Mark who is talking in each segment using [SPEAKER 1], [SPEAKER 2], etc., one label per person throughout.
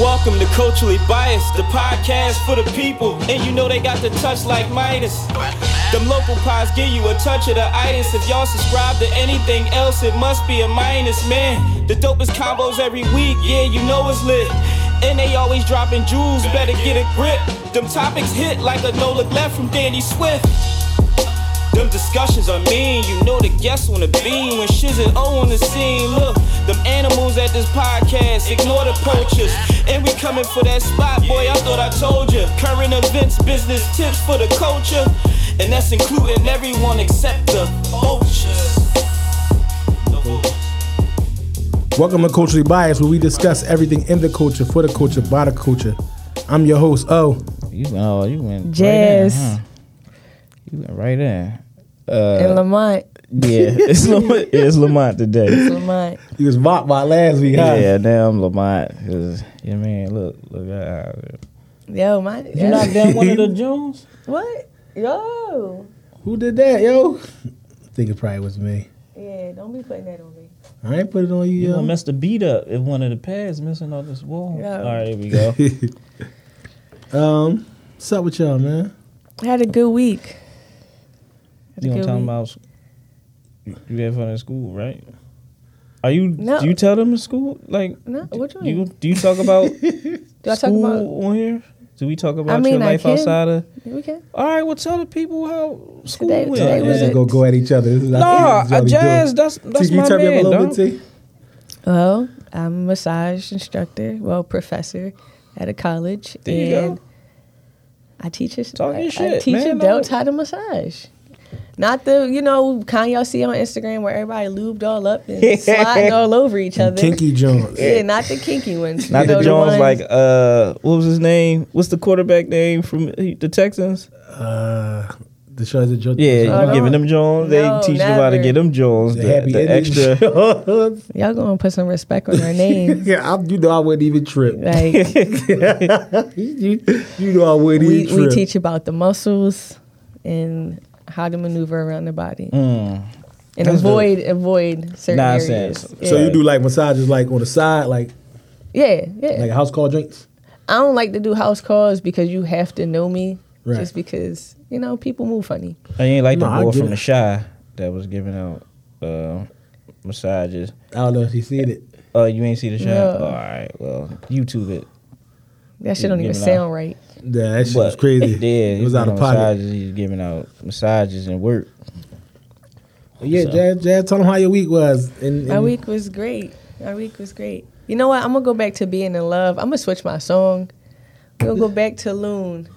[SPEAKER 1] Welcome to Culturally Biased, the podcast for the people. And you know they got the touch like Midas. Them local pies give you a touch of the itis. If y'all subscribe to anything else, it must be a minus, man. The dopest combos every week, yeah, you know it's lit. And they always dropping jewels, better get a grip. Them topics hit like a no look left from Danny Swift. Them discussions are mean, you know the guests on the beam when shiz and O on the scene. Look, them animals at this podcast, ignore the poachers. And we coming for that spot, boy, I thought I told you. Current events, business tips for the culture. And that's including everyone except the vultures. The vultures.
[SPEAKER 2] Welcome to Culturally Biased, where we discuss everything in the culture, for the culture, by the culture. I'm your host, O.
[SPEAKER 3] You oh you went
[SPEAKER 4] Jazz.
[SPEAKER 3] Right in, huh? You went right in. Uh,
[SPEAKER 4] in Lamont.
[SPEAKER 3] Yeah, it's Lamont, it's Lamont today.
[SPEAKER 4] Lamont.
[SPEAKER 2] He was mocked by last week, huh?
[SPEAKER 3] Yeah, now I'm Lamont. Cause yeah, man, look, look. Uh,
[SPEAKER 4] Yo, my.
[SPEAKER 3] you knocked down one of the Jones.
[SPEAKER 4] What? Yo.
[SPEAKER 2] Who did that, yo? I think it probably was me.
[SPEAKER 4] Yeah, don't be putting that on me.
[SPEAKER 2] I ain't put it on you,
[SPEAKER 3] You gonna
[SPEAKER 2] yo.
[SPEAKER 3] mess the beat up if one of the pads missing on this wall.
[SPEAKER 4] Yeah.
[SPEAKER 3] All right, here we go.
[SPEAKER 2] um, what's up with y'all, man?
[SPEAKER 4] I had a good week. Had a
[SPEAKER 3] you gonna
[SPEAKER 4] good
[SPEAKER 3] talk
[SPEAKER 4] week.
[SPEAKER 3] about? s- You you had fun in school, right? Are you?
[SPEAKER 4] No.
[SPEAKER 3] Do you tell them in school? Like,
[SPEAKER 4] No, what you mean?
[SPEAKER 3] you do you talk about
[SPEAKER 4] Do I talk
[SPEAKER 3] school
[SPEAKER 4] about-
[SPEAKER 3] on here? Do we talk about your
[SPEAKER 4] mean, I
[SPEAKER 3] life
[SPEAKER 4] can.
[SPEAKER 3] outside of?
[SPEAKER 4] Yeah, we can.
[SPEAKER 3] All right, well, tell the people how school
[SPEAKER 4] Today-
[SPEAKER 3] went.
[SPEAKER 4] today Hey,
[SPEAKER 2] Y'all
[SPEAKER 4] was
[SPEAKER 2] just
[SPEAKER 4] it-
[SPEAKER 2] gonna go at each other. This is
[SPEAKER 3] Nah,
[SPEAKER 2] this is
[SPEAKER 3] I
[SPEAKER 2] how we do it.
[SPEAKER 3] jazz. That's that's
[SPEAKER 2] T, can
[SPEAKER 3] my
[SPEAKER 2] you turn me
[SPEAKER 3] man.
[SPEAKER 2] up a little
[SPEAKER 3] dawg.
[SPEAKER 2] bit, T?
[SPEAKER 4] Well, I'm a massage instructor, well, professor at a college.
[SPEAKER 3] There you
[SPEAKER 4] and
[SPEAKER 3] go.
[SPEAKER 4] I teach us.
[SPEAKER 3] Talk your
[SPEAKER 4] I, I
[SPEAKER 3] shit,
[SPEAKER 4] teach
[SPEAKER 3] man.
[SPEAKER 4] adults
[SPEAKER 3] Don't-
[SPEAKER 4] how to massage. Not the, you know, kind y'all see on Instagram where everybody lubed all up and sliding all over each other.
[SPEAKER 2] Kinky Jones.
[SPEAKER 4] Yeah, not the kinky ones.
[SPEAKER 3] Not
[SPEAKER 4] You
[SPEAKER 3] the
[SPEAKER 4] know,
[SPEAKER 3] Jones,
[SPEAKER 4] ones-
[SPEAKER 3] like uh, what was his name? What's the quarterback name from the Texans?
[SPEAKER 2] Uh, the show is a joke.
[SPEAKER 3] Yeah, you
[SPEAKER 4] no.
[SPEAKER 3] giving them Jones.
[SPEAKER 4] No,
[SPEAKER 3] they teach them how to
[SPEAKER 4] never.
[SPEAKER 3] get them Jones.
[SPEAKER 2] The
[SPEAKER 3] The,
[SPEAKER 2] happy
[SPEAKER 3] the
[SPEAKER 2] ending
[SPEAKER 3] extra.
[SPEAKER 2] Jones.
[SPEAKER 4] Y'all gonna put some respect on our name.
[SPEAKER 2] yeah, I, you know I wouldn't even trip.
[SPEAKER 4] like
[SPEAKER 2] you, you know I wouldn't
[SPEAKER 4] we,
[SPEAKER 2] even trip.
[SPEAKER 4] we teach about the muscles and how to maneuver around the body
[SPEAKER 3] Mm,
[SPEAKER 4] and
[SPEAKER 3] That's
[SPEAKER 4] avoid avoid certain
[SPEAKER 3] Nonsense.
[SPEAKER 4] areas. Yeah.
[SPEAKER 2] So you do like massages like on the side, like
[SPEAKER 4] yeah, yeah.
[SPEAKER 2] like house call drinks.
[SPEAKER 4] I don't like to do house calls because you have to know me.
[SPEAKER 2] Right.
[SPEAKER 4] Just because you know people move funny.
[SPEAKER 3] I ain't like
[SPEAKER 2] No, I
[SPEAKER 3] the boy
[SPEAKER 2] get
[SPEAKER 3] from
[SPEAKER 2] it.
[SPEAKER 3] the shy that was giving out uh, massages.
[SPEAKER 2] I don't know if you seen it.
[SPEAKER 3] Oh, you ain't see the shy.
[SPEAKER 4] No.
[SPEAKER 3] All right, well, YouTube it.
[SPEAKER 4] That shit don't
[SPEAKER 3] Yeah,
[SPEAKER 4] even
[SPEAKER 3] nah.
[SPEAKER 4] sound right.
[SPEAKER 2] Yeah, that shit
[SPEAKER 3] But-
[SPEAKER 2] was crazy.
[SPEAKER 3] Yeah,
[SPEAKER 2] it was out of
[SPEAKER 3] giving out
[SPEAKER 2] pocket.
[SPEAKER 3] massages, He's giving out massages and work.
[SPEAKER 2] Yeah,
[SPEAKER 3] So-
[SPEAKER 2] Jazz, Jazz, tell them how your week was. And,
[SPEAKER 4] My
[SPEAKER 2] and-
[SPEAKER 4] week was great. My week was great. You know what? I'm gonna go back to being in love. I'm gonna switch my song. We're gonna go back to Loon.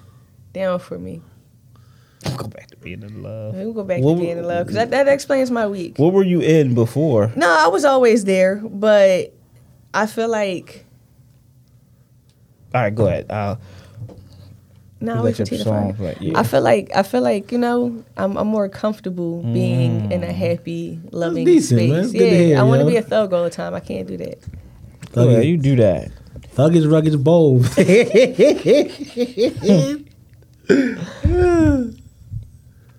[SPEAKER 4] Down for me.
[SPEAKER 3] Go back to being in love.
[SPEAKER 4] We'll go back
[SPEAKER 3] What
[SPEAKER 4] to
[SPEAKER 3] w-
[SPEAKER 4] being in love because that, that explains my week.
[SPEAKER 3] What were you in before?
[SPEAKER 4] No, I was always there, but I feel like
[SPEAKER 3] All right, go ahead. I'll you Uh,
[SPEAKER 4] no, I
[SPEAKER 3] let
[SPEAKER 4] wait for
[SPEAKER 3] your
[SPEAKER 4] T to
[SPEAKER 3] song
[SPEAKER 4] find it.
[SPEAKER 3] play. Yeah.
[SPEAKER 4] I feel like I feel like you know I'm I'm more comfortable being
[SPEAKER 3] Mm.
[SPEAKER 4] in a happy, loving
[SPEAKER 2] decent, man.
[SPEAKER 4] space.
[SPEAKER 2] It's good to hear,
[SPEAKER 4] I want to
[SPEAKER 2] yo.
[SPEAKER 4] be a thug all the time. I can't do that.
[SPEAKER 3] Go ahead,
[SPEAKER 2] Thuggish,
[SPEAKER 3] you do that.
[SPEAKER 2] thuggish, ruggish, bold.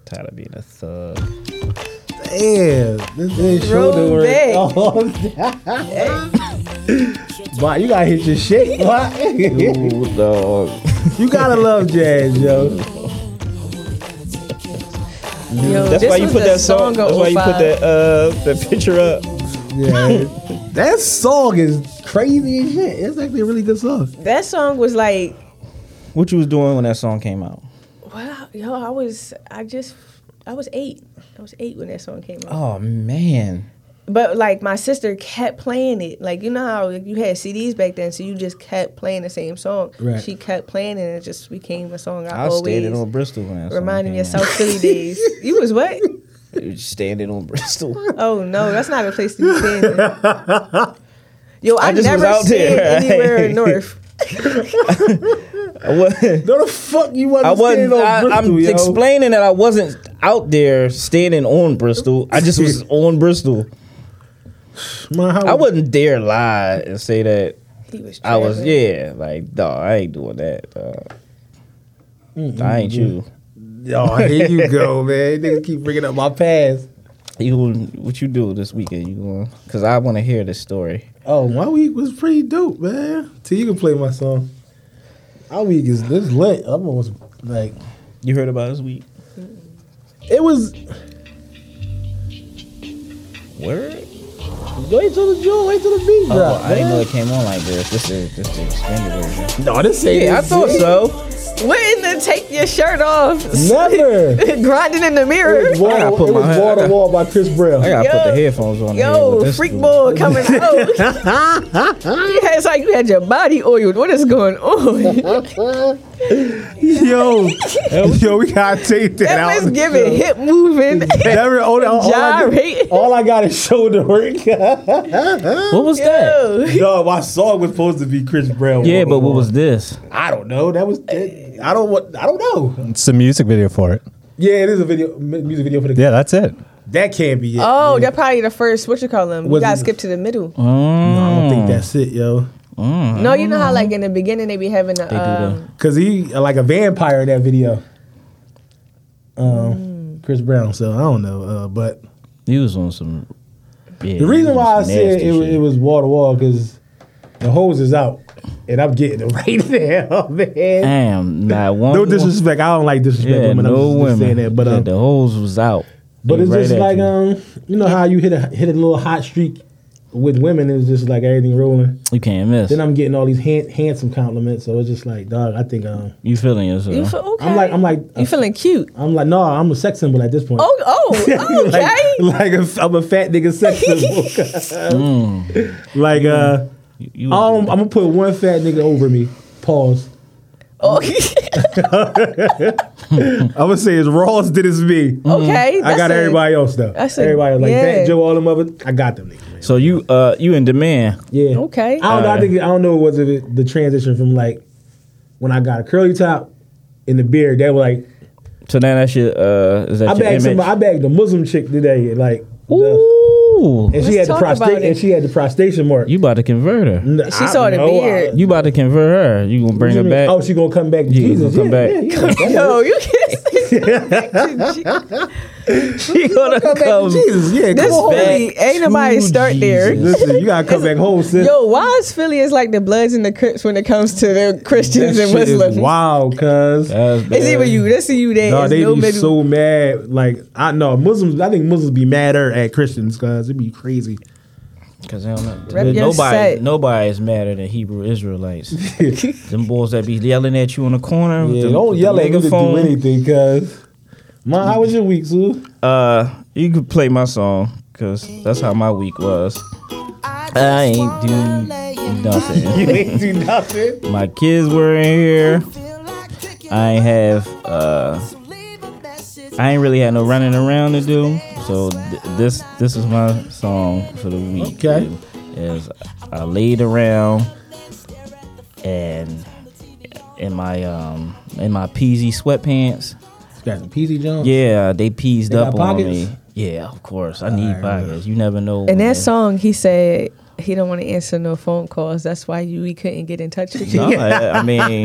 [SPEAKER 3] Tired of being a thug.
[SPEAKER 2] Damn, this is shoulder
[SPEAKER 4] Roll
[SPEAKER 2] work.
[SPEAKER 4] back.
[SPEAKER 2] Oh, Boy, you gotta hit your shit, boy.
[SPEAKER 3] Ooh, dog.
[SPEAKER 2] you gotta love jazz, yo.
[SPEAKER 4] Yo,
[SPEAKER 3] That's
[SPEAKER 4] this
[SPEAKER 3] why you
[SPEAKER 4] was
[SPEAKER 3] put
[SPEAKER 4] the
[SPEAKER 3] that song.
[SPEAKER 4] of
[SPEAKER 3] That's why you put
[SPEAKER 4] 05.
[SPEAKER 3] that uh that picture up.
[SPEAKER 2] Yeah, that song is crazy as shit. It's actually a really good song.
[SPEAKER 4] That song was like,
[SPEAKER 3] What you was doing when that song came out?
[SPEAKER 4] wow, yo, I was I just I was eight. I was eight when that song came out.
[SPEAKER 3] Oh man.
[SPEAKER 4] But like my sister kept playing it. Like you know how you had CDs back then, so you just kept playing the same song.
[SPEAKER 2] Right.
[SPEAKER 4] She kept playing it, and it just became a song I,
[SPEAKER 3] I was standing
[SPEAKER 4] always
[SPEAKER 3] on Bristol when that song
[SPEAKER 4] reminded me
[SPEAKER 3] came
[SPEAKER 4] of South Philly days. You was what?
[SPEAKER 3] out. You was Standing on Bristol.
[SPEAKER 4] Oh no, that's not a place to be standing. Yo, I,
[SPEAKER 3] I just was
[SPEAKER 4] never
[SPEAKER 3] out
[SPEAKER 4] stand
[SPEAKER 3] there.
[SPEAKER 4] anywhere in North.
[SPEAKER 3] I wasn't.
[SPEAKER 2] No, the fuck you want
[SPEAKER 3] I
[SPEAKER 2] to stand
[SPEAKER 3] wasn't
[SPEAKER 2] on
[SPEAKER 3] I,
[SPEAKER 2] Bristol,
[SPEAKER 3] I'm
[SPEAKER 2] yo.
[SPEAKER 3] explaining that I wasn't out there standing on Bristol. I just was on Bristol.
[SPEAKER 2] Man, how-
[SPEAKER 3] I wouldn't dare lie and say that
[SPEAKER 4] He was.
[SPEAKER 3] I was
[SPEAKER 4] traveling.
[SPEAKER 3] yeah, like dog, I ain't doing that. Dog. I ain't you.
[SPEAKER 2] Oh, here you go, man. Niggas keep bringing up my past.
[SPEAKER 3] You what you do this weekend? You going? Cause I want to hear this story.
[SPEAKER 2] Oh, my week was pretty dope, man. Till you can play my song. My week is this lit. I'm almost like
[SPEAKER 3] You heard about this week?
[SPEAKER 2] it was.
[SPEAKER 3] Where?
[SPEAKER 2] Wait till the June. Wait till the beat
[SPEAKER 3] Oh,
[SPEAKER 2] drop.
[SPEAKER 3] I didn't know
[SPEAKER 2] man.
[SPEAKER 3] it came on like this. This is this is the extended version.
[SPEAKER 2] No, this ain't.
[SPEAKER 3] Yeah, I
[SPEAKER 2] it.
[SPEAKER 3] thought so.
[SPEAKER 4] What in the take your shirt off?
[SPEAKER 2] Never.
[SPEAKER 4] Grinding in the mirror.
[SPEAKER 2] It was wall,
[SPEAKER 3] I gotta put
[SPEAKER 2] it
[SPEAKER 3] my-
[SPEAKER 2] was wall to wall by Chris Brown.
[SPEAKER 3] I gotta put
[SPEAKER 4] Yo.
[SPEAKER 3] the headphones on. here with
[SPEAKER 4] Yo,
[SPEAKER 3] this
[SPEAKER 4] freak
[SPEAKER 3] dude.
[SPEAKER 4] boy coming out. yeah, it's like you had your body oiled. What is going on?
[SPEAKER 2] Yo, yo, we gotta take that
[SPEAKER 4] that was giving hip moving.
[SPEAKER 2] Never, all, all, all, I
[SPEAKER 4] Gyrate.
[SPEAKER 2] did, all I got is shoulder work.
[SPEAKER 3] What was that?
[SPEAKER 4] Yo,
[SPEAKER 2] no, my song was supposed to be Chris Brown.
[SPEAKER 3] Yeah, but what
[SPEAKER 2] One-on-One.
[SPEAKER 3] was this?
[SPEAKER 2] I don't know. That was that, I don't want. I don't know.
[SPEAKER 5] It's a music video for it.
[SPEAKER 2] Yeah, it is a video mu- music video for the.
[SPEAKER 5] Yeah, that's it.
[SPEAKER 2] That can't be it.
[SPEAKER 4] oh, that probably the first. What you call them? You
[SPEAKER 2] Was
[SPEAKER 4] gotta
[SPEAKER 2] it-
[SPEAKER 4] skip to the middle.
[SPEAKER 2] no, I don't
[SPEAKER 3] Mm.
[SPEAKER 2] think that's it, yo. Uh-huh.
[SPEAKER 4] No, you know how like in the beginning they be having the.
[SPEAKER 3] do the-
[SPEAKER 4] Um,
[SPEAKER 2] Cause he uh, like a vampire in that video. Um, Chris Brown. So I don't know, uh, but
[SPEAKER 3] He was on some. yeah,
[SPEAKER 2] the reason
[SPEAKER 3] he was
[SPEAKER 2] why I
[SPEAKER 3] on some
[SPEAKER 2] said
[SPEAKER 3] nasty
[SPEAKER 2] it, was-
[SPEAKER 3] shit.
[SPEAKER 2] it was wall to wall because the hose is out, and I'm getting it right now, man.
[SPEAKER 3] Damn, not one.
[SPEAKER 2] No disrespect. I don't like disrespect
[SPEAKER 3] Yeah,
[SPEAKER 2] women.
[SPEAKER 3] no
[SPEAKER 2] I'm just, just
[SPEAKER 3] women.
[SPEAKER 2] saying that, but
[SPEAKER 3] Yeah,
[SPEAKER 2] um,
[SPEAKER 3] the hose was out.
[SPEAKER 2] But
[SPEAKER 3] They
[SPEAKER 2] it's
[SPEAKER 3] right
[SPEAKER 2] just
[SPEAKER 3] at
[SPEAKER 2] like
[SPEAKER 3] you.
[SPEAKER 2] um, you know how you hit a hit a little hot streak with women. It's just like everything rolling.
[SPEAKER 3] you can't miss.
[SPEAKER 2] Then I'm getting all these hand, handsome compliments. So it's just like, dog, I think um,
[SPEAKER 3] you feeling yourself?
[SPEAKER 4] you feel okay?
[SPEAKER 2] I'm like, I'm like, uh,
[SPEAKER 4] you feeling cute?
[SPEAKER 2] I'm like, no, I'm a sex symbol at this point.
[SPEAKER 4] Oh, oh, okay.
[SPEAKER 2] like, like a, I'm a fat nigga sex symbol. like uh,
[SPEAKER 3] You- you-
[SPEAKER 2] I'm, I'm gonna put one fat nigga over me. Pause.
[SPEAKER 4] okay.
[SPEAKER 2] I'm gonna say as raw as did as me.
[SPEAKER 4] okay.
[SPEAKER 2] I got
[SPEAKER 4] that's a-
[SPEAKER 2] everybody else though.
[SPEAKER 4] that's a-
[SPEAKER 2] everybody else. like
[SPEAKER 4] yeah.
[SPEAKER 2] that Joe, all them other. I got them niggas. Man.
[SPEAKER 3] so you uh you in demand?
[SPEAKER 2] Yeah.
[SPEAKER 4] Okay.
[SPEAKER 2] I don't
[SPEAKER 3] Uh,
[SPEAKER 2] know. I think I don't know. Was it the transition from like when I got a curly top and the beard? They were like,
[SPEAKER 3] So now that's your uh is that
[SPEAKER 2] I
[SPEAKER 3] your image?
[SPEAKER 2] bagged somebody, I bagged a Muslim chick today, like, the,
[SPEAKER 3] Ooh,
[SPEAKER 2] and she
[SPEAKER 4] Let's
[SPEAKER 2] had the
[SPEAKER 4] talk about
[SPEAKER 2] prostate,
[SPEAKER 4] it.
[SPEAKER 2] and she had the prostation mark.
[SPEAKER 3] you about to convert her?
[SPEAKER 2] N-
[SPEAKER 4] She
[SPEAKER 2] I
[SPEAKER 4] saw the
[SPEAKER 2] don't know,
[SPEAKER 4] beard.
[SPEAKER 2] I-
[SPEAKER 3] You about to convert her? You gonna bring her
[SPEAKER 2] Jimmy-
[SPEAKER 3] back?
[SPEAKER 2] Oh, she gonna come back to
[SPEAKER 3] Yeah,
[SPEAKER 2] Jesus.
[SPEAKER 3] gonna come
[SPEAKER 2] yeah,
[SPEAKER 3] back.
[SPEAKER 2] yeah, yeah.
[SPEAKER 4] Yo, you can't say that.
[SPEAKER 3] she gonna
[SPEAKER 4] come back to
[SPEAKER 3] come.
[SPEAKER 2] Jesus, yeah.
[SPEAKER 4] This
[SPEAKER 2] Come on.
[SPEAKER 4] Philly, ain't nobody
[SPEAKER 3] True
[SPEAKER 4] start there.
[SPEAKER 3] Jesus.
[SPEAKER 2] Listen, you gotta come back home, sis.
[SPEAKER 4] Yo, why is Philly is like the Bloods and the Crips when it comes to their
[SPEAKER 2] That
[SPEAKER 4] Christians and
[SPEAKER 2] shit is
[SPEAKER 4] Muslims?
[SPEAKER 2] wild, cuz.
[SPEAKER 3] That's
[SPEAKER 4] It's
[SPEAKER 3] bad.
[SPEAKER 4] either you this or you that.
[SPEAKER 2] No,
[SPEAKER 4] It's
[SPEAKER 2] they
[SPEAKER 4] no
[SPEAKER 2] be
[SPEAKER 4] middle.
[SPEAKER 2] so mad. Like I know Muslims. I think Muslims be madder at Christians, cuz it'd be crazy.
[SPEAKER 3] Cause they don't know.
[SPEAKER 4] Rep your
[SPEAKER 3] nobody,
[SPEAKER 4] set.
[SPEAKER 3] nobody is madder than Hebrew Israelites. Them boys that be yelling at you in the corner. with
[SPEAKER 2] Yeah,
[SPEAKER 3] the,
[SPEAKER 2] don't
[SPEAKER 3] with
[SPEAKER 2] yell
[SPEAKER 3] the
[SPEAKER 2] at me to do
[SPEAKER 3] megaphone.
[SPEAKER 2] anything, cuz. Ma, how was your week, Sue?
[SPEAKER 3] Uh, you could play my song because that's how my week was. I ain't do nothing.
[SPEAKER 2] You ain't do nothing.
[SPEAKER 3] my kids were in here. I ain't have uh, I ain't really had no running around to do. So th- this this is my song for the week.
[SPEAKER 2] Okay.
[SPEAKER 3] Is I laid around and in my um in my peasy sweatpants.
[SPEAKER 2] Got some peasy Jones.
[SPEAKER 3] Yeah, they peased
[SPEAKER 2] got
[SPEAKER 3] up on
[SPEAKER 2] pockets?
[SPEAKER 3] me. Yeah, of course. I need pockets. You never know.
[SPEAKER 4] In
[SPEAKER 3] man.
[SPEAKER 4] that song, he said he don't want to answer no phone calls. That's why you, we couldn't get in touch with you.
[SPEAKER 3] No, I, I mean,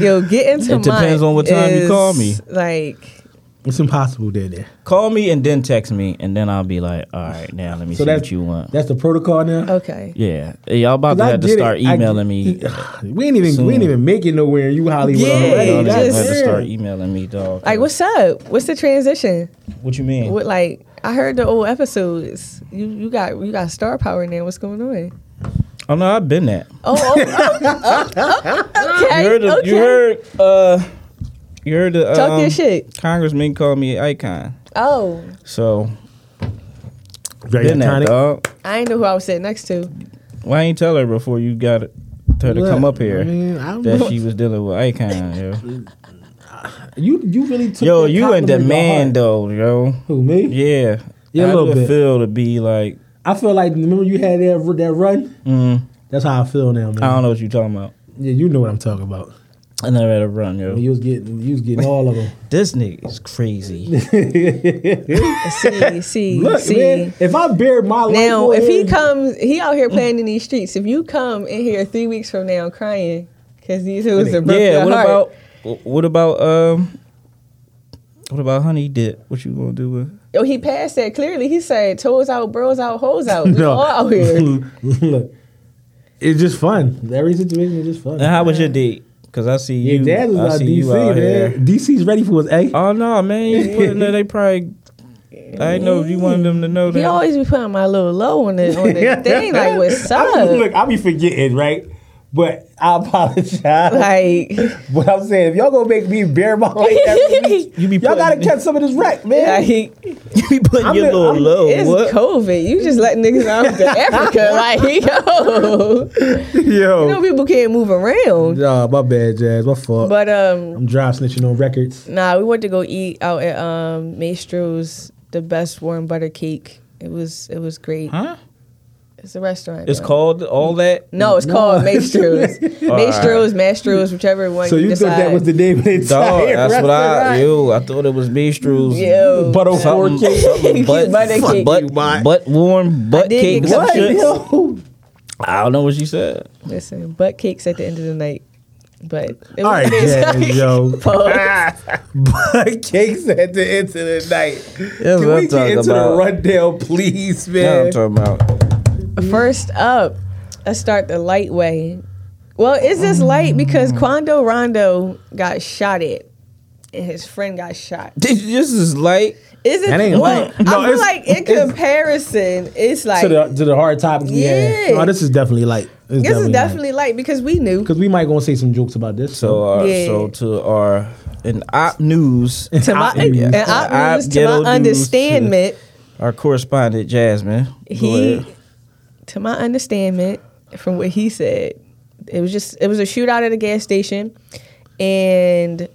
[SPEAKER 4] Yo, get into
[SPEAKER 3] It depends
[SPEAKER 4] mine
[SPEAKER 3] on what time you call
[SPEAKER 4] is,
[SPEAKER 3] me.
[SPEAKER 4] Like,
[SPEAKER 2] It's impossible there there.
[SPEAKER 3] call me and then text me, and then I'll be like, all right, now let me
[SPEAKER 2] So
[SPEAKER 3] see
[SPEAKER 2] that's
[SPEAKER 3] what you want.
[SPEAKER 2] That's the protocol now.
[SPEAKER 4] okay.
[SPEAKER 3] Yeah, y'all about to
[SPEAKER 2] I
[SPEAKER 3] have to
[SPEAKER 2] get it.
[SPEAKER 3] start
[SPEAKER 2] I-
[SPEAKER 3] emailing me.
[SPEAKER 2] We ain't even we ain't
[SPEAKER 3] Soon.
[SPEAKER 2] even making nowhere in you Hollywood
[SPEAKER 4] Yeah,
[SPEAKER 2] already.
[SPEAKER 3] Y'all
[SPEAKER 4] just-
[SPEAKER 2] That's
[SPEAKER 3] just have to
[SPEAKER 2] it.
[SPEAKER 3] start emailing me, dog.
[SPEAKER 4] Like, what's up? What's the transition?
[SPEAKER 3] what you mean?
[SPEAKER 4] What like? I heard the old episodes. You you got you got star power now. What's going on?
[SPEAKER 3] Oh no, I've been that.
[SPEAKER 4] Oh, oh, oh, oh, oh, okay.
[SPEAKER 3] You heard? The,
[SPEAKER 4] okay.
[SPEAKER 3] You heard? Uh, you heard the um,
[SPEAKER 4] Talk your shit.
[SPEAKER 3] Congressman called me an icon,
[SPEAKER 4] Oh,
[SPEAKER 3] so
[SPEAKER 2] Very
[SPEAKER 3] been that,
[SPEAKER 2] iconic.
[SPEAKER 3] dog.
[SPEAKER 4] I didn't know who I was sitting next to.
[SPEAKER 3] Why ain't tell her before you got it- her to
[SPEAKER 2] Look,
[SPEAKER 3] come up
[SPEAKER 2] I
[SPEAKER 3] here
[SPEAKER 2] mean, I don't know.
[SPEAKER 3] that she was dealing with icon? Yo,
[SPEAKER 2] you you really took
[SPEAKER 3] yo
[SPEAKER 2] that
[SPEAKER 3] you in
[SPEAKER 2] compliment to
[SPEAKER 3] demand
[SPEAKER 2] heart.
[SPEAKER 3] though, yo.
[SPEAKER 2] Who me?
[SPEAKER 3] Yeah,
[SPEAKER 2] Yeah, a
[SPEAKER 3] How
[SPEAKER 2] little
[SPEAKER 3] do it
[SPEAKER 2] bit.
[SPEAKER 3] feel to be like?
[SPEAKER 2] I feel like remember you had that that run.
[SPEAKER 3] Mm,
[SPEAKER 2] That's how I feel now, man.
[SPEAKER 3] I don't know what you're talking about.
[SPEAKER 2] yeah, you know what I'm talking about.
[SPEAKER 3] I never had a run, yo.
[SPEAKER 2] You was getting you was getting all of them.
[SPEAKER 3] This nigga is crazy.
[SPEAKER 4] See, see,
[SPEAKER 2] Look,
[SPEAKER 4] see.
[SPEAKER 2] man, if I bear my life
[SPEAKER 4] Now,
[SPEAKER 2] for
[SPEAKER 4] if he
[SPEAKER 2] him-
[SPEAKER 4] comes, he out
[SPEAKER 2] Mm.
[SPEAKER 4] here playing in these streets. If you come in here three weeks from now crying because these who was a broke
[SPEAKER 3] yeah.
[SPEAKER 4] your
[SPEAKER 3] What
[SPEAKER 4] heart,
[SPEAKER 3] about? What about? Um. What about Honey Dip? What you gonna do with?
[SPEAKER 4] Yo, Oh, he passed that clearly. He said, toes out, bros out, hoes out. We all out here.
[SPEAKER 2] Look, it's just fun. Every situation is just fun.
[SPEAKER 3] And how was your date? Because I see you.
[SPEAKER 2] Your dad is
[SPEAKER 3] I
[SPEAKER 2] out
[SPEAKER 3] see you
[SPEAKER 2] DC,
[SPEAKER 3] out here.
[SPEAKER 2] man. DC's ready for us, eh?
[SPEAKER 3] Oh no, man! You putting that- they probably. I didn't know if you wanted them to know
[SPEAKER 4] He
[SPEAKER 3] that.
[SPEAKER 4] always be putting my little low on the on the thing. Like, what's
[SPEAKER 2] I be,
[SPEAKER 4] up?
[SPEAKER 2] look, I be forgetting, right? But I apologize.
[SPEAKER 4] Like,
[SPEAKER 2] But I'm saying, if y'all gonna make me bare my weight every week,
[SPEAKER 3] You be
[SPEAKER 2] y'all gotta
[SPEAKER 3] putting-
[SPEAKER 2] catch some of this wreck, man.
[SPEAKER 4] like
[SPEAKER 3] you be putting
[SPEAKER 2] I'm
[SPEAKER 3] your
[SPEAKER 2] in-
[SPEAKER 3] little
[SPEAKER 2] I'm-
[SPEAKER 3] low.
[SPEAKER 4] it's
[SPEAKER 3] What?
[SPEAKER 4] COVID. You just let niggas out to Africa. Like, yo.
[SPEAKER 2] Yo.
[SPEAKER 4] You know people can't move around.
[SPEAKER 2] Nah, my bad, Jazz. My fault.
[SPEAKER 4] But um
[SPEAKER 2] I'm dry snitching on records.
[SPEAKER 4] nah, we went to go eat out at um Maestro's the best warm butter cake. It was it was great.
[SPEAKER 3] Huh?
[SPEAKER 4] It's a restaurant.
[SPEAKER 3] It's
[SPEAKER 4] though.
[SPEAKER 3] called all that.
[SPEAKER 4] No, it's
[SPEAKER 2] No.
[SPEAKER 4] called Maestro's. Maestro's, Maestro's, whichever one
[SPEAKER 2] So you
[SPEAKER 4] decide.
[SPEAKER 2] thought that was the name of the
[SPEAKER 3] Dog,
[SPEAKER 2] entire
[SPEAKER 3] that's what I.
[SPEAKER 2] restaurant?
[SPEAKER 3] Yo, I thought it was bistros.
[SPEAKER 4] Yo.
[SPEAKER 2] But on four
[SPEAKER 3] Something,
[SPEAKER 2] cake.
[SPEAKER 3] something butt,
[SPEAKER 4] Butter cake.
[SPEAKER 3] butt,
[SPEAKER 2] Mike.
[SPEAKER 3] butt warm, butt
[SPEAKER 4] did
[SPEAKER 3] cake.
[SPEAKER 4] get
[SPEAKER 3] some
[SPEAKER 2] What?
[SPEAKER 3] shit.
[SPEAKER 2] Yo.
[SPEAKER 3] I don't know what she said.
[SPEAKER 4] Listen, butt cakes at the end of the night. But it was
[SPEAKER 2] All right, Jazz, yo.
[SPEAKER 4] Pause.
[SPEAKER 2] Butt cakes at the end of the night.
[SPEAKER 3] That's
[SPEAKER 2] Can
[SPEAKER 3] what
[SPEAKER 2] we
[SPEAKER 3] I'm
[SPEAKER 2] get
[SPEAKER 3] talking
[SPEAKER 2] into the
[SPEAKER 3] about.
[SPEAKER 2] rundown, please,
[SPEAKER 3] Yeah, I'm
[SPEAKER 2] man?
[SPEAKER 3] talking about.
[SPEAKER 4] First up, let's start the light way. Well, is this light because Quando Rondo got shot at and his friend got shot?
[SPEAKER 3] This, this is light.
[SPEAKER 4] Is it?
[SPEAKER 2] That ain't
[SPEAKER 4] well,
[SPEAKER 2] light. No,
[SPEAKER 4] I feel
[SPEAKER 2] it's-
[SPEAKER 4] like in
[SPEAKER 2] it's-
[SPEAKER 4] comparison, it's like
[SPEAKER 2] To the, to the hard topics we had.
[SPEAKER 4] Yeah.
[SPEAKER 2] No, this is definitely light. It's
[SPEAKER 4] this is definitely light because we knew
[SPEAKER 2] Because we might gonna say some jokes about this.
[SPEAKER 3] So, uh,
[SPEAKER 4] Yeah.
[SPEAKER 3] so to our in op news,
[SPEAKER 4] to my
[SPEAKER 2] I- yeah.
[SPEAKER 4] and I,
[SPEAKER 3] Op
[SPEAKER 4] was to
[SPEAKER 3] ghetto news
[SPEAKER 4] my
[SPEAKER 3] to
[SPEAKER 4] understandment,
[SPEAKER 3] our correspondent Jasmine. Go
[SPEAKER 4] he
[SPEAKER 3] ahead.
[SPEAKER 4] to my understanding from what he said it was just it was a shootout at a gas station and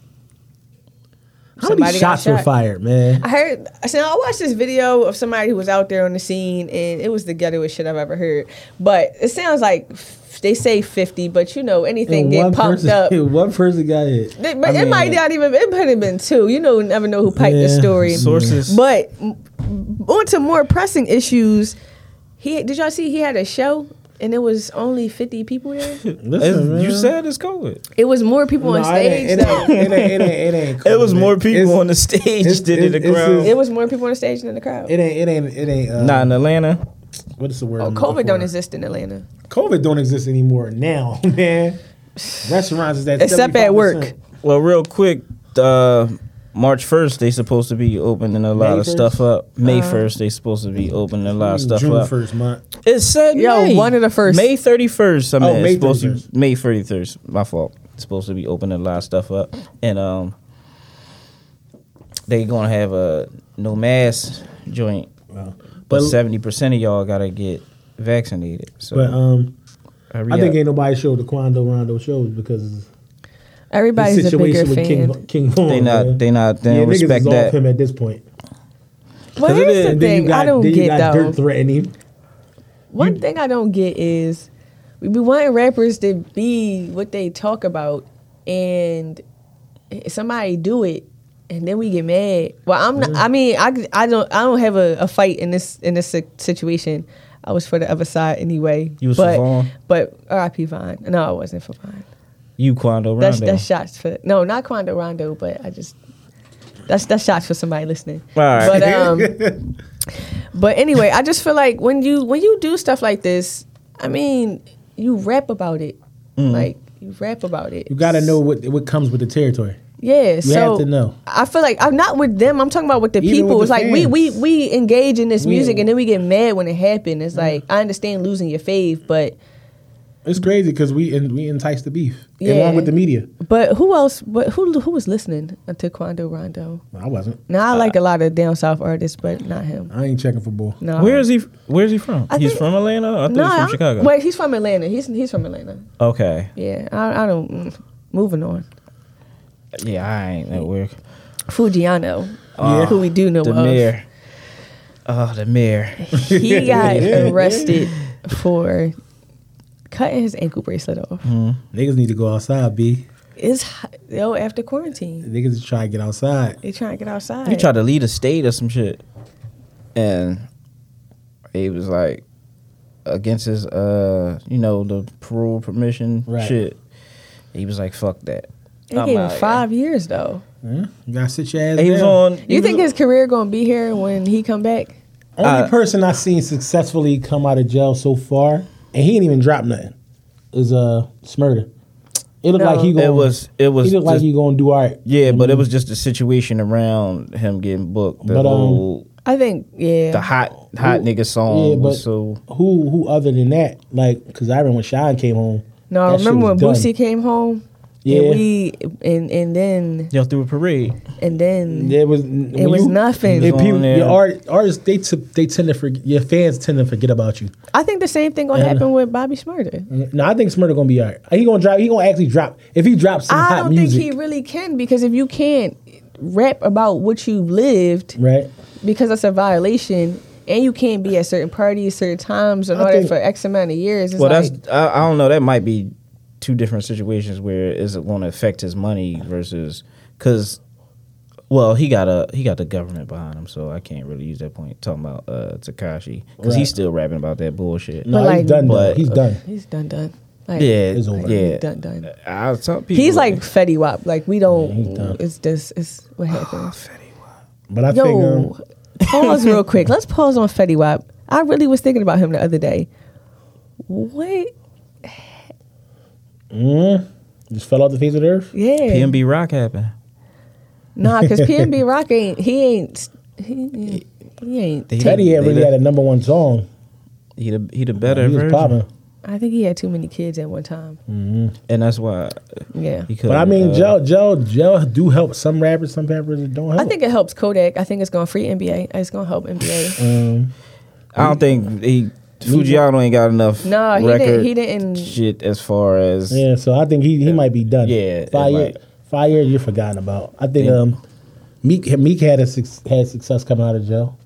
[SPEAKER 2] How many shots were fired, man?
[SPEAKER 4] i heard so i watched this video of somebody who was out there on the scene and it was the guttiest shit i've ever heard but it sounds like f- they say 50 but you know anything
[SPEAKER 2] And
[SPEAKER 4] getting pumped
[SPEAKER 2] person,
[SPEAKER 4] up
[SPEAKER 2] one person got hit.
[SPEAKER 4] They- but
[SPEAKER 3] I
[SPEAKER 4] it might
[SPEAKER 3] mean-
[SPEAKER 4] not even it might have been two you know never know who piped the
[SPEAKER 2] Yeah.
[SPEAKER 4] story
[SPEAKER 3] sources.
[SPEAKER 4] but m- on to more pressing issues. He did y'all see he had a show and it was only fifty people there.
[SPEAKER 2] Listen,
[SPEAKER 3] It's- you
[SPEAKER 2] man.
[SPEAKER 3] said it's COVID.
[SPEAKER 4] It was more people on
[SPEAKER 2] No, it ain't-
[SPEAKER 4] stage.
[SPEAKER 2] it
[SPEAKER 4] though.
[SPEAKER 2] ain't- it ain't- it ain't- it ain't
[SPEAKER 3] It was
[SPEAKER 2] COVID.
[SPEAKER 3] more people
[SPEAKER 2] It's-
[SPEAKER 3] on the stage
[SPEAKER 2] it's-
[SPEAKER 3] than in the
[SPEAKER 2] it's- it's
[SPEAKER 3] crowd.
[SPEAKER 2] just-
[SPEAKER 4] It was more people on the stage than in the crowd.
[SPEAKER 2] It ain't. It ain't. It ain't. Uh,
[SPEAKER 3] Not in Atlanta.
[SPEAKER 2] What is the word?
[SPEAKER 4] oh,
[SPEAKER 2] I'm
[SPEAKER 4] COVID
[SPEAKER 2] looking
[SPEAKER 4] don't
[SPEAKER 2] for?
[SPEAKER 4] exist in Atlanta.
[SPEAKER 2] COVID don't exist anymore now, man. Restaurants is that
[SPEAKER 4] Except at work.
[SPEAKER 3] Well, real quick, uh, March first they supposed to be opening a lot
[SPEAKER 2] May
[SPEAKER 3] of
[SPEAKER 2] 1st?
[SPEAKER 3] stuff up. May first they supposed to be opening a lot of stuff
[SPEAKER 2] June
[SPEAKER 3] up.
[SPEAKER 2] first month.
[SPEAKER 3] It said
[SPEAKER 4] Yo,
[SPEAKER 3] May.
[SPEAKER 4] one of the first.
[SPEAKER 3] May thirty first. I mean,
[SPEAKER 2] Oh,
[SPEAKER 3] it's
[SPEAKER 2] May
[SPEAKER 3] supposed
[SPEAKER 2] 31st.
[SPEAKER 3] to May thirty first. My fault. It's supposed to be opening a lot of stuff up, and um, they gonna have a no mask joint, but
[SPEAKER 2] But-
[SPEAKER 3] seventy percent of y'all gotta get vaccinated. So
[SPEAKER 2] But um,
[SPEAKER 3] hurry
[SPEAKER 2] I think
[SPEAKER 3] up.
[SPEAKER 2] ain't nobody showed the Quando Rondo shows because the
[SPEAKER 4] Everybody's a bigger
[SPEAKER 2] situation with
[SPEAKER 4] fan.
[SPEAKER 2] King King Vaughn.
[SPEAKER 3] they not
[SPEAKER 2] man.
[SPEAKER 3] they not they
[SPEAKER 2] yeah,
[SPEAKER 3] don't
[SPEAKER 2] niggas
[SPEAKER 3] respect
[SPEAKER 2] is
[SPEAKER 3] that.
[SPEAKER 2] off him at this point.
[SPEAKER 4] well,
[SPEAKER 3] 'Cause it
[SPEAKER 4] here's
[SPEAKER 3] is-
[SPEAKER 4] the
[SPEAKER 3] then
[SPEAKER 4] thing I don't
[SPEAKER 2] then you
[SPEAKER 4] get
[SPEAKER 2] got
[SPEAKER 4] though.
[SPEAKER 2] dirt threatening.
[SPEAKER 4] One thing I don't get is we be wanting rappers to be what they talk about, and somebody do it, and then we get mad. Well, I'm not. I mean, I, I don't I don't have a, a fight in this in this si- situation. I was for the other side anyway.
[SPEAKER 3] You was for
[SPEAKER 4] but,
[SPEAKER 3] Vaughn?
[SPEAKER 4] But R.I.P. Vaughn. No, I wasn't for Vaughn.
[SPEAKER 3] You Quando Rondo.
[SPEAKER 4] That's that's shots for no, not Quando Rondo, but I just that's that's shots for somebody listening.
[SPEAKER 3] All right.
[SPEAKER 4] But um, but anyway, I just feel like when you when you do stuff like this, I mean, you rap about it, like you rap about it.
[SPEAKER 2] Mm-hmm. You got to know what what comes with the territory.
[SPEAKER 4] Yeah,
[SPEAKER 2] You
[SPEAKER 4] so
[SPEAKER 2] have to know.
[SPEAKER 4] I feel like I'm not with them. I'm talking about with the
[SPEAKER 2] Even
[SPEAKER 4] people.
[SPEAKER 2] with
[SPEAKER 4] it's
[SPEAKER 2] the
[SPEAKER 4] like we we
[SPEAKER 2] fans.
[SPEAKER 4] we engage in this
[SPEAKER 2] We- Mm-hmm.
[SPEAKER 4] music and then we get mad when it happened. It's like I understand losing your fave, but
[SPEAKER 2] It's crazy because we and we entice the beef
[SPEAKER 4] Yeah.
[SPEAKER 2] along with the media.
[SPEAKER 4] but who else? But who who was listening to Quando Rondo?
[SPEAKER 2] I wasn't.
[SPEAKER 4] Now I like a lot of down south artists, but not him.
[SPEAKER 2] I ain't checking for bull.
[SPEAKER 4] No.
[SPEAKER 3] Where is he? Where is he from?
[SPEAKER 4] I
[SPEAKER 3] he's
[SPEAKER 4] think-
[SPEAKER 3] from Atlanta. I thought
[SPEAKER 4] No,
[SPEAKER 3] he's from
[SPEAKER 4] I-
[SPEAKER 3] Chicago.
[SPEAKER 4] Wait, he's from Atlanta. He's he's from Atlanta.
[SPEAKER 3] Okay.
[SPEAKER 4] Yeah, I, I don't. mm, Moving on,
[SPEAKER 3] Yeah, I ain't at work.
[SPEAKER 4] Fujiano,
[SPEAKER 2] Ah,
[SPEAKER 3] Yeah.
[SPEAKER 4] who we do know
[SPEAKER 3] The
[SPEAKER 4] of,
[SPEAKER 3] mayor. Oh, the mayor.
[SPEAKER 4] he got
[SPEAKER 2] Yeah.
[SPEAKER 4] arrested for cutting his ankle bracelet off.
[SPEAKER 2] Mm. Niggas need to go outside, B.
[SPEAKER 4] It's hot, yo after quarantine.
[SPEAKER 2] Niggas is trying to get outside.
[SPEAKER 4] They trying to get outside.
[SPEAKER 3] He tried to lead a state or some shit, and he was like against his, uh, you know, the parole permission
[SPEAKER 2] Right.
[SPEAKER 3] shit. He was like, "Fuck that."
[SPEAKER 4] They
[SPEAKER 3] I'm
[SPEAKER 4] gave him
[SPEAKER 3] outta here.
[SPEAKER 4] five years though.
[SPEAKER 2] Yeah, you gotta sit your ass
[SPEAKER 3] He was
[SPEAKER 2] down.
[SPEAKER 3] on. he
[SPEAKER 4] You
[SPEAKER 3] was
[SPEAKER 4] think
[SPEAKER 3] on-
[SPEAKER 4] his career gonna be here when he come back?
[SPEAKER 2] Only
[SPEAKER 3] Uh,
[SPEAKER 2] person I seen successfully come out of jail so far, and he ain't even dropped nothing, is uh Smurda. It looked
[SPEAKER 4] No.
[SPEAKER 2] like he going.
[SPEAKER 3] It was. It was.
[SPEAKER 2] He looked like
[SPEAKER 3] just-
[SPEAKER 2] he gonna do all right.
[SPEAKER 3] yeah, but it was just the situation around him getting booked. The
[SPEAKER 2] But, um,
[SPEAKER 3] whole,
[SPEAKER 4] I think yeah.
[SPEAKER 3] the hot hot nigga song
[SPEAKER 2] Yeah, but
[SPEAKER 3] was so.
[SPEAKER 2] who who other than that? Like, cause I remember when Sean came home.
[SPEAKER 4] no, I
[SPEAKER 2] that shit
[SPEAKER 4] remember when
[SPEAKER 2] was done.
[SPEAKER 4] Boosie came home.
[SPEAKER 2] Yeah,
[SPEAKER 4] And we and and then
[SPEAKER 3] Y'all threw a parade.
[SPEAKER 4] and then
[SPEAKER 2] there was
[SPEAKER 4] it was nothing.
[SPEAKER 2] If people,
[SPEAKER 3] on there.
[SPEAKER 2] your art, artists, they t- they tend to forget. Your fans tend to forget about you.
[SPEAKER 4] I think the same thing gonna
[SPEAKER 2] Yeah, I
[SPEAKER 4] happen with Bobby Smurda.
[SPEAKER 2] No, I think Smurda gonna be all right. He gonna drop. He gonna actually drop. If he drops some
[SPEAKER 4] I
[SPEAKER 2] hot
[SPEAKER 4] don't
[SPEAKER 2] music,
[SPEAKER 4] think he really can because if you can't rap about what you've lived
[SPEAKER 2] right?
[SPEAKER 4] because that's a violation and you can't be at certain parties, certain times and
[SPEAKER 2] I
[SPEAKER 4] all that
[SPEAKER 2] think-
[SPEAKER 4] for X amount of years, it's
[SPEAKER 3] Well,
[SPEAKER 4] like
[SPEAKER 3] that's. I, I don't know. That might be two different situations where is it going to affect his money versus because. Well, he got a he got the government behind him, so I can't really use that point talking about uh, Takashi because
[SPEAKER 2] Right.
[SPEAKER 3] he's still rapping about that bullshit.
[SPEAKER 2] No,
[SPEAKER 4] But
[SPEAKER 2] he's
[SPEAKER 4] like-
[SPEAKER 2] done. though.
[SPEAKER 3] But- uh,
[SPEAKER 2] he's done.
[SPEAKER 4] he's done done. Like,
[SPEAKER 3] Yeah,
[SPEAKER 2] It's over.
[SPEAKER 3] yeah.
[SPEAKER 4] Done, done.
[SPEAKER 3] I was telling people
[SPEAKER 4] He's like Fetty Wap. Like we
[SPEAKER 2] he's
[SPEAKER 4] don't
[SPEAKER 2] done.
[SPEAKER 4] it's this it's what happens.
[SPEAKER 2] But I think um,
[SPEAKER 4] Yo, pause real quick. Let's pause on Fetty Wap. I really was thinking about him the other day. What?
[SPEAKER 2] just fell off the face of the earth.
[SPEAKER 4] Yeah.
[SPEAKER 3] PMB Rock happened.
[SPEAKER 4] Nah, because PNB Rock ain't he ain't he, he ain't.
[SPEAKER 3] They-
[SPEAKER 4] take-
[SPEAKER 2] Teddy had
[SPEAKER 3] They
[SPEAKER 2] really
[SPEAKER 3] let-
[SPEAKER 2] had a number one song.
[SPEAKER 3] He the he the better
[SPEAKER 2] He was
[SPEAKER 3] version,
[SPEAKER 2] popping.
[SPEAKER 4] I think he had too many kids at one time.
[SPEAKER 3] and that's why
[SPEAKER 4] Yeah.
[SPEAKER 3] he uh, could.
[SPEAKER 2] But I mean, Joe, Joe, Joe do help some rappers. Some rappers don't help.
[SPEAKER 4] I think it helps Kodak. I think it's gonna free NBA. It's gonna help NBA.
[SPEAKER 2] Um,
[SPEAKER 3] I don't think he Fujiano ain't got enough.
[SPEAKER 4] No, he
[SPEAKER 3] record
[SPEAKER 4] didn't- he didn't-
[SPEAKER 3] Shit, as far as
[SPEAKER 2] yeah, so I think he, he might be done.
[SPEAKER 3] Yeah, it
[SPEAKER 2] five years,
[SPEAKER 3] might.
[SPEAKER 2] five years you're forgotten about. I think
[SPEAKER 3] Yeah.
[SPEAKER 2] um, Meek Meek had a suc- had success coming out of jail.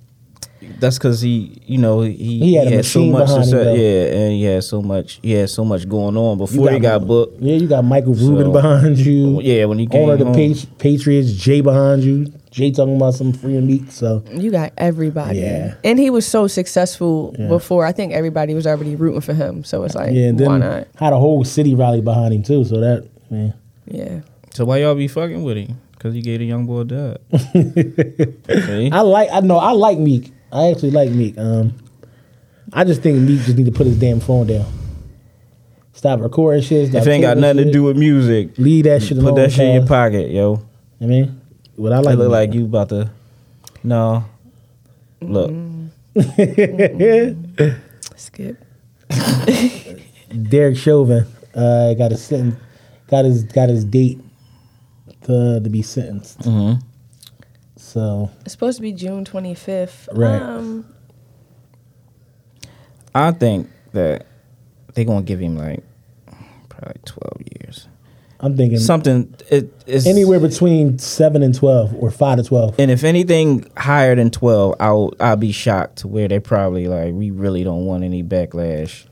[SPEAKER 3] that's because he, you know, he
[SPEAKER 2] He had a
[SPEAKER 3] so
[SPEAKER 2] machine
[SPEAKER 3] much
[SPEAKER 2] behind him, though.
[SPEAKER 3] success. Yeah, and he had so much. He had so much going on
[SPEAKER 2] You
[SPEAKER 3] before he got booked.
[SPEAKER 2] Yeah, you got Michael Rubin
[SPEAKER 3] So- oh,
[SPEAKER 2] behind you.
[SPEAKER 3] Yeah, when he came
[SPEAKER 2] owner of the
[SPEAKER 3] home.
[SPEAKER 2] Patri- Patriots, Jay behind you. Jay talking about some free and Meek. So
[SPEAKER 4] You got everybody.
[SPEAKER 2] Yeah.
[SPEAKER 4] And he was so successful
[SPEAKER 2] Yeah.
[SPEAKER 4] before. I think everybody was already rooting for him. So it's like,
[SPEAKER 2] yeah, and then
[SPEAKER 4] why not?
[SPEAKER 2] had a whole city rally behind him too. So that man.
[SPEAKER 4] Yeah.
[SPEAKER 3] So why y'all be fucking with him? Because he gave the young boy a dub. See?
[SPEAKER 2] I like. I know. I like Meek. I actually like Meek. Um, I just think Meek just need to put his damn phone down. Stop recording shit. Stop
[SPEAKER 3] If it ain't got
[SPEAKER 2] filming
[SPEAKER 3] nothing to
[SPEAKER 2] shit.
[SPEAKER 3] do with music,
[SPEAKER 2] leave that shit alone.
[SPEAKER 3] put that shit in your
[SPEAKER 2] cuz.
[SPEAKER 3] pocket, yo.
[SPEAKER 2] I mean, what I
[SPEAKER 3] It
[SPEAKER 2] like.
[SPEAKER 3] look like you about to. No, look.
[SPEAKER 4] Skip.
[SPEAKER 2] Derek Chauvin. Uh, got a sentence. Got his got his date to to be sentenced.
[SPEAKER 3] Mhm.
[SPEAKER 2] So
[SPEAKER 4] It's supposed to be June 25th.
[SPEAKER 2] Right.
[SPEAKER 4] Um,
[SPEAKER 3] I think that they gonna give him like probably twelve years.
[SPEAKER 2] I'm thinking
[SPEAKER 3] Something it is
[SPEAKER 2] anywhere between seven and twelve or five to twelve.
[SPEAKER 3] And if anything higher than twelve, I'll I'll be shocked to where they probably like we really don't want any backlash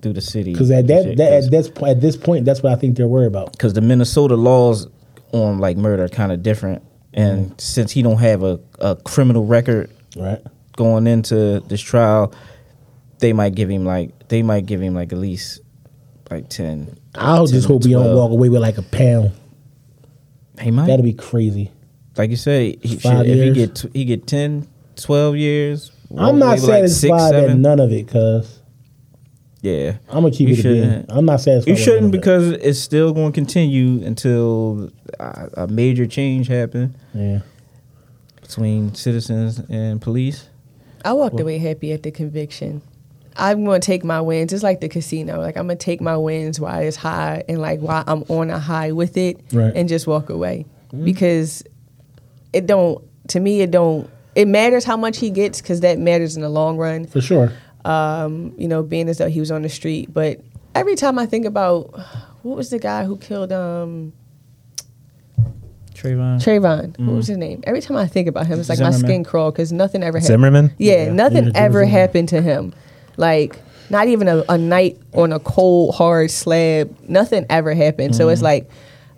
[SPEAKER 3] through the city
[SPEAKER 2] Because at that,
[SPEAKER 3] Shit,
[SPEAKER 2] that
[SPEAKER 3] 'cause-
[SPEAKER 2] at this po- at this point, that's what I think they're worried about.
[SPEAKER 3] because the Minnesota laws on like murder are kind of different.
[SPEAKER 2] Mm-hmm.
[SPEAKER 3] And since he don't have a, a criminal record
[SPEAKER 2] Right.
[SPEAKER 3] going into this trial, they might give him like they might give him like at least like ten.
[SPEAKER 2] I'll just
[SPEAKER 3] 10,
[SPEAKER 2] hope we don't
[SPEAKER 3] 12.
[SPEAKER 2] walk away with like a pound.
[SPEAKER 3] He might
[SPEAKER 2] That'd be crazy.
[SPEAKER 3] like you said. He, shit,
[SPEAKER 2] Five
[SPEAKER 3] if he
[SPEAKER 2] years.
[SPEAKER 3] get tw- he get 10, 12 years.
[SPEAKER 2] I'm not
[SPEAKER 3] maybe, like, six,
[SPEAKER 2] satisfied at
[SPEAKER 3] seven.
[SPEAKER 2] none of it, cause
[SPEAKER 3] Yeah,
[SPEAKER 2] I'm gonna keep
[SPEAKER 3] You
[SPEAKER 2] it a bean.
[SPEAKER 3] shouldn't.
[SPEAKER 2] I'm not satisfied.
[SPEAKER 3] You
[SPEAKER 2] with
[SPEAKER 3] shouldn't
[SPEAKER 2] none of it.
[SPEAKER 3] because it's still going to continue until a, a major change happen
[SPEAKER 2] yeah,
[SPEAKER 3] between citizens and police.
[SPEAKER 4] I walked away happy at the conviction. I'm going to take my wins. It's like the casino. Like, I'm going to take my wins while it's high and, like, while I'm on a high with it
[SPEAKER 2] Right.
[SPEAKER 4] and just walk away. Because it don't, to me, it don't, it matters how much he gets because that matters in the long run.
[SPEAKER 2] for sure.
[SPEAKER 4] um, you know, being as though he was on the street. But every time I think about what was the guy who killed um,
[SPEAKER 3] Trayvon.
[SPEAKER 4] Trayvon, what was his name? Every time I think about him, it's like my
[SPEAKER 3] Zimmerman.
[SPEAKER 4] skin crawl because nothing ever happened.
[SPEAKER 5] Zimmerman?
[SPEAKER 4] Yeah,
[SPEAKER 2] Yeah.
[SPEAKER 4] nothing
[SPEAKER 2] Yeah, Jim
[SPEAKER 4] ever
[SPEAKER 2] Zimmerman.
[SPEAKER 4] happened to him. Like, not even a, a night on a cold, hard slab. Nothing ever happened. So it's like,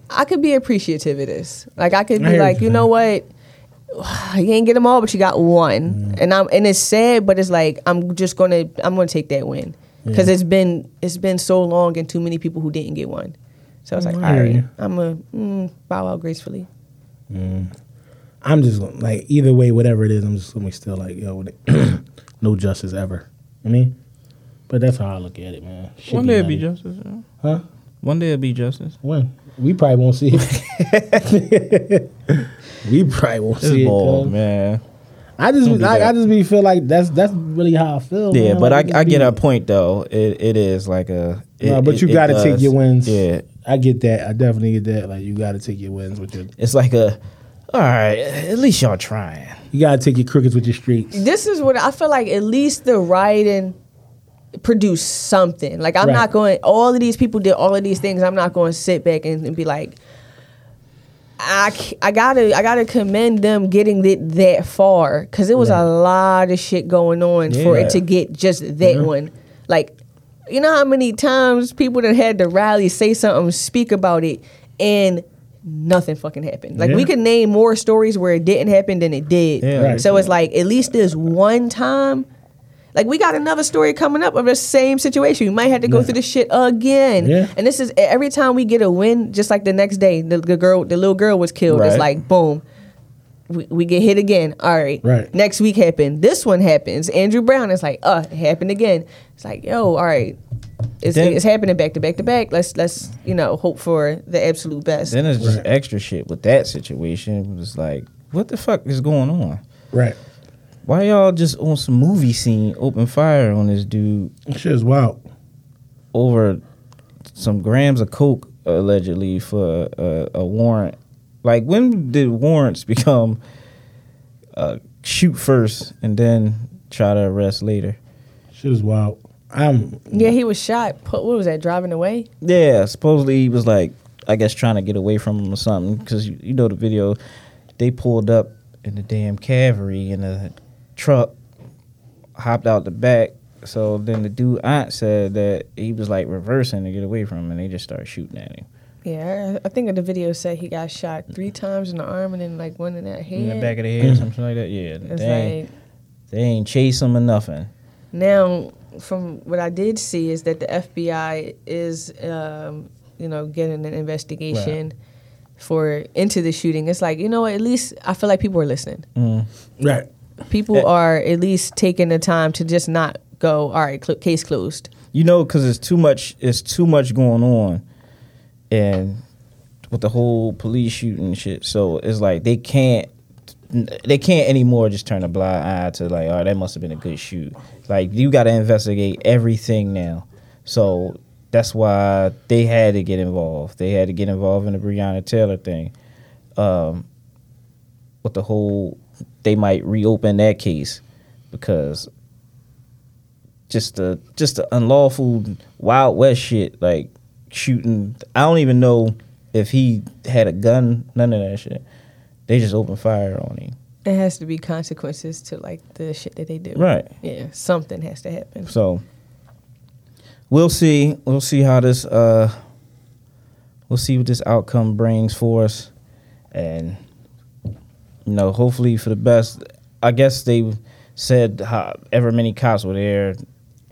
[SPEAKER 4] I could be appreciative of this. Like, I could
[SPEAKER 2] I
[SPEAKER 4] be
[SPEAKER 2] hear
[SPEAKER 4] like,
[SPEAKER 2] you.
[SPEAKER 4] you know what? you ain't get them all, but you got one, and I'm and it's sad, but it's like I'm just gonna I'm gonna take that win because it's been it's been so long and too many people who didn't get one. So I was like, all
[SPEAKER 5] I hear
[SPEAKER 4] right,
[SPEAKER 5] you.
[SPEAKER 4] I'm going to mm, bow out gracefully.
[SPEAKER 2] I'm just gonna, like either way, whatever it is, I'm just gonna be still like yo, with it. no justice ever. I mean, but that's how I look at it, man. Shit
[SPEAKER 3] One day it'll
[SPEAKER 2] nutty.
[SPEAKER 3] be justice. yeah.
[SPEAKER 2] Huh?
[SPEAKER 3] One day it'll be justice.
[SPEAKER 2] When we probably won't see it. we probably won't
[SPEAKER 3] This
[SPEAKER 2] see
[SPEAKER 3] is
[SPEAKER 2] it.
[SPEAKER 3] bald,
[SPEAKER 2] cuz.
[SPEAKER 3] man.
[SPEAKER 2] I just,
[SPEAKER 3] Don't do
[SPEAKER 2] I, I
[SPEAKER 3] that.
[SPEAKER 2] just be feel like that's that's really how I feel.
[SPEAKER 3] Yeah,
[SPEAKER 2] man.
[SPEAKER 3] but
[SPEAKER 2] Like,
[SPEAKER 3] I, I
[SPEAKER 2] just
[SPEAKER 3] get
[SPEAKER 2] be-
[SPEAKER 3] our point though. It it is like a. It,
[SPEAKER 2] Nah, but
[SPEAKER 3] it-
[SPEAKER 2] you
[SPEAKER 3] it
[SPEAKER 2] got to take
[SPEAKER 3] does.
[SPEAKER 2] your wins.
[SPEAKER 3] Yeah,
[SPEAKER 2] I get that. I definitely get that. Like you got to take your wins with your.
[SPEAKER 3] it's like a. All right, at least y'all trying.
[SPEAKER 2] You got to take your crickets with your streets.
[SPEAKER 4] This is what I feel like at least the writing produced something. Like, I'm
[SPEAKER 2] Right.
[SPEAKER 4] not going, all of these people did all of these things. I'm not going to sit back and, and be like, I, c- I gotta I gotta commend them getting it that far because it was a lot of shit going on for
[SPEAKER 3] Yeah.
[SPEAKER 4] it to get just that one. Like, you know how many times people that had the rally say something, speak about it, and nothing fucking happened. Like we
[SPEAKER 2] Yeah.
[SPEAKER 4] could name more stories where it didn't happen than it did.
[SPEAKER 3] Yeah.
[SPEAKER 2] Right.
[SPEAKER 4] So it's like at least this one time. Like we got another story coming up of the same situation. We might have to go through this shit again.
[SPEAKER 2] Yeah.
[SPEAKER 4] And this is every time we get a win, just like the next day, the, the girl, the little girl was killed.
[SPEAKER 3] Right.
[SPEAKER 4] It's like boom, we, we get hit again. All right,
[SPEAKER 2] Right.
[SPEAKER 4] Next week happened. This one happens. Andrew Brown is like, uh, it happened again. It's like, yo, all right, it's,
[SPEAKER 3] Then-
[SPEAKER 4] it's happening back to back to back. Let's let's you know hope for the absolute best.
[SPEAKER 3] Then it's just
[SPEAKER 2] Right.
[SPEAKER 3] extra shit with that situation. It was like, what the fuck is going on?
[SPEAKER 2] Right.
[SPEAKER 3] Why y'all just on some movie scene open fire on this dude
[SPEAKER 2] Shit is wild.
[SPEAKER 3] over some grams of coke allegedly for a, a warrant? Like when did warrants become uh, shoot first and then try to arrest later?
[SPEAKER 2] Shit is wild. I'm
[SPEAKER 4] yeah, he was shot. Put, what was that? Driving away.
[SPEAKER 3] Yeah, supposedly he was like, I guess trying to get away from him or something because you, you know the video. They pulled up in the damn cavalry in a truck, hopped out the back. So then the dude aunt said that he was like reversing to get away from him, and they just started shooting at him
[SPEAKER 4] Yeah, I I think the video said he got shot three times in the arm and then like one in that head.
[SPEAKER 3] in the back of the head, something like that. Yeah,
[SPEAKER 4] it's
[SPEAKER 3] they ain't,
[SPEAKER 4] like
[SPEAKER 3] they ain't chase him or nothing.
[SPEAKER 4] now, from what I did see is that the FBI is, um, you know, getting an investigation for into the shooting. It's like you know, what, at least I feel like people are listening.
[SPEAKER 2] right.
[SPEAKER 3] Mm.
[SPEAKER 4] People are at least taking the time to just not go. All right, cl- case closed.
[SPEAKER 3] You know, because it's too much. It's too much going on, and with the whole police shooting and shit. So it's like they can't. They can't anymore just turn a blind eye to like, oh, that must have been a good shoot. Like you got to investigate everything now. So that's why they had to get involved. They had to get involved in the Breonna Taylor thing. Um, with the whole, they might reopen that case because just the just the unlawful wild west shit like shooting i don't even know if he had a gun none of that shit they just opened fire on him
[SPEAKER 4] There has to be consequences to like the shit that they do.
[SPEAKER 3] right
[SPEAKER 4] Yeah, something has to happen.
[SPEAKER 3] so we'll see we'll see how this uh we'll see what this outcome brings for us and you know hopefully for the best i guess they said how ever many cops were there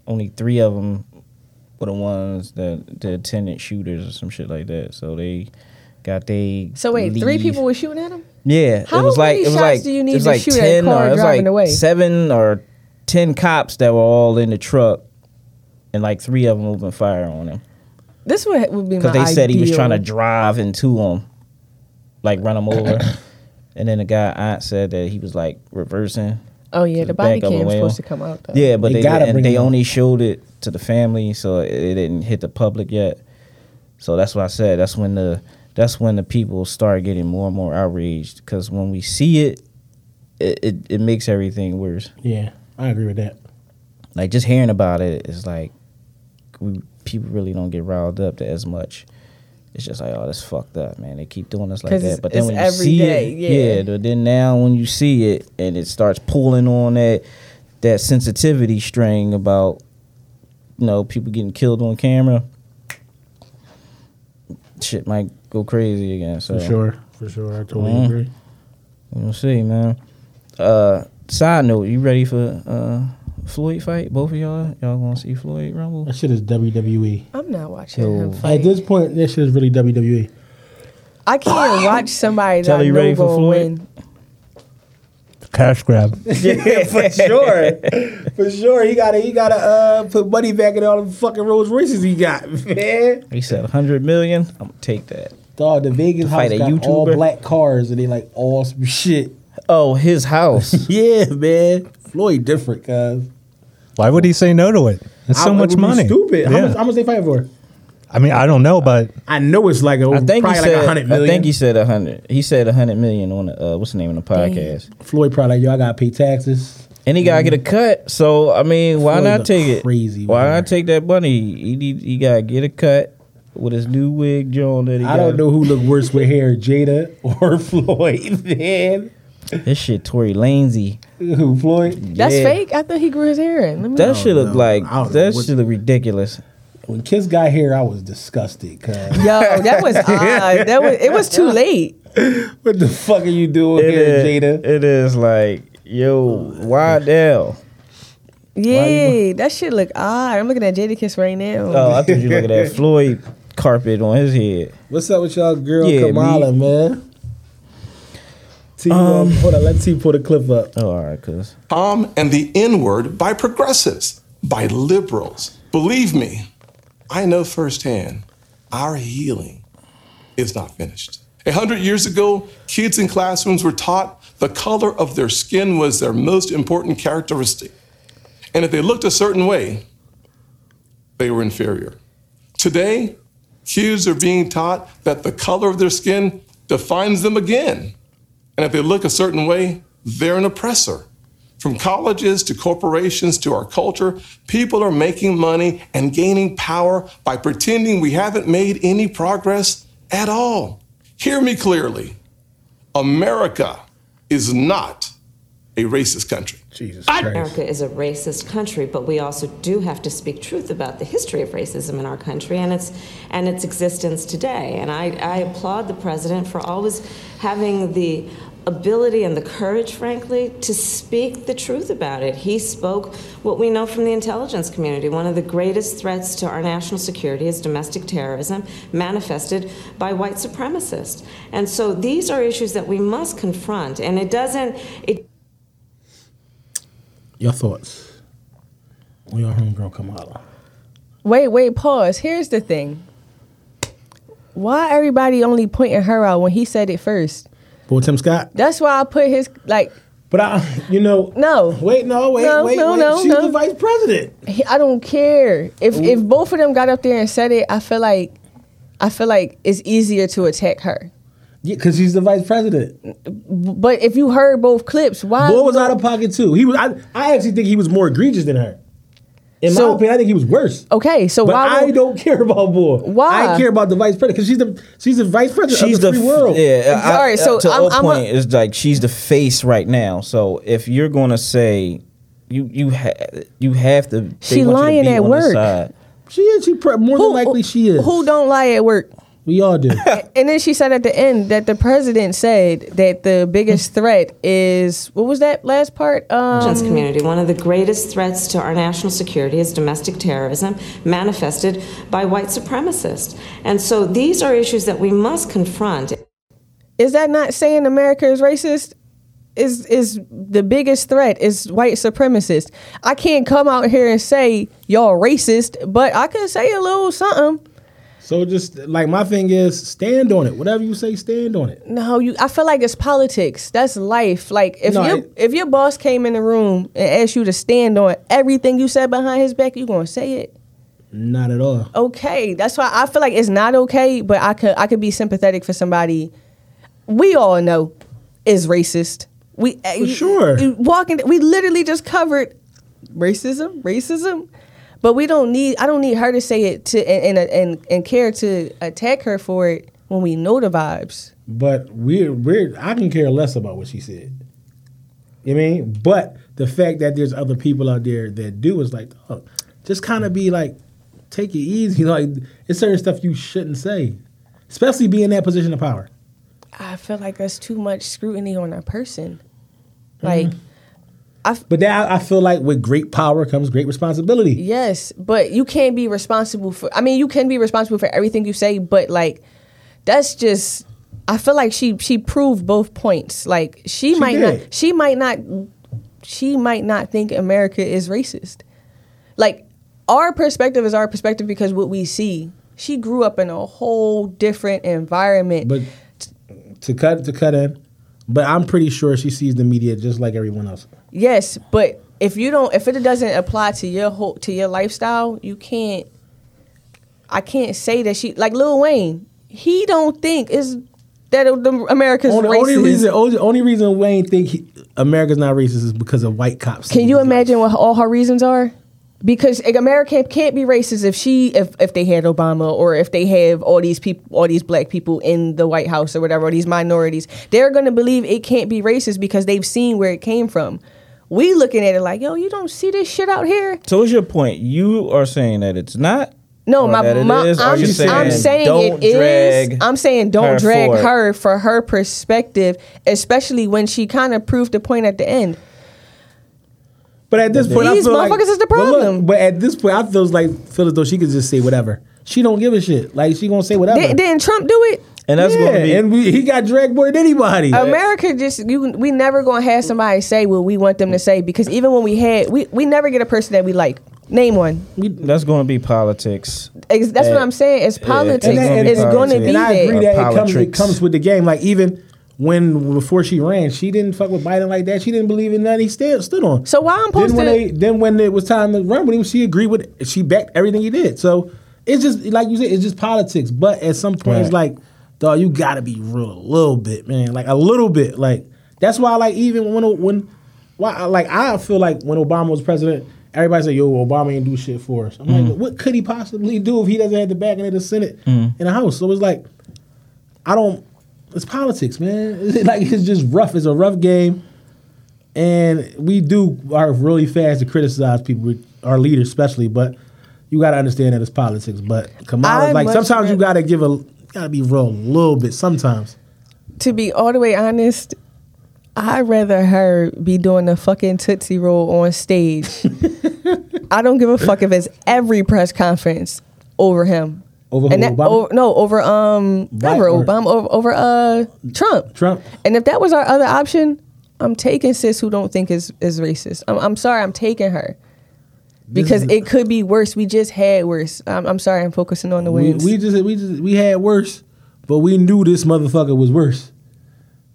[SPEAKER 3] only three of them were the ones that the attendant shooters or some shit like that so they got they
[SPEAKER 4] So wait, three people were shooting at him.
[SPEAKER 3] yeah,
[SPEAKER 4] How
[SPEAKER 3] it was like
[SPEAKER 4] many
[SPEAKER 3] it was
[SPEAKER 4] shots
[SPEAKER 3] like
[SPEAKER 4] do you need
[SPEAKER 3] it was
[SPEAKER 4] to
[SPEAKER 3] like
[SPEAKER 4] shoot at a
[SPEAKER 3] ten
[SPEAKER 4] car
[SPEAKER 3] or it was
[SPEAKER 4] driving
[SPEAKER 3] like
[SPEAKER 4] away?
[SPEAKER 3] seven or ten cops that were all in the truck, and like three of them opened fire on him
[SPEAKER 4] This would would be my
[SPEAKER 3] because they said he was trying to
[SPEAKER 4] ideal.
[SPEAKER 3] drive into him, like run him over, and then the guy aunt said that he was like reversing.
[SPEAKER 4] Oh yeah, the
[SPEAKER 3] Back up
[SPEAKER 4] body
[SPEAKER 3] and
[SPEAKER 4] cam
[SPEAKER 3] wheel.
[SPEAKER 4] supposed to come out though.
[SPEAKER 3] Yeah, but
[SPEAKER 2] They
[SPEAKER 3] they
[SPEAKER 2] Uh, gotta
[SPEAKER 3] didn't-
[SPEAKER 2] bring
[SPEAKER 3] they
[SPEAKER 2] him out.
[SPEAKER 3] only showed it to the family, so it, it didn't hit the public yet. So that's why I said that's when the that's when the people start getting more and more outraged because when we see it, it, it, it makes everything worse.
[SPEAKER 2] Yeah, I agree with that.
[SPEAKER 3] Like just hearing about it is like we, people really don't get riled up as much. It's just like oh that's fucked up, man. They keep doing us like
[SPEAKER 4] 'Cause
[SPEAKER 3] that.
[SPEAKER 4] it's-
[SPEAKER 3] But then
[SPEAKER 4] it's
[SPEAKER 3] when you
[SPEAKER 4] every
[SPEAKER 3] see
[SPEAKER 4] day,
[SPEAKER 3] it,
[SPEAKER 4] yeah.
[SPEAKER 3] But then now when you see it and it starts pulling on that that sensitivity string about you know people getting killed on camera, shit might go crazy again. So
[SPEAKER 2] For sure. For sure. I totally
[SPEAKER 3] Mhm.
[SPEAKER 2] agree.
[SPEAKER 3] We'll see, man. Uh, side note, you ready for uh Floyd fight? Both of y'all, y'all gonna see Floyd Rumble?
[SPEAKER 2] That shit is WWE.
[SPEAKER 4] I'm not watching
[SPEAKER 3] Yo.
[SPEAKER 4] him
[SPEAKER 3] At
[SPEAKER 4] fight.
[SPEAKER 2] At this point, this shit is really E. WWE.
[SPEAKER 4] I can't watch somebody that
[SPEAKER 3] Tell
[SPEAKER 4] I
[SPEAKER 3] you
[SPEAKER 4] know
[SPEAKER 3] ready for
[SPEAKER 4] gonna
[SPEAKER 3] Floyd?
[SPEAKER 4] win.
[SPEAKER 2] Cash grab.
[SPEAKER 3] Yeah,
[SPEAKER 2] for sure, for sure. He gotta, he gotta uh, put money back in all the fucking Rolls Royces he got, man.
[SPEAKER 3] He said 100 million. I'm gonna take that.
[SPEAKER 2] Dog, the Vegas house
[SPEAKER 3] Fight a
[SPEAKER 2] got all
[SPEAKER 3] YouTuber.
[SPEAKER 2] black cars and they like all some shit.
[SPEAKER 3] Oh, his house.
[SPEAKER 2] Yeah, man. Floyd different, cuz.
[SPEAKER 5] Why would he say no to it? It's so
[SPEAKER 2] I- it
[SPEAKER 5] much
[SPEAKER 2] would be
[SPEAKER 5] money.
[SPEAKER 2] Stupid. How,
[SPEAKER 5] Yeah.
[SPEAKER 2] much, how much they fighting for?
[SPEAKER 5] I mean, I don't know, but
[SPEAKER 2] I know it's like a,
[SPEAKER 3] I think he
[SPEAKER 2] probably like a
[SPEAKER 3] said.
[SPEAKER 2] hundred
[SPEAKER 3] I
[SPEAKER 2] million.
[SPEAKER 3] think he said 100. He said 100 million on the, uh, what's the name of the podcast?
[SPEAKER 2] Floyd probably like, yo, I gotta pay taxes.
[SPEAKER 3] And he gotta get a cut. So I mean, why
[SPEAKER 2] Mm-hmm. Floyd
[SPEAKER 3] not
[SPEAKER 2] a
[SPEAKER 3] take it?
[SPEAKER 2] crazy
[SPEAKER 3] why
[SPEAKER 2] winner.
[SPEAKER 3] not take that money? He need, he gotta get a cut with his new wig, John. That he
[SPEAKER 2] I
[SPEAKER 3] got.
[SPEAKER 2] don't know who looked worse with hair, Jada or Floyd, man.
[SPEAKER 3] This shit, Tory Lanez.
[SPEAKER 2] Who, Floyd?
[SPEAKER 4] That's
[SPEAKER 3] Yeah.
[SPEAKER 4] fake. I thought he grew his hair in. Let me
[SPEAKER 3] That shit look
[SPEAKER 2] know.
[SPEAKER 3] like
[SPEAKER 2] I don't know
[SPEAKER 3] that
[SPEAKER 2] what-
[SPEAKER 3] shit look ridiculous.
[SPEAKER 2] When Kiss got hair, I was disgusted, cuz.
[SPEAKER 4] Yo, that was odd. That was it was too late.
[SPEAKER 2] what the fuck are you doing
[SPEAKER 3] It
[SPEAKER 2] here,
[SPEAKER 3] is,
[SPEAKER 2] Jada? Oh,
[SPEAKER 3] it is like, yo, Waddell.
[SPEAKER 4] Yeah, that shit look odd. I'm looking at Jada Kiss right now.
[SPEAKER 3] Oh, I thought you look at that Floyd carpet on his head.
[SPEAKER 2] What's up with y'all girl
[SPEAKER 3] Yeah,
[SPEAKER 2] Kamala, man? T, hold on, let T pull the clip up.
[SPEAKER 3] Oh, all right, cuz.
[SPEAKER 6] Tom um, and the N word by progressives, by liberals. Believe me, I know firsthand our healing is not finished. A hundred years ago, kids in classrooms were taught the color of their skin was their most important characteristic. And if they looked a certain way, they were inferior. Today, kids are being taught that the color of their skin defines them again. And if they look a certain way, they're an oppressor. From colleges to corporations to our culture, people are making money and gaining power by pretending we haven't made any progress at all. Hear me clearly America is not a racist country.
[SPEAKER 2] Jesus Christ.
[SPEAKER 7] America is a racist country, but we also do have to speak truth about the history of racism in our country and its and its existence today. And I, I applaud the president for always having the ability and the courage, frankly, to speak the truth about it. He spoke what we know from the intelligence community. One of the greatest threats to our national security is domestic terrorism manifested by white supremacists. And so these are issues that we must confront. And it doesn't it
[SPEAKER 2] Your thoughts on your homegirl Kamala?
[SPEAKER 4] Wait, wait, pause. Here's the thing. Why everybody only pointing her out when he said it first?
[SPEAKER 2] For Tim Scott?
[SPEAKER 4] That's why I put his like
[SPEAKER 2] But I, you know,
[SPEAKER 4] No.
[SPEAKER 2] Wait, no, wait,
[SPEAKER 4] No,
[SPEAKER 2] wait,
[SPEAKER 4] no,
[SPEAKER 2] wait.
[SPEAKER 4] no,
[SPEAKER 2] She's
[SPEAKER 4] no.
[SPEAKER 2] the vice president.
[SPEAKER 4] he- I don't care if if both of them got up there and said it. I feel like I feel like it's easier to attack her.
[SPEAKER 2] Yeah, because she's the vice president.
[SPEAKER 4] But if you heard both clips, why?
[SPEAKER 2] Boy was out of pocket too. He was. I, I actually think he was more egregious than her. In my
[SPEAKER 4] So-
[SPEAKER 2] opinion, I think he was worse.
[SPEAKER 4] okay, so
[SPEAKER 2] But
[SPEAKER 4] why?
[SPEAKER 2] I
[SPEAKER 4] would-
[SPEAKER 2] don't care about Boy.
[SPEAKER 4] Why?
[SPEAKER 2] I care about the vice president because she's the she's the vice president of the, free world.
[SPEAKER 3] Yeah. I,
[SPEAKER 4] All right, so
[SPEAKER 3] so to
[SPEAKER 4] I'm-
[SPEAKER 3] our
[SPEAKER 4] I'm a-
[SPEAKER 3] point is like she's the face right now. So if you're gonna say you you ha- you have to. they
[SPEAKER 4] She
[SPEAKER 3] want you to
[SPEAKER 4] lying
[SPEAKER 3] be
[SPEAKER 4] at
[SPEAKER 3] on the
[SPEAKER 4] work.
[SPEAKER 3] side.
[SPEAKER 2] She is. She pre- more than likely she is.
[SPEAKER 4] Who don't lie at work?
[SPEAKER 2] we all do.
[SPEAKER 4] And then she said at the end that the president said that the biggest threat is what was that last part? Um,
[SPEAKER 7] intelligence community. One of the greatest threats to our national security is domestic terrorism manifested by white supremacists. And so these are issues that we must confront.
[SPEAKER 4] is that not saying America is racist? Is is the biggest threat is white supremacists? I can't come out here and say y'all racist, but I can say a little something.
[SPEAKER 2] so just like my thing is, stand on it. Whatever you say, stand on it.
[SPEAKER 4] No, you. I feel like it's politics. That's life. Like if
[SPEAKER 2] No,
[SPEAKER 4] your
[SPEAKER 2] it-
[SPEAKER 4] if your boss came in the room and asked you to stand on everything you said behind his back, you gonna say it.
[SPEAKER 2] Not at all.
[SPEAKER 4] okay. That's why I feel like it's not okay, but I could I could be sympathetic for somebody we all know is racist. We eh, for
[SPEAKER 2] sure.
[SPEAKER 4] walking. We literally just covered racism, racism. But we don't need. I don't need her to say it to and and and, and care to attack her for it when we know the vibes.
[SPEAKER 2] But we're we're I can care less about what she said. You know what I mean? But the fact that there's other people out there that do is like, oh, just kind of be like, take it easy. Like it's certain stuff you shouldn't say, especially be in that position of power.
[SPEAKER 4] I feel like that's too much scrutiny on a person. Like I f-
[SPEAKER 2] But now I feel like with great power comes great responsibility.
[SPEAKER 4] Yes, but you can't be responsible for. I mean, you can be responsible for everything you say, but like, that's just. I feel like she she proved both points. Like she, might
[SPEAKER 2] did.
[SPEAKER 4] not. She might not. She might not think America is racist. Like our perspective is our perspective because what we see. She grew up in a whole different environment.
[SPEAKER 2] But to cut to cut in, but I'm pretty sure she sees the media just like everyone else.
[SPEAKER 4] Yes, but if you don't, if it doesn't apply to your whole to your lifestyle, you can't. I can't say that she like Lil Wayne. He don't think is that the America's
[SPEAKER 2] Only,
[SPEAKER 4] racist.
[SPEAKER 2] only reason only, only reason Wayne think he, America's not racist is because of white cops.
[SPEAKER 4] Can you imagine what all her reasons are? Because like, America can't be racist if she if, if they had Obama or if they have all these people all these black people in the White House or whatever, or these minorities, they're gonna believe it can't be racist because they've seen where it came from. We looking at it like, yo, you don't see this shit out here.
[SPEAKER 3] So what's your point? You are saying that it's not.
[SPEAKER 4] No,
[SPEAKER 3] or
[SPEAKER 4] my,
[SPEAKER 3] that it
[SPEAKER 4] my
[SPEAKER 3] is, or
[SPEAKER 4] I'm,
[SPEAKER 3] you're saying
[SPEAKER 4] I'm saying
[SPEAKER 3] don't
[SPEAKER 4] it is.
[SPEAKER 3] drag
[SPEAKER 4] I'm saying don't
[SPEAKER 3] her
[SPEAKER 4] drag
[SPEAKER 3] forward.
[SPEAKER 4] her for her perspective, especially when she kind of proved the point at the end.
[SPEAKER 2] But at this point,
[SPEAKER 4] These
[SPEAKER 2] I feel like-
[SPEAKER 4] motherfuckers is the
[SPEAKER 2] but look,
[SPEAKER 4] problem.
[SPEAKER 2] But, at this point, I feel like feel as though she could just say whatever. She don't give a shit. Like she gonna say whatever.
[SPEAKER 4] Did, didn't Trump do it?
[SPEAKER 3] And that's
[SPEAKER 2] yeah,
[SPEAKER 3] going to be.
[SPEAKER 2] and we, he got dragged more than anybody.
[SPEAKER 4] America just you we never gonna have somebody say what we want them to say because even when we had we, we never get a person that we like. Name one.
[SPEAKER 3] that's going to be politics.
[SPEAKER 4] Ex- That's what
[SPEAKER 3] Yeah.
[SPEAKER 4] I'm saying. It's politics.
[SPEAKER 3] And that- and
[SPEAKER 4] it's
[SPEAKER 3] that-
[SPEAKER 4] gonna be
[SPEAKER 2] and I agree
[SPEAKER 4] that.
[SPEAKER 2] that it
[SPEAKER 3] Apollo
[SPEAKER 2] comes, it
[SPEAKER 3] tricks.
[SPEAKER 2] comes with the game. Like even when before she ran, she didn't fuck with Biden like that. She didn't believe in that he stood stood on.
[SPEAKER 4] So why I'm
[SPEAKER 2] then when
[SPEAKER 4] posting-
[SPEAKER 2] they, then when it was time to run with him, she agreed with she backed everything he did. So it's just like you said, it's just politics. But at some point, it's
[SPEAKER 3] Right.
[SPEAKER 2] like, dog, you gotta be real a little bit, man. Like a little bit. Like that's why, like even when when why I- like I feel like when Obama was president. Everybody say, "Yo, Obama ain't do shit for us." I'm like, "What could he possibly do if he doesn't have the backing of the Senate and the House?" So it's like, I don't. It's politics, man. like it's just rough. It's a rough game, and we do are really fast to criticize people, our leaders especially. But you got to understand that it's politics. But Kamala,
[SPEAKER 4] I
[SPEAKER 2] like
[SPEAKER 4] much
[SPEAKER 2] sometimes you got
[SPEAKER 4] rather-
[SPEAKER 2] to give a, got to be real a little bit sometimes.
[SPEAKER 4] To be all the way honest, I'd rather her be doing the fucking Tootsie Roll on stage. I don't give a fuck if it's every press conference over him.
[SPEAKER 2] Over
[SPEAKER 4] and
[SPEAKER 2] who,
[SPEAKER 4] that,
[SPEAKER 2] Obama?
[SPEAKER 4] o- no, over um,
[SPEAKER 2] Biden
[SPEAKER 4] never
[SPEAKER 2] or-
[SPEAKER 4] Obama, over, over uh, Trump.
[SPEAKER 2] Trump.
[SPEAKER 4] And if that was our other option, I'm taking sis who don't think is is racist. I'm, I'm sorry, I'm taking her because
[SPEAKER 2] is-
[SPEAKER 4] it could be worse. We just had worse. I'm, I'm sorry, I'm focusing on the
[SPEAKER 2] We,
[SPEAKER 4] wins.
[SPEAKER 2] we just we just we had worse, but we knew this motherfucker was worse.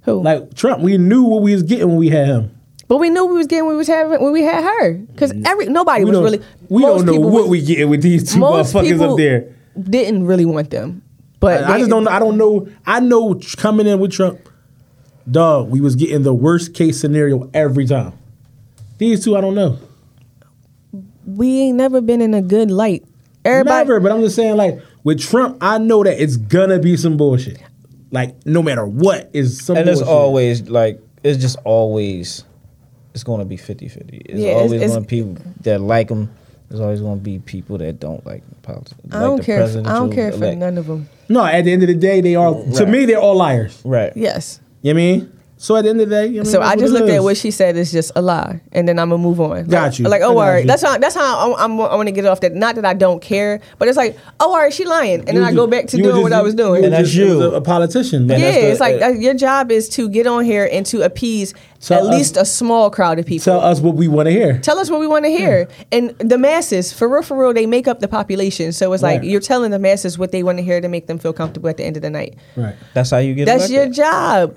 [SPEAKER 4] who?
[SPEAKER 2] Like Trump, we knew what we was getting when we had him.
[SPEAKER 4] but we knew we was getting. We was having when we had her because every nobody
[SPEAKER 2] We
[SPEAKER 4] was
[SPEAKER 2] don't,
[SPEAKER 4] really.
[SPEAKER 2] we
[SPEAKER 4] most
[SPEAKER 2] don't know
[SPEAKER 4] people
[SPEAKER 2] what
[SPEAKER 4] was-
[SPEAKER 2] we getting with these two
[SPEAKER 4] most
[SPEAKER 2] motherfuckers
[SPEAKER 4] people
[SPEAKER 2] up there.
[SPEAKER 4] Didn't really want them, but
[SPEAKER 2] I, I
[SPEAKER 4] they-
[SPEAKER 2] just don't. know- I don't know. I know tr- coming in with Trump, dog. We was getting the worst case scenario every time. These two, I don't know.
[SPEAKER 4] We ain't never been in a good light. Everybody,
[SPEAKER 2] Never, but I'm just saying, like with Trump, I know that it's gonna be some bullshit. Like no matter what is some.
[SPEAKER 3] And it's
[SPEAKER 2] bullshit.
[SPEAKER 3] always like, it's just always, it's going to be 50 50. It's
[SPEAKER 4] Yeah, it's-
[SPEAKER 3] always
[SPEAKER 4] it's-
[SPEAKER 3] going to be people that like him. There's always going to be people that don't like politics.
[SPEAKER 4] I don't care. If, I don't care for none of them.
[SPEAKER 2] no. At the end of the day, they are. To
[SPEAKER 3] Right.
[SPEAKER 2] me, they're all liars.
[SPEAKER 3] Right.
[SPEAKER 4] Yes.
[SPEAKER 2] You know what I mean? So at the end of the day, you know what
[SPEAKER 4] So
[SPEAKER 2] mean?
[SPEAKER 4] I
[SPEAKER 2] That's
[SPEAKER 4] just
[SPEAKER 2] it
[SPEAKER 4] looked
[SPEAKER 2] is.
[SPEAKER 4] at what she said is just a lie, and then I'm gonna move on.
[SPEAKER 2] Got
[SPEAKER 4] like,
[SPEAKER 2] you.
[SPEAKER 4] Like,
[SPEAKER 2] I
[SPEAKER 4] oh,
[SPEAKER 2] got
[SPEAKER 4] all right.
[SPEAKER 2] you.
[SPEAKER 4] That's how. That's how I'm. I'm, I want to get it off that. Not that I don't care, but it's like, oh, all right, she lying, and
[SPEAKER 2] You
[SPEAKER 4] then
[SPEAKER 2] was
[SPEAKER 4] I go
[SPEAKER 2] just-
[SPEAKER 4] back to
[SPEAKER 2] you was
[SPEAKER 4] doing what
[SPEAKER 2] just-
[SPEAKER 4] I was doing.
[SPEAKER 2] was
[SPEAKER 3] And that's
[SPEAKER 2] just- it was
[SPEAKER 3] you.
[SPEAKER 2] a, a politician. Like,
[SPEAKER 4] yeah,
[SPEAKER 3] that's the-
[SPEAKER 4] it's like
[SPEAKER 3] uh,
[SPEAKER 4] uh, your job is to get on here and to appease
[SPEAKER 2] Tell
[SPEAKER 4] at
[SPEAKER 2] us-
[SPEAKER 4] least a small crowd of people.
[SPEAKER 2] Tell us what we want to hear.
[SPEAKER 4] Tell us what we want to hear.
[SPEAKER 3] Hmm.
[SPEAKER 4] And the masses, for real, for real, they make up the population. So it's like
[SPEAKER 2] Right.
[SPEAKER 4] you're telling the masses what they want to hear to make them feel comfortable at the end of the night.
[SPEAKER 2] Right.
[SPEAKER 3] That's how you get
[SPEAKER 4] That's your
[SPEAKER 3] elected.
[SPEAKER 4] job.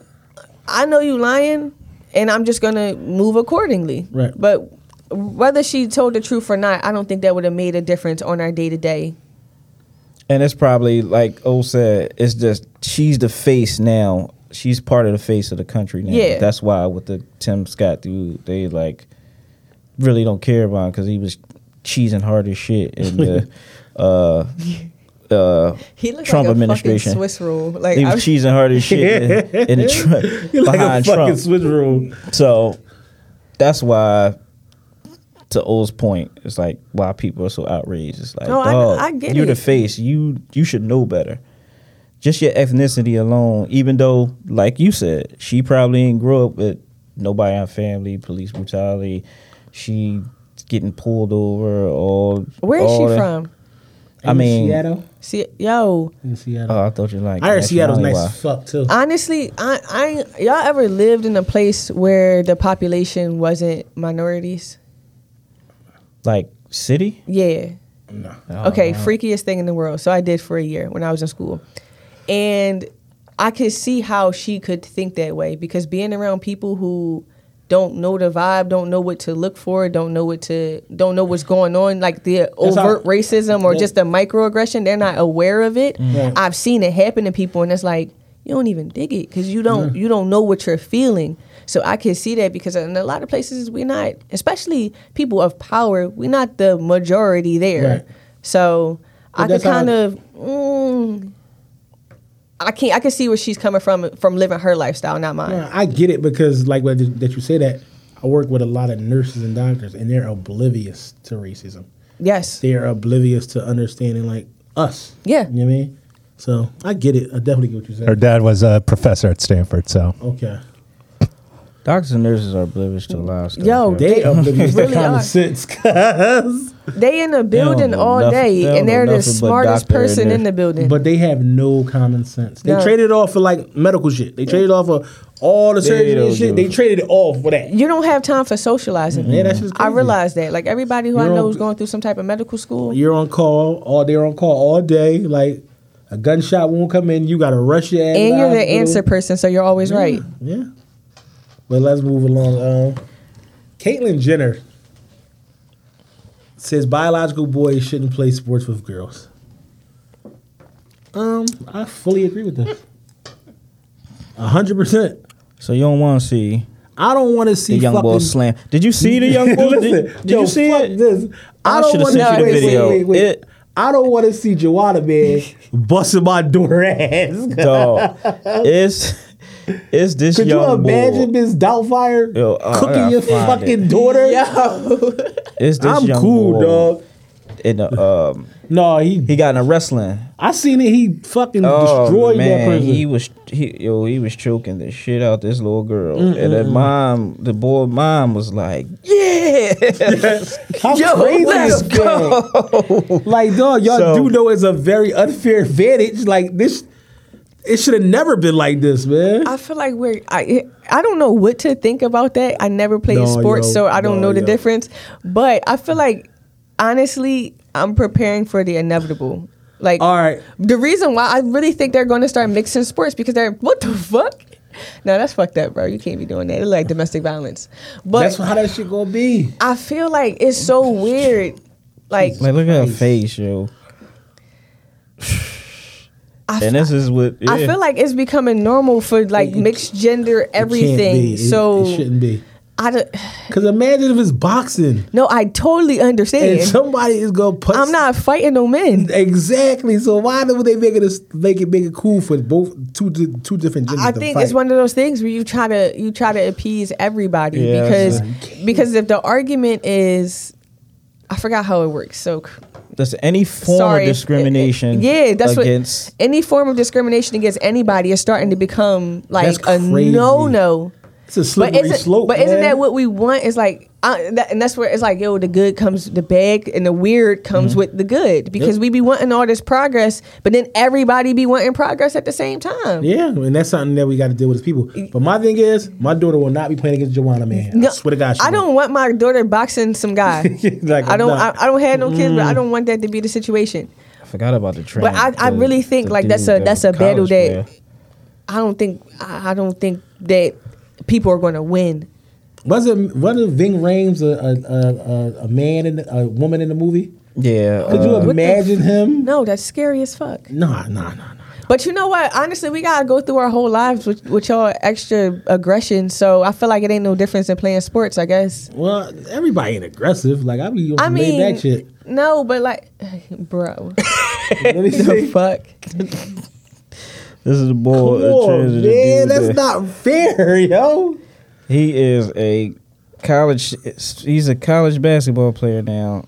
[SPEAKER 4] I know you lying, and I'm just gonna move accordingly.
[SPEAKER 2] Right.
[SPEAKER 4] But whether she told the truth or not, I don't think that would have made a difference on our day to day.
[SPEAKER 3] And it's probably like O said, it's just she's the face now. She's part of the face of the country now.
[SPEAKER 4] Yeah.
[SPEAKER 3] That's why with the Tim Scott dude, they like really don't care about him because he was cheesing hard as shit in the uh uh
[SPEAKER 4] He looked
[SPEAKER 3] Trump
[SPEAKER 4] like a
[SPEAKER 3] administration.
[SPEAKER 4] fucking Swiss rule. Like
[SPEAKER 3] he
[SPEAKER 4] I
[SPEAKER 3] was cheesing hard as shit in, in the tr-
[SPEAKER 2] You're like a
[SPEAKER 3] behind
[SPEAKER 2] fucking
[SPEAKER 3] Trump.
[SPEAKER 2] switch room.
[SPEAKER 3] So that's why, to O's point, it's like why people are so outraged. It's like,
[SPEAKER 4] No, I-
[SPEAKER 3] dog,
[SPEAKER 4] I get
[SPEAKER 3] you're the
[SPEAKER 4] it.
[SPEAKER 3] face. You you should know better. Just your ethnicity alone, even though, like you said, she probably didn't grow up with nobody in her family, police brutality. She getting pulled over. All
[SPEAKER 4] Where is
[SPEAKER 3] all
[SPEAKER 4] she
[SPEAKER 3] that-
[SPEAKER 4] from?
[SPEAKER 3] I mean,
[SPEAKER 2] Seattle.
[SPEAKER 4] See, yo,
[SPEAKER 2] In Seattle.
[SPEAKER 3] Oh, I thought you like.
[SPEAKER 2] I heard Seattle's nice
[SPEAKER 3] nationality-wise.
[SPEAKER 2] as fuck too.
[SPEAKER 4] honestly, I, I, ain't- y'all ever lived in a place where the population wasn't minorities?
[SPEAKER 3] Like city.
[SPEAKER 4] Yeah.
[SPEAKER 2] no.
[SPEAKER 4] Okay, freakiest thing in the world. So I did for a year when I was in school. And I could see how she could think that way because being around people who don't know the vibe, don't know what to look for, don't know what to don't know what's going on, like the
[SPEAKER 2] That's how-
[SPEAKER 4] overt racism or
[SPEAKER 2] Yeah.
[SPEAKER 4] just the microaggression, they're not aware of it.
[SPEAKER 2] Mm-hmm. Right.
[SPEAKER 4] I've seen it happen to people and it's like you don't even dig it cuz you don't you don't know what you're feeling. So I can see that because in a lot of places we're not, especially people of power, we're not the majority there.
[SPEAKER 2] Right.
[SPEAKER 4] So
[SPEAKER 2] But
[SPEAKER 4] I could
[SPEAKER 2] that's how
[SPEAKER 4] kind
[SPEAKER 2] I-
[SPEAKER 4] of, mm, I can not I can see where she's coming from from living her lifestyle, not mine.
[SPEAKER 2] Yeah, I get it because, like, what that you say that I work with a lot of nurses and doctors, and they're oblivious to racism.
[SPEAKER 4] Yes,
[SPEAKER 2] They are oblivious to understanding, like us.
[SPEAKER 4] Yeah.
[SPEAKER 2] you know what I mean. So I get it. I definitely get what you
[SPEAKER 5] Her
[SPEAKER 2] said.
[SPEAKER 5] dad was a professor at Stanford, so
[SPEAKER 2] Okay,
[SPEAKER 3] Doctors and nurses are oblivious to a lot of stuff.
[SPEAKER 4] Yo,
[SPEAKER 3] yeah.
[SPEAKER 4] they-
[SPEAKER 2] they oblivious
[SPEAKER 4] Really
[SPEAKER 2] to common
[SPEAKER 4] are.
[SPEAKER 2] sense, cause
[SPEAKER 4] they in the
[SPEAKER 3] don't
[SPEAKER 4] building
[SPEAKER 3] know
[SPEAKER 4] all
[SPEAKER 3] nothing-
[SPEAKER 4] day,
[SPEAKER 3] they don't
[SPEAKER 4] and
[SPEAKER 3] know
[SPEAKER 4] they're the
[SPEAKER 3] nothing but
[SPEAKER 4] smartest
[SPEAKER 3] doctor and
[SPEAKER 4] person in
[SPEAKER 3] nurse.
[SPEAKER 4] the building.
[SPEAKER 2] but they have no common sense. They
[SPEAKER 4] No.
[SPEAKER 2] traded off for like medical shit. They traded off for all the surgery
[SPEAKER 3] don't
[SPEAKER 2] and shit.
[SPEAKER 3] give a
[SPEAKER 2] They
[SPEAKER 3] fuck.
[SPEAKER 2] traded it off for that.
[SPEAKER 4] you don't have time for socializing.
[SPEAKER 2] Yeah, that shit's
[SPEAKER 4] I
[SPEAKER 2] crazy.
[SPEAKER 4] realize that. Like everybody who I
[SPEAKER 2] You're
[SPEAKER 4] know
[SPEAKER 2] on-
[SPEAKER 4] is going through some type of medical school.
[SPEAKER 2] You're on call all day. You're on call all day. Like a gunshot won't come in. You gotta rush your ass.
[SPEAKER 4] and
[SPEAKER 2] out
[SPEAKER 4] you're the
[SPEAKER 2] hospital.
[SPEAKER 4] answer person, so you're always right.
[SPEAKER 2] Yeah. But let's move along. Um, Caitlyn Jenner says biological boys shouldn't play sports with girls. Um, I fully agree with this. A hundred percent.
[SPEAKER 3] So you don't want to see
[SPEAKER 2] I don't want to see
[SPEAKER 3] the young
[SPEAKER 2] fucking,
[SPEAKER 3] boy slam. Did you see the young boy?
[SPEAKER 2] Listen,
[SPEAKER 3] did did
[SPEAKER 2] yo,
[SPEAKER 3] you see
[SPEAKER 2] fuck
[SPEAKER 3] it?
[SPEAKER 2] This. I,
[SPEAKER 3] I
[SPEAKER 2] don't
[SPEAKER 3] should've
[SPEAKER 2] want to
[SPEAKER 3] sent
[SPEAKER 2] see
[SPEAKER 4] you the
[SPEAKER 2] wait,
[SPEAKER 3] video.
[SPEAKER 2] Wait, wait, wait.
[SPEAKER 3] It-
[SPEAKER 2] I don't want to see Joanna man busting my door ass.
[SPEAKER 3] Dog, it's it's this
[SPEAKER 2] Could you
[SPEAKER 3] young
[SPEAKER 2] imagine
[SPEAKER 3] boy.
[SPEAKER 2] Miss Doubtfire
[SPEAKER 3] Yo, I- I
[SPEAKER 2] cooking
[SPEAKER 3] gotta
[SPEAKER 2] your
[SPEAKER 3] find
[SPEAKER 2] fucking
[SPEAKER 3] it.
[SPEAKER 2] daughter?
[SPEAKER 3] It's this
[SPEAKER 2] I'm
[SPEAKER 3] young
[SPEAKER 2] cool,
[SPEAKER 3] boy
[SPEAKER 2] dog.
[SPEAKER 3] In a, um,
[SPEAKER 2] No, he,
[SPEAKER 3] he got in a wrestling.
[SPEAKER 2] I seen it. He fucking
[SPEAKER 3] Oh
[SPEAKER 2] destroyed that
[SPEAKER 3] man,
[SPEAKER 2] person.
[SPEAKER 3] he was he yo he was choking the shit out this little girl, and the mom, the boy mom was like, yeah.
[SPEAKER 2] How
[SPEAKER 3] Yo,
[SPEAKER 2] crazy
[SPEAKER 3] let's
[SPEAKER 2] is that? Like, dog, y'all
[SPEAKER 3] So-
[SPEAKER 2] do know it's a very unfair advantage. Like this, it should have never been like this, man.
[SPEAKER 4] I feel like we're I I don't know what to think about that. I never played
[SPEAKER 2] No,
[SPEAKER 4] sports,
[SPEAKER 2] yo.
[SPEAKER 4] so I don't
[SPEAKER 2] No,
[SPEAKER 4] know the
[SPEAKER 2] yo.
[SPEAKER 4] difference. But I feel like honestly, I'm preparing for the inevitable. Like
[SPEAKER 2] All right,
[SPEAKER 4] the reason why I really think they're going to start mixing sports because they're what the fuck? No, that's fucked up, bro. You can't be doing that. It's like domestic violence. But
[SPEAKER 2] that's how that shit gonna be.
[SPEAKER 4] I feel like it's so weird. Like
[SPEAKER 3] Like look at her face, yo.
[SPEAKER 4] I
[SPEAKER 3] and this is what
[SPEAKER 4] I
[SPEAKER 3] yeah.
[SPEAKER 4] feel like it's becoming normal for like mixed gender
[SPEAKER 2] It can't be.
[SPEAKER 4] everything.
[SPEAKER 2] It-
[SPEAKER 4] so
[SPEAKER 2] it shouldn't be.
[SPEAKER 4] I don't.
[SPEAKER 2] Cause imagine if it's boxing
[SPEAKER 4] No, I totally understand.
[SPEAKER 2] and somebody is gonna punch.
[SPEAKER 4] I'm not fighting no men.
[SPEAKER 2] exactly. So why would they make it a, make it make it cool for both two di- two different genders?
[SPEAKER 4] I
[SPEAKER 2] to
[SPEAKER 4] think
[SPEAKER 2] fight?
[SPEAKER 4] it's one of those things where you try to you try to appease everybody
[SPEAKER 3] Yeah,
[SPEAKER 4] because
[SPEAKER 3] that's
[SPEAKER 4] because if the argument is I forgot how it works. So c-
[SPEAKER 3] That's any form
[SPEAKER 4] sorry.
[SPEAKER 3] of discrimination.
[SPEAKER 4] Yeah, that's
[SPEAKER 3] against.
[SPEAKER 4] what any form of discrimination against anybody is starting to become like
[SPEAKER 2] That's
[SPEAKER 4] a
[SPEAKER 2] crazy.
[SPEAKER 4] no no.
[SPEAKER 2] It's a slippery
[SPEAKER 4] isn't,
[SPEAKER 2] slope.
[SPEAKER 4] But isn't
[SPEAKER 2] man.
[SPEAKER 4] that what we want? It's like, uh, that, and that's where it's like, yo, the good comes with the bad, and the weird comes
[SPEAKER 2] Mm-hmm.
[SPEAKER 4] with the good because we be wanting all this progress, but then everybody be wanting progress at the same time.
[SPEAKER 2] Yeah, and that's something that we got to deal with as people. But my thing is, my daughter will not be playing against Joanna, man. I
[SPEAKER 4] No,
[SPEAKER 2] swear to God, she
[SPEAKER 4] I don't want my daughter boxing some guy.
[SPEAKER 2] won't. like, Mm.
[SPEAKER 4] I don't.
[SPEAKER 2] nah.
[SPEAKER 4] I, I don't have no kids, but I don't want that to be the situation.
[SPEAKER 3] I forgot about the train.
[SPEAKER 4] But I- I
[SPEAKER 3] the-
[SPEAKER 4] really think,
[SPEAKER 3] the
[SPEAKER 4] like, that's
[SPEAKER 3] dude
[SPEAKER 4] a-
[SPEAKER 3] that
[SPEAKER 4] that's
[SPEAKER 3] was
[SPEAKER 4] a battle
[SPEAKER 3] college
[SPEAKER 4] that-
[SPEAKER 3] player.
[SPEAKER 4] I don't think. I I don't think that people are going to win.
[SPEAKER 2] wasn't wasn't Ving Rhames a a, a, a, a man and a woman in the movie?
[SPEAKER 3] Yeah,
[SPEAKER 2] Could
[SPEAKER 3] uh,
[SPEAKER 2] you
[SPEAKER 4] What the
[SPEAKER 2] imagine him?
[SPEAKER 4] No, that's scary as fuck.
[SPEAKER 2] Nah, nah, nah, nah.
[SPEAKER 4] But you know what? Honestly, we gotta go through our whole lives with, with y'all extra aggression. So I feel like it ain't no difference in playing sports. I guess.
[SPEAKER 2] Well, everybody ain't aggressive. Like I be on
[SPEAKER 4] I
[SPEAKER 2] some laid
[SPEAKER 4] mean,
[SPEAKER 2] back shit.
[SPEAKER 4] no, but like, bro,
[SPEAKER 2] Let me
[SPEAKER 4] the
[SPEAKER 2] see.
[SPEAKER 4] fuck.
[SPEAKER 3] this is the boy.
[SPEAKER 2] Come
[SPEAKER 3] a transgender
[SPEAKER 2] on, man,
[SPEAKER 3] dude
[SPEAKER 2] that's
[SPEAKER 3] that-
[SPEAKER 2] not fair, yo.
[SPEAKER 3] He is a college. He's a college basketball player now.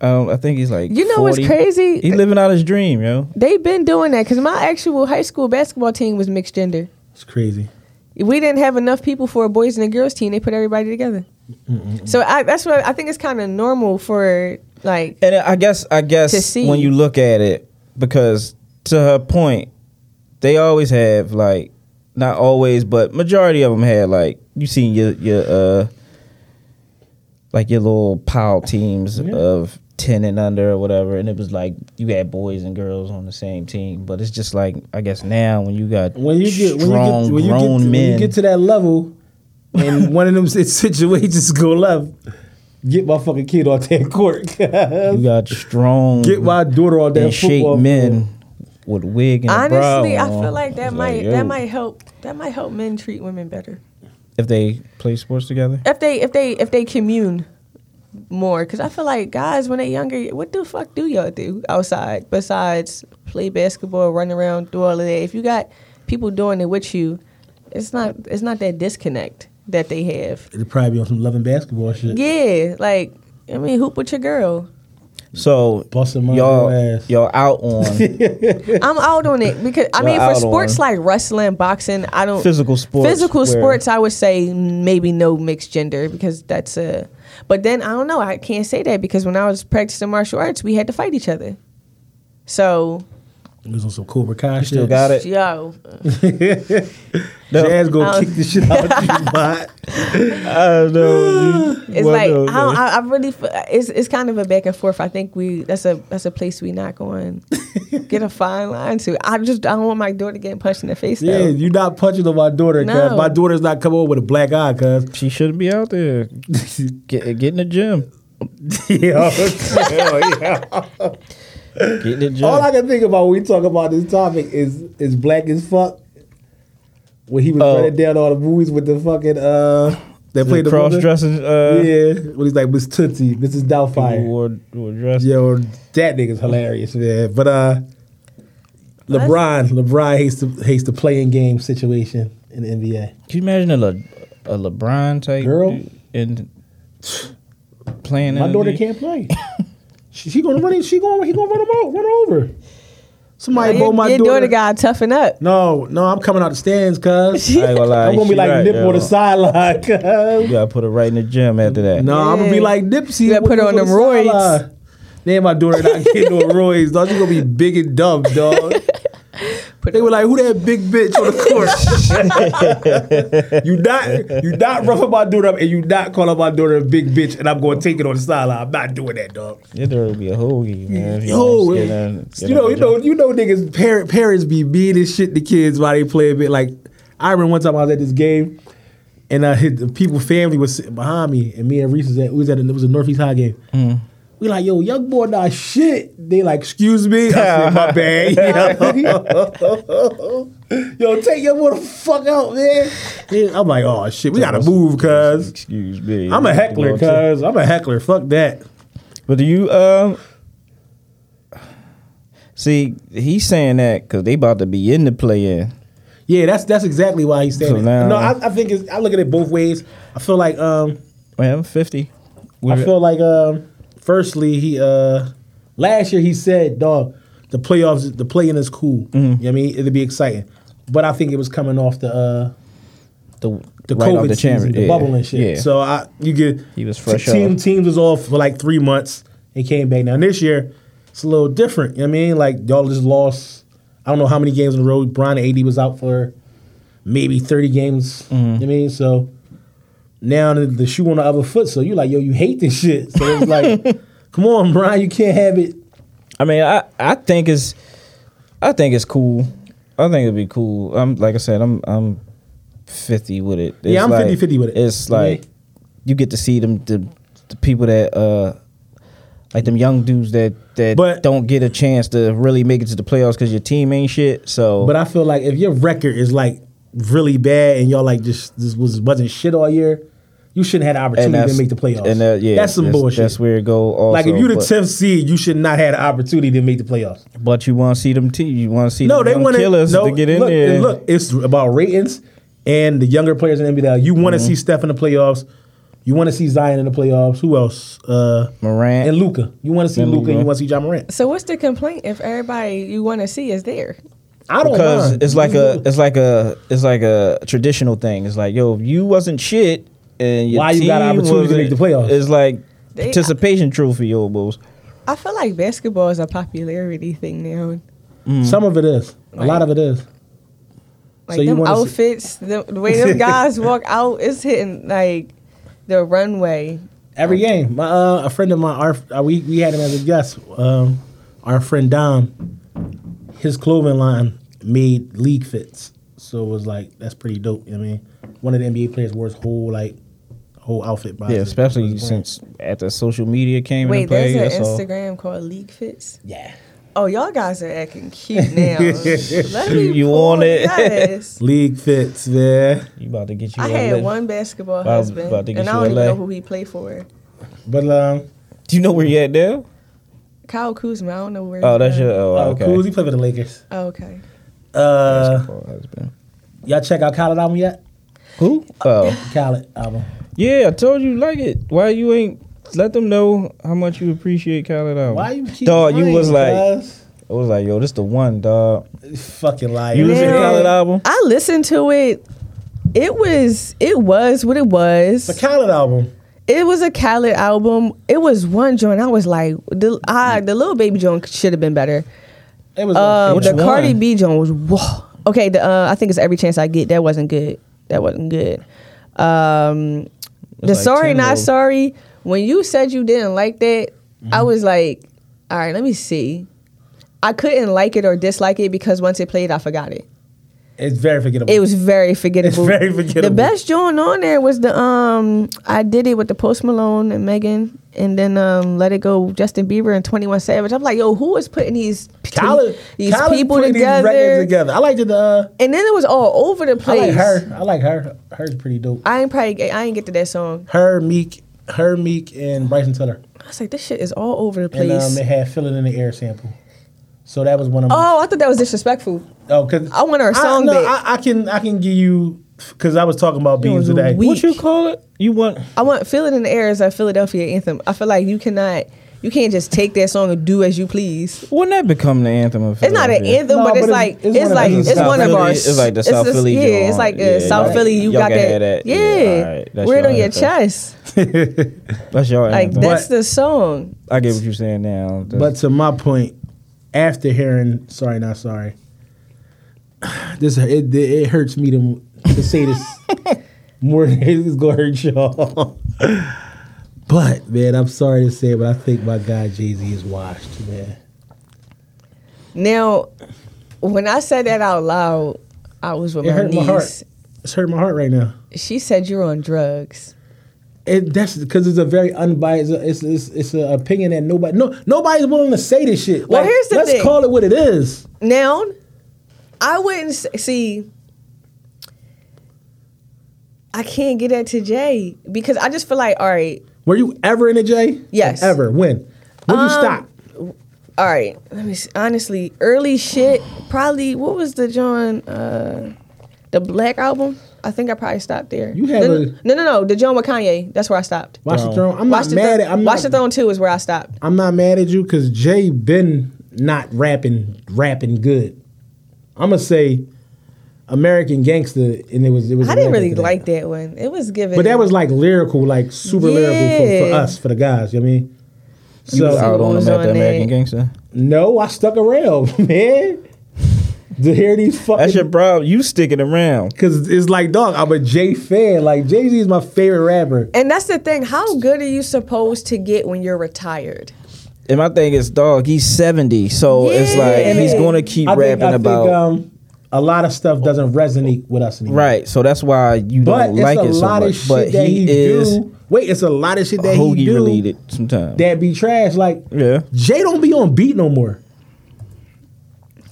[SPEAKER 3] Um, I think he's like.
[SPEAKER 4] You know what's
[SPEAKER 3] 40.
[SPEAKER 4] crazy?
[SPEAKER 3] He living out his dream, yo.
[SPEAKER 4] They've been doing that because my actual high school basketball team was mixed gender.
[SPEAKER 2] It's crazy.
[SPEAKER 4] We didn't have enough people for a boys and a girls team. They put everybody together. So I, that's what I think it's kind of normal for like
[SPEAKER 3] And I guess I
[SPEAKER 4] To
[SPEAKER 3] guess
[SPEAKER 4] see.
[SPEAKER 3] when you look at it, because to her point, they always have like not always, but majority of them had like you seen your your uh like your little pile teams of ten and under or whatever, and it was like you had boys and girls on the same team. But it's just like I guess now when you got
[SPEAKER 2] when you get when
[SPEAKER 3] strong
[SPEAKER 2] you get when you get,
[SPEAKER 3] grown
[SPEAKER 2] to,
[SPEAKER 3] men,
[SPEAKER 2] when you get to that level, and one of them si- situations go left, get my fucking kid off that court.
[SPEAKER 3] you got strong
[SPEAKER 2] get my daughter on that
[SPEAKER 3] and
[SPEAKER 2] football
[SPEAKER 3] shaped
[SPEAKER 2] field.
[SPEAKER 3] men with wig and a bra
[SPEAKER 4] honestly, I
[SPEAKER 3] on.
[SPEAKER 4] feel like that
[SPEAKER 3] It's
[SPEAKER 4] might
[SPEAKER 3] yo.
[SPEAKER 4] that might help that might help men treat women better
[SPEAKER 3] if they play sports together.
[SPEAKER 4] if they if they if they commune more because I feel like guys when they're younger, what the fuck do y'all do outside besides play basketball, run around, do all of that? If you got people doing it with you, it's not it's not that disconnect that they have.
[SPEAKER 2] It'll probably be on some loving basketball shit.
[SPEAKER 4] Yeah, like I mean, hoop with your girl.
[SPEAKER 3] So
[SPEAKER 2] Busting my
[SPEAKER 3] y'all,
[SPEAKER 2] ass.
[SPEAKER 3] y'all out on
[SPEAKER 4] I'm out on it because I
[SPEAKER 3] Y'all
[SPEAKER 4] mean, for
[SPEAKER 3] out
[SPEAKER 4] sports
[SPEAKER 3] on-
[SPEAKER 4] like wrestling, boxing, I don't
[SPEAKER 3] Physical sports
[SPEAKER 4] Physical
[SPEAKER 3] where-
[SPEAKER 4] sports, I would say maybe no mixed gender because that's a. But then I don't know. I can't say that because when I was practicing martial arts, we had to fight each other. So
[SPEAKER 2] It was on some Cobra Kai shit.
[SPEAKER 3] still got it.
[SPEAKER 4] yo, um,
[SPEAKER 2] Jazz gonna
[SPEAKER 4] I
[SPEAKER 2] kick the shit out of you, bot.
[SPEAKER 3] I know.
[SPEAKER 4] it's like I, don't, I, I really f- it's it's kind of a back and forth. I think we that's a that's a place we not going get a fine line to. I just I don't want my daughter getting punched in the face.
[SPEAKER 2] Yeah,
[SPEAKER 4] though.
[SPEAKER 2] you're not punching on my daughter, cuz.
[SPEAKER 4] No.
[SPEAKER 2] My daughter's not coming over with a black eye, cuz.
[SPEAKER 3] she shouldn't be out there. Get, get in the gym.
[SPEAKER 2] Yo, yo, yo.
[SPEAKER 3] Get in the gym.
[SPEAKER 2] All I can think about when we talk about this topic is is black as fuck. When he was
[SPEAKER 3] Oh.
[SPEAKER 2] running down all the movies with the fucking uh that played the
[SPEAKER 3] cross
[SPEAKER 2] woman.
[SPEAKER 3] dressing. Uh,
[SPEAKER 2] yeah, when he's like Miss Tootsie, Mrs.
[SPEAKER 3] people
[SPEAKER 2] Doubtfire.
[SPEAKER 3] wore, wore dress.
[SPEAKER 2] Yo, that nigga's hilarious, man. But uh, LeBron, LeBron hates the hates the playing game situation in the NBA.
[SPEAKER 3] Can you imagine a, Le, a LeBron type
[SPEAKER 2] Girl.
[SPEAKER 3] dude and playing?
[SPEAKER 2] My
[SPEAKER 3] in
[SPEAKER 2] daughter
[SPEAKER 3] the-
[SPEAKER 2] can't play. she, she gonna run. She gonna he gonna run him out, run over. Somebody
[SPEAKER 4] Your,
[SPEAKER 2] blow my
[SPEAKER 4] your
[SPEAKER 2] daughter.
[SPEAKER 4] daughter got toughen up.
[SPEAKER 2] no, no, I'm coming out the stands, cuz.
[SPEAKER 3] I ain't gonna lie.
[SPEAKER 2] I'm gonna be
[SPEAKER 3] she
[SPEAKER 2] like
[SPEAKER 3] right,
[SPEAKER 2] Nip
[SPEAKER 3] yo.
[SPEAKER 2] on the sideline.
[SPEAKER 3] You
[SPEAKER 2] cuz.
[SPEAKER 3] gotta put her right in the gym after that.
[SPEAKER 2] No, I'm gonna be
[SPEAKER 4] Yeah.
[SPEAKER 2] like Nipsey.
[SPEAKER 4] You gotta
[SPEAKER 2] with
[SPEAKER 4] put her
[SPEAKER 2] Nip the
[SPEAKER 4] on them roids.
[SPEAKER 2] sideline. Then my daughter not getting no roids, dog. She gonna be big and dumb, dog. They were like, "Who that big bitch on the court?" you not, you not roughing my daughter up, and you not calling my daughter a big bitch, and I'm gonna take it on the sideline. I'm not doing that, dog.
[SPEAKER 3] Your daughter would be a hoagie, man. if you
[SPEAKER 2] Yo,
[SPEAKER 3] don't get in- get
[SPEAKER 2] you
[SPEAKER 3] in
[SPEAKER 2] know, you
[SPEAKER 3] the gym.
[SPEAKER 2] know, you know, niggas, parent, parents be mean as shit to kids while they play a bit. Like, I remember one time I was at this game, and I hit the people, family was sitting behind me, and me and Reese was at, we was at, a, it was a Northeast High game.
[SPEAKER 3] Mm.
[SPEAKER 2] We like, yo, young boy, nah, shit. They like, excuse me. I said, my bad. Yo, yo take your boy the fuck out, man. Yeah, I'm like, oh shit, we gotta move, cuz.
[SPEAKER 3] Excuse me.
[SPEAKER 2] I'm a heckler, cuz. I'm a heckler. Fuck that.
[SPEAKER 3] But do you um see he's saying that because they about to be in the play in.
[SPEAKER 2] Yeah, that's that's exactly why he's saying
[SPEAKER 3] So
[SPEAKER 2] it.
[SPEAKER 3] now-
[SPEAKER 2] No, I, I think it's, I look at it both ways. I feel like um
[SPEAKER 3] Man, I'm fifty.
[SPEAKER 2] I feel like um firstly he uh last year he said dog the playoffs the playing is cool.
[SPEAKER 3] Mm-hmm.
[SPEAKER 2] You know what I mean it'll be exciting, but I think it was coming off the uh
[SPEAKER 3] the,
[SPEAKER 2] the
[SPEAKER 3] right
[SPEAKER 2] COVID
[SPEAKER 3] off the
[SPEAKER 2] season,
[SPEAKER 3] chamber-
[SPEAKER 2] the
[SPEAKER 3] yeah,
[SPEAKER 2] bubble and shit.
[SPEAKER 3] Yeah.
[SPEAKER 2] So I you get
[SPEAKER 3] He was fresh
[SPEAKER 2] Team
[SPEAKER 3] off.
[SPEAKER 2] teams was off for like three months and came back. Now this year it's a little different. You know what I mean like y'all just lost. I don't know how many games in a row. Brian and AD was out for maybe thirty games. You know
[SPEAKER 3] Mm-hmm.
[SPEAKER 2] what I mean so now the, the shoe on the other foot. So you like yo you hate this shit. So it's like come on Brian you can't have it.
[SPEAKER 3] I mean, I I think it's I think it's cool. I think it'd be cool. I'm like I said, I'm I'm fifty with it. It's
[SPEAKER 2] I'm
[SPEAKER 3] like,
[SPEAKER 2] 50-50 with it.
[SPEAKER 3] It's
[SPEAKER 2] Yeah.
[SPEAKER 3] like you get to see them the, the people that uh like them young dudes that that
[SPEAKER 2] But-
[SPEAKER 3] don't get a chance to really make it to the playoffs because your team ain't shit. So
[SPEAKER 2] But I feel like if your record is like really bad and y'all like just this was wasn't shit all year, you shouldn't have the opportunity to
[SPEAKER 3] that's-
[SPEAKER 2] make the playoffs.
[SPEAKER 3] And that, yeah,
[SPEAKER 2] that's some bullshit.
[SPEAKER 3] That's where it go. Also,
[SPEAKER 2] like if you the
[SPEAKER 3] but,
[SPEAKER 2] tenth seed, you should not have the opportunity to make the playoffs.
[SPEAKER 3] but you want to see them team. You want to see
[SPEAKER 2] No,
[SPEAKER 3] them
[SPEAKER 2] they
[SPEAKER 3] young
[SPEAKER 2] want
[SPEAKER 3] killers
[SPEAKER 2] no,
[SPEAKER 3] to get in
[SPEAKER 2] look,
[SPEAKER 3] there.
[SPEAKER 2] Look, it's about ratings and the younger players in the NBA. You want to
[SPEAKER 3] Mm-hmm.
[SPEAKER 2] see Steph in the playoffs. You want to see Zion in the playoffs. Who else? Uh,
[SPEAKER 3] Morant.
[SPEAKER 2] and Luca. You want to see
[SPEAKER 3] And
[SPEAKER 2] Luca. and
[SPEAKER 3] Luka.
[SPEAKER 2] You want to see John Morant.
[SPEAKER 4] So what's the complaint if everybody you want to see is there?
[SPEAKER 2] I don't
[SPEAKER 3] because
[SPEAKER 2] mind.
[SPEAKER 3] it's like a it's like a it's like a traditional thing. It's like yo, if you wasn't shit and your
[SPEAKER 2] Why you got an
[SPEAKER 3] team
[SPEAKER 2] opportunity to make
[SPEAKER 3] wasn't-
[SPEAKER 2] the playoffs?
[SPEAKER 3] It's like
[SPEAKER 4] They-
[SPEAKER 3] participation trophy, yo, bulls.
[SPEAKER 4] I feel like basketball is a popularity thing now.
[SPEAKER 2] Some of it is. A lot of it is.
[SPEAKER 4] Like
[SPEAKER 2] So you
[SPEAKER 4] them
[SPEAKER 2] wanna see-
[SPEAKER 4] outfits, the, the way them guys walk out, it's hitting like the runway.
[SPEAKER 2] Every game. My uh, a friend of mine, our uh, we we had him as a guest. Um, our friend Dom, his clothing line made league fits, so it was like that's pretty dope. you know what I mean, one of the NBA players wore his whole like whole outfit. Box
[SPEAKER 3] Yeah, especially since after social media came
[SPEAKER 4] Wait,
[SPEAKER 3] into play. That's
[SPEAKER 4] there's an
[SPEAKER 3] all.
[SPEAKER 4] Instagram called League Fits.
[SPEAKER 2] yeah,
[SPEAKER 4] Oh, y'all guys are acting cute now. Let me
[SPEAKER 3] You
[SPEAKER 4] pull-
[SPEAKER 3] on it?
[SPEAKER 4] Yes.
[SPEAKER 2] league fits, man.
[SPEAKER 3] You about to get you.
[SPEAKER 4] I
[SPEAKER 3] a
[SPEAKER 4] had
[SPEAKER 3] lit-
[SPEAKER 4] one basketball
[SPEAKER 3] About-
[SPEAKER 4] husband,
[SPEAKER 3] about to get
[SPEAKER 4] and I
[SPEAKER 3] you
[SPEAKER 4] don't
[SPEAKER 3] a
[SPEAKER 4] even
[SPEAKER 3] lay.
[SPEAKER 4] know who he played for.
[SPEAKER 2] But um,
[SPEAKER 3] Do you know where you at now?
[SPEAKER 4] Kyle Kuzma, I don't know where.
[SPEAKER 3] Oh,
[SPEAKER 4] he
[SPEAKER 3] that's
[SPEAKER 4] at.
[SPEAKER 3] your. Oh,
[SPEAKER 2] oh,
[SPEAKER 3] okay.
[SPEAKER 2] cool. He played for the Lakers.
[SPEAKER 4] Oh, okay.
[SPEAKER 2] Uh,
[SPEAKER 3] Basketball husband.
[SPEAKER 2] y'all check out Khaled album yet?
[SPEAKER 3] Who?
[SPEAKER 4] Uh,
[SPEAKER 3] Oh,
[SPEAKER 2] Khaled album.
[SPEAKER 3] yeah. I told you you like it. Why you ain't let them know how much you appreciate Khaled album?
[SPEAKER 2] Why you keep
[SPEAKER 3] dog? You
[SPEAKER 2] lying,
[SPEAKER 3] was like,
[SPEAKER 2] cuz?
[SPEAKER 3] I was like, yo, this the one, dog.
[SPEAKER 2] fucking liar.
[SPEAKER 3] You listen to
[SPEAKER 4] Man.
[SPEAKER 3] Khaled album?
[SPEAKER 4] I listened to it. It was it was what it
[SPEAKER 2] It's
[SPEAKER 4] was.
[SPEAKER 2] a Khaled album.
[SPEAKER 4] It was a Khaled album. It was one joint. I was like, the I, the little baby joint should have been better.
[SPEAKER 2] It was
[SPEAKER 4] Um,
[SPEAKER 3] Which
[SPEAKER 4] the
[SPEAKER 3] one?
[SPEAKER 4] Cardi B joint was whoa. Okay, the uh, I think it's every chance I get. That wasn't good. That wasn't good. Um, the
[SPEAKER 3] like
[SPEAKER 4] sorry
[SPEAKER 3] 10
[SPEAKER 4] not
[SPEAKER 3] old.
[SPEAKER 4] sorry. When you said you didn't like that, I
[SPEAKER 3] Mm-hmm.
[SPEAKER 4] was like, all right, let me see. I couldn't like it or dislike it because once it played, I forgot it.
[SPEAKER 2] it's very forgettable.
[SPEAKER 4] It was very forgettable.
[SPEAKER 2] It's very forgettable.
[SPEAKER 4] The best joint on there was the um I did it with the Post Malone and Megan and then um Let It Go Justin Bieber and Twenty One Savage. I'm like, yo, who is putting these
[SPEAKER 2] Khaled,
[SPEAKER 4] these
[SPEAKER 2] Khaled
[SPEAKER 4] people
[SPEAKER 2] put
[SPEAKER 4] together?
[SPEAKER 2] These records together. I liked it. Uh,
[SPEAKER 4] And then it was all over the
[SPEAKER 2] I like
[SPEAKER 4] place.
[SPEAKER 2] her. I like her. Her's pretty dope.
[SPEAKER 4] I ain't probably get- I ain't get to that song.
[SPEAKER 2] Her Meek, her Meek, and Bryson Tiller,
[SPEAKER 4] I was like, this shit is all over the
[SPEAKER 2] and
[SPEAKER 4] place.
[SPEAKER 2] um, they had "Fill It in the Air" sample. So that was one of my.
[SPEAKER 4] oh, I thought that was disrespectful.
[SPEAKER 2] Oh, cause
[SPEAKER 4] I want her song
[SPEAKER 2] I, no,
[SPEAKER 4] back.
[SPEAKER 2] I, I can I can give you because I was talking about beans
[SPEAKER 4] was
[SPEAKER 2] today.
[SPEAKER 4] weak.
[SPEAKER 3] What you call it? You want?
[SPEAKER 4] I want "Feel It in the Air" as a Philadelphia anthem. I feel like you cannot, you can't just take that song and do as you please.
[SPEAKER 3] Wouldn't that become the anthem of?
[SPEAKER 4] It's not an
[SPEAKER 3] Philadelphia?
[SPEAKER 4] anthem,
[SPEAKER 2] No,
[SPEAKER 4] but,
[SPEAKER 2] but
[SPEAKER 4] it's
[SPEAKER 2] it's-
[SPEAKER 4] like
[SPEAKER 2] it's one of
[SPEAKER 4] it's, like
[SPEAKER 2] those
[SPEAKER 4] it's
[SPEAKER 2] South
[SPEAKER 4] one of
[SPEAKER 3] Philly-
[SPEAKER 4] our.
[SPEAKER 3] It's like the South
[SPEAKER 4] just-
[SPEAKER 3] Philly.
[SPEAKER 4] Yeah,
[SPEAKER 3] joint.
[SPEAKER 4] it's like uh,
[SPEAKER 3] Yeah,
[SPEAKER 4] South
[SPEAKER 3] y'all-
[SPEAKER 4] Philly. You
[SPEAKER 3] y'all
[SPEAKER 4] got
[SPEAKER 3] can have
[SPEAKER 4] that. Yeah,
[SPEAKER 3] alright, that's
[SPEAKER 4] wear it
[SPEAKER 3] y'all
[SPEAKER 4] on your
[SPEAKER 3] anthem.
[SPEAKER 4] chest.
[SPEAKER 3] That's your
[SPEAKER 4] Like
[SPEAKER 3] anthem.
[SPEAKER 4] that's the song.
[SPEAKER 3] I get what you're saying now. That's-
[SPEAKER 2] But to my point, after hearing "Sorry Not Sorry," this it, it hurts me to to say this more than it's gonna hurt y'all. but man, I'm sorry to say, it, but I think my guy Jay Z is washed, man.
[SPEAKER 4] Now, when I said that out loud, I was with
[SPEAKER 2] It
[SPEAKER 4] my
[SPEAKER 2] hurt
[SPEAKER 4] niece.
[SPEAKER 2] my heart. It's hurt my heart right now.
[SPEAKER 4] She said you're on drugs.
[SPEAKER 2] It, that's because it's a very unbiased. It's it's it's an opinion that nobody no nobody's willing to say this shit.
[SPEAKER 4] Well, here's the
[SPEAKER 2] let's
[SPEAKER 4] thing.
[SPEAKER 2] call it what it is.
[SPEAKER 4] Now, I wouldn't s- see. I can't get that to Jay because I just feel like, all right,
[SPEAKER 2] Were you ever in a J?
[SPEAKER 4] Yes. Um,
[SPEAKER 2] Ever when? When you stop?
[SPEAKER 4] all right. Let me see. honestly, early shit. Probably what was the John, uh, the Black album? I think I probably stopped there.
[SPEAKER 2] You have
[SPEAKER 4] no,
[SPEAKER 2] a-
[SPEAKER 4] no, no, no, the John with Kanye. That's where I stopped.
[SPEAKER 2] Watch the throne. I'm
[SPEAKER 4] Watch
[SPEAKER 2] not mad
[SPEAKER 4] the
[SPEAKER 2] at. I'm
[SPEAKER 4] Watch the
[SPEAKER 2] not,
[SPEAKER 4] Throne Two is where I stopped.
[SPEAKER 2] I'm not mad at you because Jay been not rapping, rapping good. I'm gonna say American Gangster, and it was it was.
[SPEAKER 4] I didn't
[SPEAKER 2] American
[SPEAKER 4] really
[SPEAKER 2] for that.
[SPEAKER 4] like that one. It was given,
[SPEAKER 2] but that was like lyrical, like super lyrical for, for
[SPEAKER 4] Yeah.
[SPEAKER 2] us, for the guys. You know what I mean?
[SPEAKER 3] you was out on
[SPEAKER 4] was
[SPEAKER 3] them at
[SPEAKER 4] on
[SPEAKER 3] the American
[SPEAKER 4] it.
[SPEAKER 3] Gangster.
[SPEAKER 2] No, I stuck around, man. To hear these
[SPEAKER 3] That's your
[SPEAKER 2] fucking
[SPEAKER 3] problem. You sticking around.
[SPEAKER 2] because it's like dog. I'm a Jay fan. Like Jay Z is my favorite rapper.
[SPEAKER 4] and that's the thing. How good are you supposed to get when you're retired?
[SPEAKER 3] And my thing is, dog. He's 70, so it's like
[SPEAKER 4] Yeah.
[SPEAKER 3] he's gonna keep
[SPEAKER 2] I
[SPEAKER 3] rapping
[SPEAKER 2] think, I
[SPEAKER 3] about.
[SPEAKER 2] think, um, a lot of stuff doesn't resonate with us anymore.
[SPEAKER 3] Right, so that's why you
[SPEAKER 2] But
[SPEAKER 3] don't
[SPEAKER 2] it's
[SPEAKER 3] like
[SPEAKER 2] a
[SPEAKER 3] it so
[SPEAKER 2] lot of
[SPEAKER 3] much.
[SPEAKER 2] shit
[SPEAKER 3] But
[SPEAKER 2] that
[SPEAKER 3] he,
[SPEAKER 2] he,
[SPEAKER 3] is
[SPEAKER 2] do. Wait, it's a lot of shit that he
[SPEAKER 3] hoagie
[SPEAKER 2] do
[SPEAKER 3] related sometimes.
[SPEAKER 2] that be trash. Like
[SPEAKER 3] yeah,
[SPEAKER 2] Jay don't be on beat no more.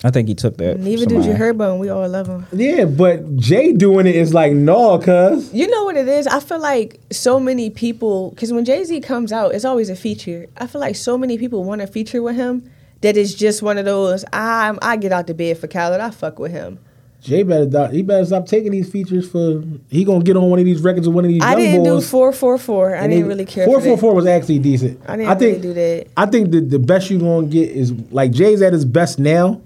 [SPEAKER 3] I think he took that. from
[SPEAKER 4] Neither did you
[SPEAKER 3] somebody.
[SPEAKER 4] hear, but we all love him.
[SPEAKER 2] Yeah, but Jay doing it is like no, cuz
[SPEAKER 4] You know what it is? I feel like so many people, because when Jay Z comes out, it's always a feature. I feel like so many people want a feature with him that it's just one of those. I I get out the bed for Khaled. I fuck with him.
[SPEAKER 2] Jay better do- he better stop taking these features for he gonna get on one of these records with one of these.
[SPEAKER 4] I
[SPEAKER 2] young
[SPEAKER 4] didn't
[SPEAKER 2] boys.
[SPEAKER 4] do four four four. I
[SPEAKER 2] And
[SPEAKER 4] didn't
[SPEAKER 2] they-
[SPEAKER 4] really care.
[SPEAKER 2] Four
[SPEAKER 4] for
[SPEAKER 2] four
[SPEAKER 4] that.
[SPEAKER 2] four was actually decent.
[SPEAKER 4] I didn't
[SPEAKER 2] think,
[SPEAKER 4] really do that.
[SPEAKER 2] I think the the best you gonna get is like Jay's at his best now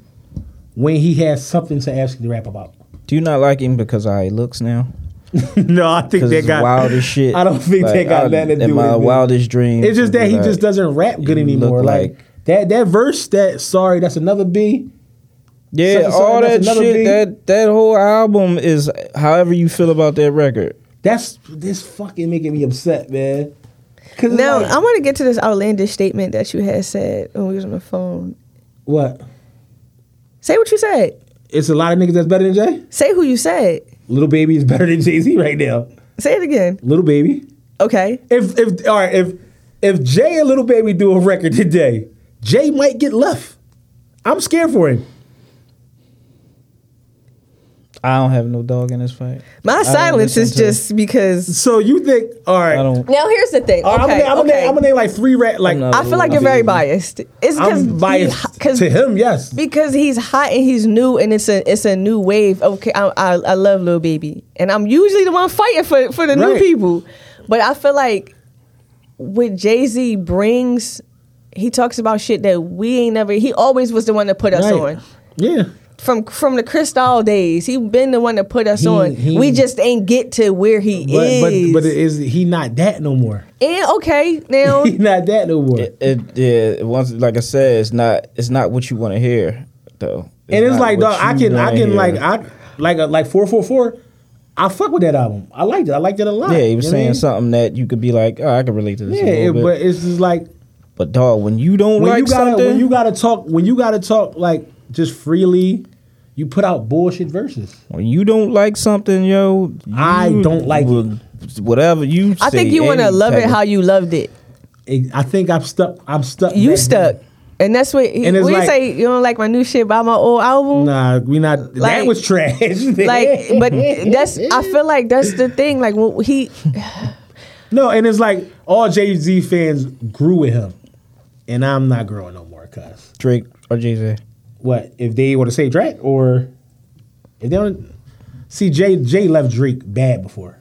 [SPEAKER 2] when he has something to actually rap about.
[SPEAKER 3] Do you not like him because of how he looks now?
[SPEAKER 2] no, I think
[SPEAKER 3] Because
[SPEAKER 2] that
[SPEAKER 3] it's
[SPEAKER 2] got
[SPEAKER 3] wild as shit.
[SPEAKER 2] I don't think that
[SPEAKER 3] Like,
[SPEAKER 2] got
[SPEAKER 3] I-
[SPEAKER 2] nothing to
[SPEAKER 3] in
[SPEAKER 2] do with
[SPEAKER 3] my
[SPEAKER 2] it. man.
[SPEAKER 3] wildest dreams,
[SPEAKER 2] It's just
[SPEAKER 3] it'd
[SPEAKER 2] that
[SPEAKER 3] be
[SPEAKER 2] he
[SPEAKER 3] like,
[SPEAKER 2] just doesn't rap good
[SPEAKER 3] you
[SPEAKER 2] anymore.
[SPEAKER 3] look
[SPEAKER 2] Like,
[SPEAKER 3] like-
[SPEAKER 2] that that verse that sorry, that's another B.
[SPEAKER 3] Yeah,
[SPEAKER 2] Something-
[SPEAKER 3] all
[SPEAKER 2] something
[SPEAKER 3] that
[SPEAKER 2] that's another
[SPEAKER 3] shit.
[SPEAKER 2] beat.
[SPEAKER 3] That that whole album is however you feel about that record.
[SPEAKER 2] That's this fucking making me upset, man. Cause it's
[SPEAKER 4] Now
[SPEAKER 2] like-
[SPEAKER 4] I want to get to this outlandish statement that you had said when we was on the phone.
[SPEAKER 2] what?
[SPEAKER 4] Say what you said.
[SPEAKER 2] It's a lot of niggas that's better than Jay.
[SPEAKER 4] Say who you said.
[SPEAKER 2] Little baby is better than Jay Z right now.
[SPEAKER 4] Say it again.
[SPEAKER 2] Little baby.
[SPEAKER 4] Okay.
[SPEAKER 2] If if all right, if if Jay and Little Baby do a record today, Jay might get left. I'm scared for him.
[SPEAKER 3] I don't have no dog in this fight.
[SPEAKER 4] My silence
[SPEAKER 3] listen
[SPEAKER 4] is
[SPEAKER 3] to-
[SPEAKER 4] just because.
[SPEAKER 2] So you think all right?
[SPEAKER 3] I don't.
[SPEAKER 4] Now here's the thing.
[SPEAKER 2] All right,
[SPEAKER 4] okay.
[SPEAKER 2] I'm, gonna,
[SPEAKER 4] okay.
[SPEAKER 2] name, I'm gonna name like three rap. Like
[SPEAKER 3] not-
[SPEAKER 4] I feel like you're very biased. It's because
[SPEAKER 2] I'm biased
[SPEAKER 4] because
[SPEAKER 2] to him. Yes,
[SPEAKER 4] because he's hot and he's new and it's a it's a new wave. Okay, I I, I love Lil Baby and I'm usually the one fighting for for the new
[SPEAKER 2] Right.
[SPEAKER 4] people, but I feel like what Jay Z brings, he talks about shit that we ain't never. He always was the one that put us
[SPEAKER 2] Right.
[SPEAKER 4] on.
[SPEAKER 2] Yeah,
[SPEAKER 4] From from the Cristal days, he been the one that put us
[SPEAKER 2] He-
[SPEAKER 4] on.
[SPEAKER 2] he-
[SPEAKER 4] we just ain't get to where he
[SPEAKER 2] but but
[SPEAKER 4] is.
[SPEAKER 2] but it is he not that no more?
[SPEAKER 4] and okay, now
[SPEAKER 2] He not that no more.
[SPEAKER 3] It, it yeah. it Once like I said, it's not it's not what you want to hear though.
[SPEAKER 2] and it's
[SPEAKER 3] not
[SPEAKER 2] like
[SPEAKER 3] what
[SPEAKER 2] dog, I
[SPEAKER 3] you
[SPEAKER 2] can I
[SPEAKER 3] wanna
[SPEAKER 2] can
[SPEAKER 3] hear.
[SPEAKER 2] like I like uh, like four four four. I fuck with that album. I liked it. I liked it a lot.
[SPEAKER 3] yeah, he
[SPEAKER 2] you
[SPEAKER 3] was
[SPEAKER 2] know
[SPEAKER 3] saying
[SPEAKER 2] what I mean?
[SPEAKER 3] something that you could be like, oh, I can relate to this.
[SPEAKER 2] Yeah,
[SPEAKER 3] a
[SPEAKER 2] it,
[SPEAKER 3] little
[SPEAKER 2] but
[SPEAKER 3] bit.
[SPEAKER 2] it's just like
[SPEAKER 3] But, dog, when you don't
[SPEAKER 2] when
[SPEAKER 3] like
[SPEAKER 2] you gotta
[SPEAKER 3] something,
[SPEAKER 2] when you gotta talk when you gotta talk like just freely. You put out bullshit verses.
[SPEAKER 3] When you don't like something, yo,
[SPEAKER 2] I
[SPEAKER 3] you
[SPEAKER 2] don't like
[SPEAKER 3] will- Whatever you,
[SPEAKER 4] I think you want to love it how you loved it.
[SPEAKER 2] It- I think I'm stuck. I'm stuck.
[SPEAKER 4] You
[SPEAKER 2] back
[SPEAKER 4] stuck.
[SPEAKER 2] there.
[SPEAKER 4] And that's what
[SPEAKER 2] And it's
[SPEAKER 4] when you
[SPEAKER 2] like-
[SPEAKER 4] say you don't like my new shit about my old album.
[SPEAKER 2] Nah, we not.
[SPEAKER 4] Like-
[SPEAKER 2] that was trash.
[SPEAKER 4] Like, but that's I feel like that's the thing. Like when he,
[SPEAKER 2] No, and it's like all Jay Z fans grew with him, and I'm not growing no more. Cause
[SPEAKER 3] Drake or Jay Z.
[SPEAKER 2] what if they were to say Drake or if they don't see Jay Jay left Drake bad before.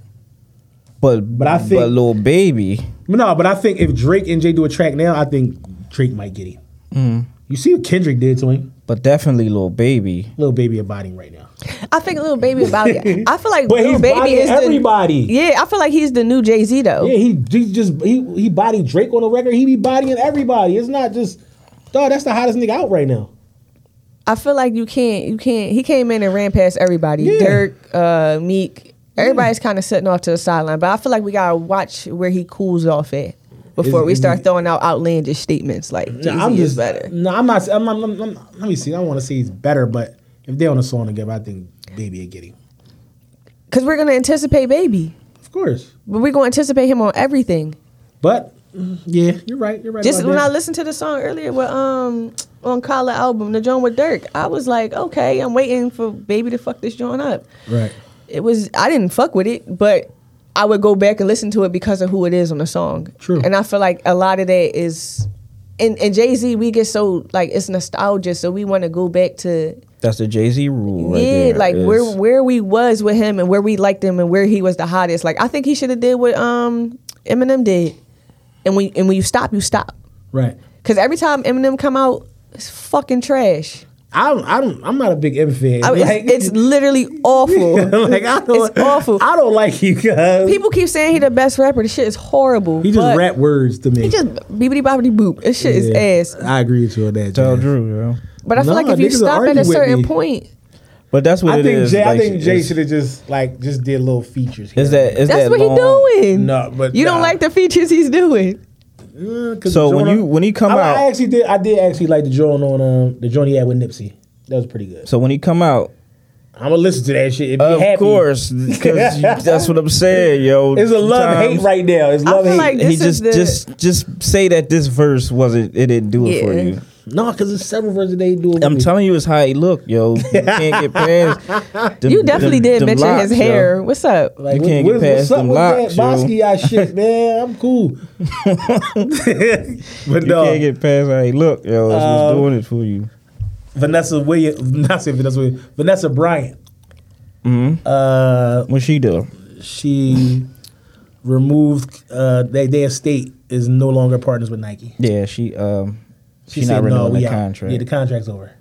[SPEAKER 3] But
[SPEAKER 2] But I think-
[SPEAKER 3] but little baby,
[SPEAKER 2] No, but I think if Drake and Jay do a track now, I think Drake might get him. You see what Kendrick did to him?
[SPEAKER 3] but definitely little baby.
[SPEAKER 2] Little baby about him right now.
[SPEAKER 4] I think little baby about it. I feel like
[SPEAKER 2] But
[SPEAKER 4] little
[SPEAKER 2] he's
[SPEAKER 4] baby
[SPEAKER 2] bodying
[SPEAKER 4] is
[SPEAKER 2] everybody.
[SPEAKER 4] The, yeah, I feel like he's the new Jay Z though.
[SPEAKER 2] Yeah, he, he just he he bodied Drake on the record. He be bodying everybody. It's not just dog. That's the hottest nigga out right now.
[SPEAKER 4] I feel like you can't you can't. He came in and ran past everybody.
[SPEAKER 2] Yeah.
[SPEAKER 4] Dirk, uh, Meek, everybody's kind of sitting off to the sideline. But I feel like we gotta watch where he cools off at before
[SPEAKER 2] Is-
[SPEAKER 4] we
[SPEAKER 2] is
[SPEAKER 4] start
[SPEAKER 2] he-
[SPEAKER 4] throwing out outlandish statements like Jay
[SPEAKER 2] No, I'm
[SPEAKER 4] Z is
[SPEAKER 2] just
[SPEAKER 4] better.
[SPEAKER 2] No, I'm not. I'm, I'm, I'm, I'm- let me see. I want to say he's better, but if they on a song together, I think Baby will get him.
[SPEAKER 4] Because we're gonna anticipate baby,
[SPEAKER 2] Of course.
[SPEAKER 4] but we're gonna anticipate him on everything.
[SPEAKER 2] But mm, yeah, you're right. You're right.
[SPEAKER 4] Just
[SPEAKER 2] about
[SPEAKER 4] when I
[SPEAKER 2] that.
[SPEAKER 4] listened to the song earlier with um on Collar album, the joint with Dirk, I was like, okay, I'm waiting for Baby to fuck this joint up.
[SPEAKER 2] right.
[SPEAKER 4] It was I didn't fuck with it, but I would go back and listen to it because of who it is on the song.
[SPEAKER 2] True.
[SPEAKER 4] And I feel like a lot of that is and and Jay Z, we get so like it's nostalgia, so we want to go back to
[SPEAKER 3] That's the Jay Z rule, right
[SPEAKER 4] yeah,
[SPEAKER 3] there,
[SPEAKER 4] like
[SPEAKER 3] is-
[SPEAKER 4] where where we was with him and where we liked him and where he was the hottest. Like I think he should have did what um Eminem did, and when and when you stop, you stop.
[SPEAKER 2] Right.
[SPEAKER 4] Cause every time Eminem come out, it's fucking trash.
[SPEAKER 2] I don't. I don't. I'm not a big M fan.
[SPEAKER 4] I mean, it's, it's literally awful.
[SPEAKER 2] like I don't.
[SPEAKER 4] it's awful.
[SPEAKER 2] I don't like you guys.
[SPEAKER 4] People keep saying he the best rapper. The shit is horrible.
[SPEAKER 2] he just
[SPEAKER 4] but
[SPEAKER 2] rap words to me.
[SPEAKER 4] He just bibbity bobbity boop. This shit
[SPEAKER 2] Yeah.
[SPEAKER 4] is ass.
[SPEAKER 2] I agree with you on that.
[SPEAKER 3] tell
[SPEAKER 2] Jay.
[SPEAKER 3] Drew, yo.
[SPEAKER 4] But I feel
[SPEAKER 2] Nah,
[SPEAKER 4] like if you
[SPEAKER 2] niggas
[SPEAKER 4] stop
[SPEAKER 2] argue
[SPEAKER 4] at a
[SPEAKER 2] with
[SPEAKER 4] certain
[SPEAKER 2] me.
[SPEAKER 4] point,
[SPEAKER 3] But that's what
[SPEAKER 2] I
[SPEAKER 3] it
[SPEAKER 2] think
[SPEAKER 3] is,
[SPEAKER 2] Jay. I
[SPEAKER 3] like,
[SPEAKER 2] think Jay
[SPEAKER 3] is-
[SPEAKER 2] should have just like just did little features. Here.
[SPEAKER 3] Is that is
[SPEAKER 4] that's
[SPEAKER 3] that
[SPEAKER 4] what
[SPEAKER 3] long,
[SPEAKER 4] he doing.
[SPEAKER 2] No, but
[SPEAKER 4] you don't
[SPEAKER 2] nah.
[SPEAKER 4] like the features he's doing.
[SPEAKER 2] Uh, 'cause
[SPEAKER 3] So
[SPEAKER 2] the
[SPEAKER 3] when
[SPEAKER 2] joint-
[SPEAKER 3] you when he come
[SPEAKER 2] I,
[SPEAKER 3] out,
[SPEAKER 2] I actually did. I did actually like the joint on um the joint he had with Nipsey. That was pretty good.
[SPEAKER 3] so when he come out,
[SPEAKER 2] I'm gonna listen to that shit. It be
[SPEAKER 3] of
[SPEAKER 2] happy.
[SPEAKER 3] course, because that's what I'm saying, yo.
[SPEAKER 2] It's a love hate
[SPEAKER 3] Times-
[SPEAKER 2] right now. It's
[SPEAKER 4] I
[SPEAKER 2] love
[SPEAKER 4] feel
[SPEAKER 2] hate.
[SPEAKER 4] like-
[SPEAKER 3] He
[SPEAKER 4] This is
[SPEAKER 3] just
[SPEAKER 4] the-
[SPEAKER 3] just just say that this verse wasn't it didn't do it for
[SPEAKER 4] Yeah.
[SPEAKER 3] you.
[SPEAKER 2] no, because it's several verses they do.
[SPEAKER 3] I'm telling you, it's how he look, yo. You can't get past. Them,
[SPEAKER 4] You definitely
[SPEAKER 3] them-
[SPEAKER 4] did
[SPEAKER 3] them
[SPEAKER 4] mention
[SPEAKER 3] locks,
[SPEAKER 4] his
[SPEAKER 3] yo.
[SPEAKER 4] hair. What's up?
[SPEAKER 2] Like,
[SPEAKER 3] you can't get past them
[SPEAKER 2] that
[SPEAKER 3] locks, yo.
[SPEAKER 2] Basquiat shit, man? I'm cool. but
[SPEAKER 3] You
[SPEAKER 2] no,
[SPEAKER 3] can't get past how he look, yo. It's
[SPEAKER 2] Um,
[SPEAKER 3] what's doing it for you.
[SPEAKER 2] Vanessa Williams, not say Vanessa Williams, Vanessa Bryant. Uh,
[SPEAKER 3] Mm-hmm. What she do?
[SPEAKER 2] she removed uh, they, their estate is no longer partners with Nike.
[SPEAKER 3] Yeah, she um she,
[SPEAKER 2] said,
[SPEAKER 3] not renewing
[SPEAKER 2] we
[SPEAKER 3] the
[SPEAKER 2] out."
[SPEAKER 3] contract.
[SPEAKER 2] Yeah, the contract's over.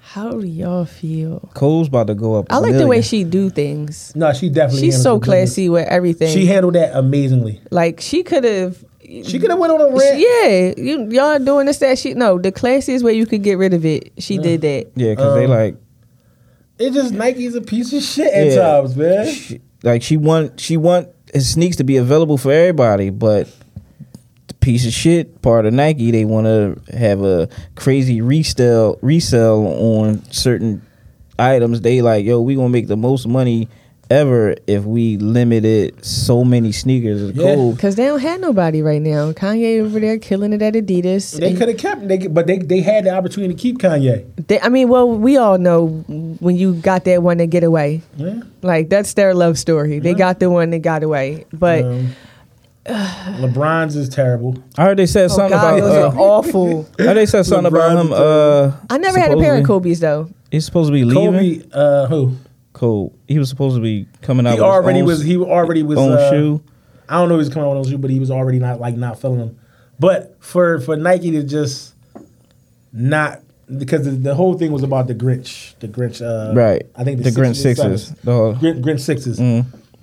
[SPEAKER 4] How do y'all feel?
[SPEAKER 3] Cole's about to go up.
[SPEAKER 4] I
[SPEAKER 3] a
[SPEAKER 4] like the way
[SPEAKER 3] million.
[SPEAKER 4] she do things.
[SPEAKER 2] No, she definitely.
[SPEAKER 4] She's
[SPEAKER 2] handled
[SPEAKER 4] so
[SPEAKER 2] the business.
[SPEAKER 4] classy with everything.
[SPEAKER 2] She handled that amazingly.
[SPEAKER 4] like she could have.
[SPEAKER 2] She could have went on a rant.
[SPEAKER 4] Yeah, you y'all doing this that shit. No, the classiest way you could get rid of it. She did that.
[SPEAKER 3] Yeah, because they
[SPEAKER 2] Um,
[SPEAKER 3] like
[SPEAKER 2] It's just Nike's a piece of shit at
[SPEAKER 3] Yeah.
[SPEAKER 2] times, man.
[SPEAKER 3] she, like she want she want his sneaks to be available for everybody, but the piece of shit part of Nike, they want to have a crazy resell resell on certain items. They like, yo, we gonna make the most money ever if we limited so many sneakers. It's
[SPEAKER 2] Yeah.
[SPEAKER 3] cool.
[SPEAKER 4] Cause they don't have nobody right now. Kanye over there killing it at Adidas.
[SPEAKER 2] They
[SPEAKER 4] And
[SPEAKER 2] could have kept, they, could- but they they had the opportunity to keep Kanye.
[SPEAKER 4] they- I mean, well, we all know when you got that one that get away.
[SPEAKER 2] Yeah.
[SPEAKER 4] Like that's their love story. They got the one that got away. But
[SPEAKER 2] Um, LeBron's is terrible.
[SPEAKER 3] I heard they said
[SPEAKER 4] oh
[SPEAKER 3] something
[SPEAKER 4] God, those
[SPEAKER 3] about.
[SPEAKER 4] are
[SPEAKER 3] Uh,
[SPEAKER 4] awful.
[SPEAKER 3] I heard they said something about
[SPEAKER 2] LeBron
[SPEAKER 3] him. Uh,
[SPEAKER 4] I never had a pair
[SPEAKER 3] supposedly-
[SPEAKER 4] of Kobe's though.
[SPEAKER 3] He's supposed to be
[SPEAKER 2] Kobe,
[SPEAKER 3] leaving.
[SPEAKER 2] uh, who?
[SPEAKER 3] Cole. He was supposed to be coming
[SPEAKER 2] He
[SPEAKER 3] out. with his
[SPEAKER 2] already
[SPEAKER 3] own
[SPEAKER 2] was. He already was.
[SPEAKER 3] own
[SPEAKER 2] uh,
[SPEAKER 3] shoe.
[SPEAKER 2] I don't know. He was coming out with those shoes, but he was already not like not feeling them. But for for Nike to just not because the, the whole thing was about the Grinch, the Grinch. Uh,
[SPEAKER 3] Right.
[SPEAKER 2] I think
[SPEAKER 3] The Grinch
[SPEAKER 2] sevens.
[SPEAKER 3] sixes, the whole- Mm-hmm.
[SPEAKER 2] Grinch, Grinch sixes.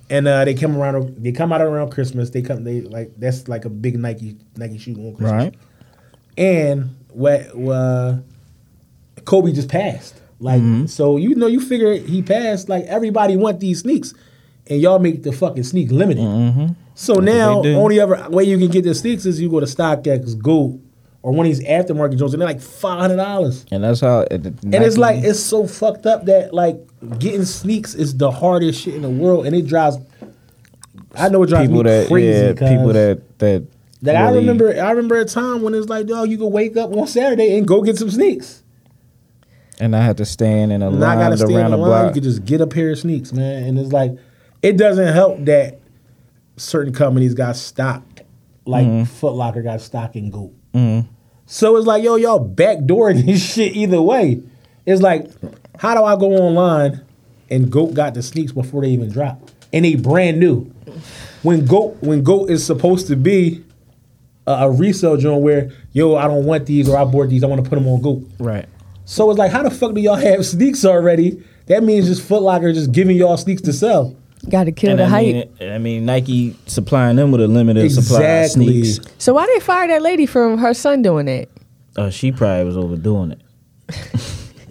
[SPEAKER 2] And uh, they come around. They come out around Christmas. They come. They like that's like a big Nike Nike shoe on Christmas.
[SPEAKER 3] Right.
[SPEAKER 2] And what uh, Kobe just passed. Like
[SPEAKER 3] Mm-hmm.
[SPEAKER 2] so, you know, you figure he passed. Like everybody want these sneaks, and y'all make the fucking sneak limited.
[SPEAKER 3] Mm-hmm.
[SPEAKER 2] So now,
[SPEAKER 3] do.
[SPEAKER 2] only other way you can get the sneaks is you go to StockX, Gold, or one of these aftermarket joints, and they're like five hundred dollars.
[SPEAKER 3] And that's how. And
[SPEAKER 2] And it's like it's so fucked up that like getting sneaks is the hardest shit in the world, and it drives. I know it drives
[SPEAKER 3] people
[SPEAKER 2] me
[SPEAKER 3] that
[SPEAKER 2] crazy.
[SPEAKER 3] yeah, people
[SPEAKER 2] cuz-
[SPEAKER 3] that that.
[SPEAKER 2] Like I
[SPEAKER 3] really-
[SPEAKER 2] remember, I remember a time when it's like, dog, you could wake up on Saturday and go get some sneaks.
[SPEAKER 3] And I had to stand in a
[SPEAKER 2] Now I
[SPEAKER 3] line
[SPEAKER 2] gotta
[SPEAKER 3] around
[SPEAKER 2] stay in the
[SPEAKER 3] the
[SPEAKER 2] line. You
[SPEAKER 3] block.
[SPEAKER 2] could just get a pair of sneaks, man. And it's like, it doesn't help that certain companies got stocked, like
[SPEAKER 3] Mm-hmm.
[SPEAKER 2] Foot Locker got stocked in Goop. So it's like, yo, y'all backdooring this shit either way. It's like, how do I go online and Goat got the sneaks before they even drop? And they brand new. When Goat when Goat is supposed to be a, a resale joint where, yo, I don't want these or I bought these, I want to put them on Goat.
[SPEAKER 3] right.
[SPEAKER 2] So it's like, how the fuck do y'all have sneaks already? That means just Foot Locker just giving y'all sneaks to sell.
[SPEAKER 4] Got to kill
[SPEAKER 3] And
[SPEAKER 4] the
[SPEAKER 3] I
[SPEAKER 4] hype.
[SPEAKER 3] mean, I mean, Nike supplying them with a limited supply of
[SPEAKER 2] Exactly.
[SPEAKER 3] sneaks.
[SPEAKER 4] So why they fire that lady from her son doing that?
[SPEAKER 3] Oh, she probably was overdoing it.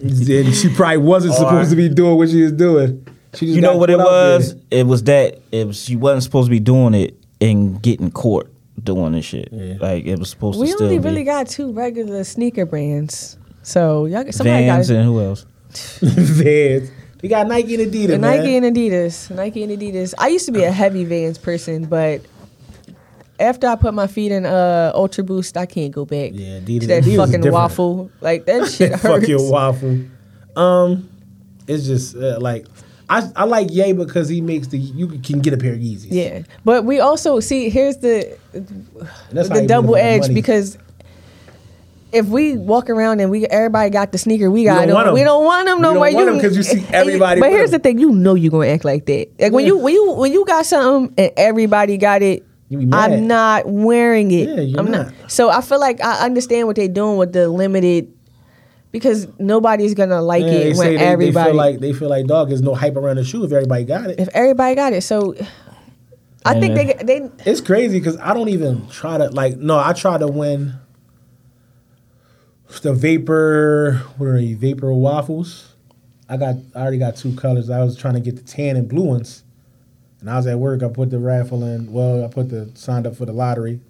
[SPEAKER 2] And she probably wasn't supposed to be doing what she was doing. She just
[SPEAKER 3] You
[SPEAKER 2] got
[SPEAKER 3] know what
[SPEAKER 2] put
[SPEAKER 3] it
[SPEAKER 2] out
[SPEAKER 3] was?
[SPEAKER 2] there.
[SPEAKER 3] It was that it was, she wasn't supposed to be doing it and getting caught doing this shit. Like it was supposed
[SPEAKER 4] We
[SPEAKER 3] to still
[SPEAKER 4] only
[SPEAKER 3] be
[SPEAKER 4] really got two regular sneaker brands. So y'all, somebody
[SPEAKER 3] Vans
[SPEAKER 4] got
[SPEAKER 3] and who else?
[SPEAKER 2] Vans. We got Nike and Adidas.
[SPEAKER 4] the
[SPEAKER 2] man.
[SPEAKER 4] Nike and Adidas. Nike and Adidas. I used to be a heavy Vans person, but after I put my feet in uh, Ultra Boost, I can't go back.
[SPEAKER 2] Yeah, Adidas-
[SPEAKER 4] to that
[SPEAKER 2] Adidas is
[SPEAKER 4] fucking
[SPEAKER 2] different.
[SPEAKER 4] waffle. Like that shit hurts.
[SPEAKER 2] Fuck your waffle. Um, it's just uh, like I I like Ye because he makes the you can get a pair of Yeezys.
[SPEAKER 4] Yeah, but we also see here's the
[SPEAKER 2] And that's how
[SPEAKER 4] the
[SPEAKER 2] he
[SPEAKER 4] double
[SPEAKER 2] win the
[SPEAKER 4] edge
[SPEAKER 2] money.
[SPEAKER 4] because if we walk around and we everybody got the sneaker we got,
[SPEAKER 2] don't want 'em.
[SPEAKER 4] we don't want them no
[SPEAKER 2] We don't
[SPEAKER 4] more.
[SPEAKER 2] want 'em 'cause you see
[SPEAKER 4] and-
[SPEAKER 2] everybody
[SPEAKER 4] But
[SPEAKER 2] with
[SPEAKER 4] here's
[SPEAKER 2] 'em.
[SPEAKER 4] the thing: you know you're gonna act like that. Like when
[SPEAKER 2] Yeah.
[SPEAKER 4] you when you when you got something and everybody got it.
[SPEAKER 2] You be mad.
[SPEAKER 4] I'm not wearing it.
[SPEAKER 2] Yeah, you're
[SPEAKER 4] I'm
[SPEAKER 2] not.
[SPEAKER 4] So I feel like I understand what they're doing with the limited, because nobody's gonna like
[SPEAKER 2] Yeah, they
[SPEAKER 4] it
[SPEAKER 2] say
[SPEAKER 4] when
[SPEAKER 2] they,
[SPEAKER 4] everybody.
[SPEAKER 2] they feel like they feel like dog. There's no hype around the shoe if everybody got it.
[SPEAKER 4] if everybody got it, so I think they they
[SPEAKER 2] It's crazy because I don't even try to like. No, I try to win the vapor. What are you? Vapor waffles. I got. I already got two colors. I was trying to get the tan and blue ones, and I was at work. I put the raffle in. Well, I put the signed up for the lottery.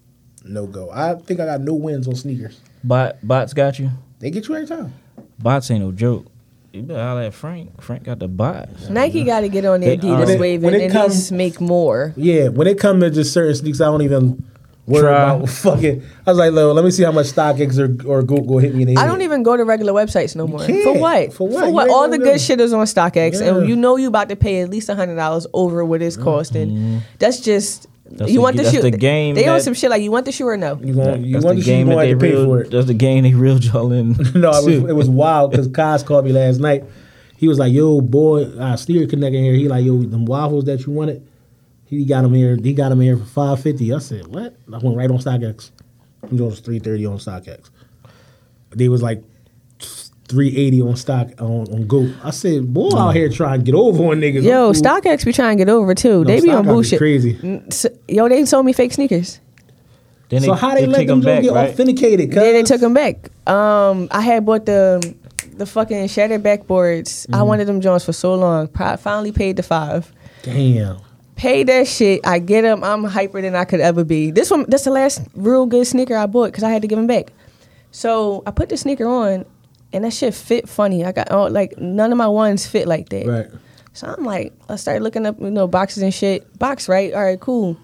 [SPEAKER 2] No go. I think I got no wins on sneakers.
[SPEAKER 3] Bot bots got you.
[SPEAKER 2] They get you every time.
[SPEAKER 3] Bots ain't no joke. You better holler at Frank. Frank got the bots.
[SPEAKER 4] Nike got to get on the
[SPEAKER 3] They-
[SPEAKER 4] Adidas
[SPEAKER 3] when it-
[SPEAKER 4] wave
[SPEAKER 2] when
[SPEAKER 4] and
[SPEAKER 2] it
[SPEAKER 4] at
[SPEAKER 2] come-
[SPEAKER 4] least make more.
[SPEAKER 2] Yeah, when it comes to just certain sneakers, I don't even worry
[SPEAKER 3] Try.
[SPEAKER 2] about fucking. I was like, "Look, let me see how much StockX or or Google hit me in the head.
[SPEAKER 4] I don't even go to regular websites no more.
[SPEAKER 2] can't.
[SPEAKER 4] For what?
[SPEAKER 2] For what? You ain't
[SPEAKER 4] All
[SPEAKER 2] gonna
[SPEAKER 4] the
[SPEAKER 2] do
[SPEAKER 4] good
[SPEAKER 2] it.
[SPEAKER 4] shit is on StockX,
[SPEAKER 2] Yeah. Mm-hmm.
[SPEAKER 4] and you know you about to pay at least hundred dollars over what it's costing. That's just
[SPEAKER 3] That's
[SPEAKER 4] you
[SPEAKER 3] the-
[SPEAKER 4] want the
[SPEAKER 3] that's
[SPEAKER 4] shoe.
[SPEAKER 3] the game
[SPEAKER 4] They on
[SPEAKER 3] that-
[SPEAKER 4] some shit like you want the shoe or no?
[SPEAKER 2] You going you
[SPEAKER 3] that's
[SPEAKER 2] want
[SPEAKER 3] the
[SPEAKER 2] the shoe, you
[SPEAKER 3] game
[SPEAKER 2] gonna
[SPEAKER 3] that
[SPEAKER 2] have
[SPEAKER 3] they
[SPEAKER 2] to pay for it.
[SPEAKER 3] reeled. That's the game they reeled y'all in.
[SPEAKER 2] No, it was,
[SPEAKER 3] too.
[SPEAKER 2] it was wild because Cos called me last night. He was like, "Yo, boy, I sneaker connect in here." He like, "Yo, them waffles that you wanted, he got them here. He got them here for five fifty. I said, "What?" I went right on StockX. It was three thirty on StockX. They was like 380 on stock on, on goat. I said, boy, out here trying to get over on niggas.
[SPEAKER 4] Yo,
[SPEAKER 2] Ooh.
[SPEAKER 4] StockX be trying to get over
[SPEAKER 2] No,
[SPEAKER 4] too. they be on
[SPEAKER 2] StockX is
[SPEAKER 4] bullshit.
[SPEAKER 2] crazy.
[SPEAKER 4] N- s- Yo, they sold me fake sneakers.
[SPEAKER 3] Then
[SPEAKER 2] So how they, let
[SPEAKER 3] take
[SPEAKER 2] them
[SPEAKER 3] 'em back,
[SPEAKER 2] get
[SPEAKER 3] right?
[SPEAKER 2] authenticated?
[SPEAKER 4] Then they
[SPEAKER 2] cuz?
[SPEAKER 4] took them back. Um, I had bought the the fucking shattered backboards. I
[SPEAKER 2] Mm-hmm.
[SPEAKER 4] wanted them joints for so long. Pro- finally paid the five.
[SPEAKER 2] Damn.
[SPEAKER 4] Pay that shit. I get them. I'm hyper than I could ever be. This one, that's the last real good sneaker I bought because I had to give them back. So I put the sneaker on, and that shit fit funny. I got all, like none of my ones fit like that.
[SPEAKER 2] Right.
[SPEAKER 4] So I'm like, I start looking up, you know, boxes and shit. Box, right? All right, cool.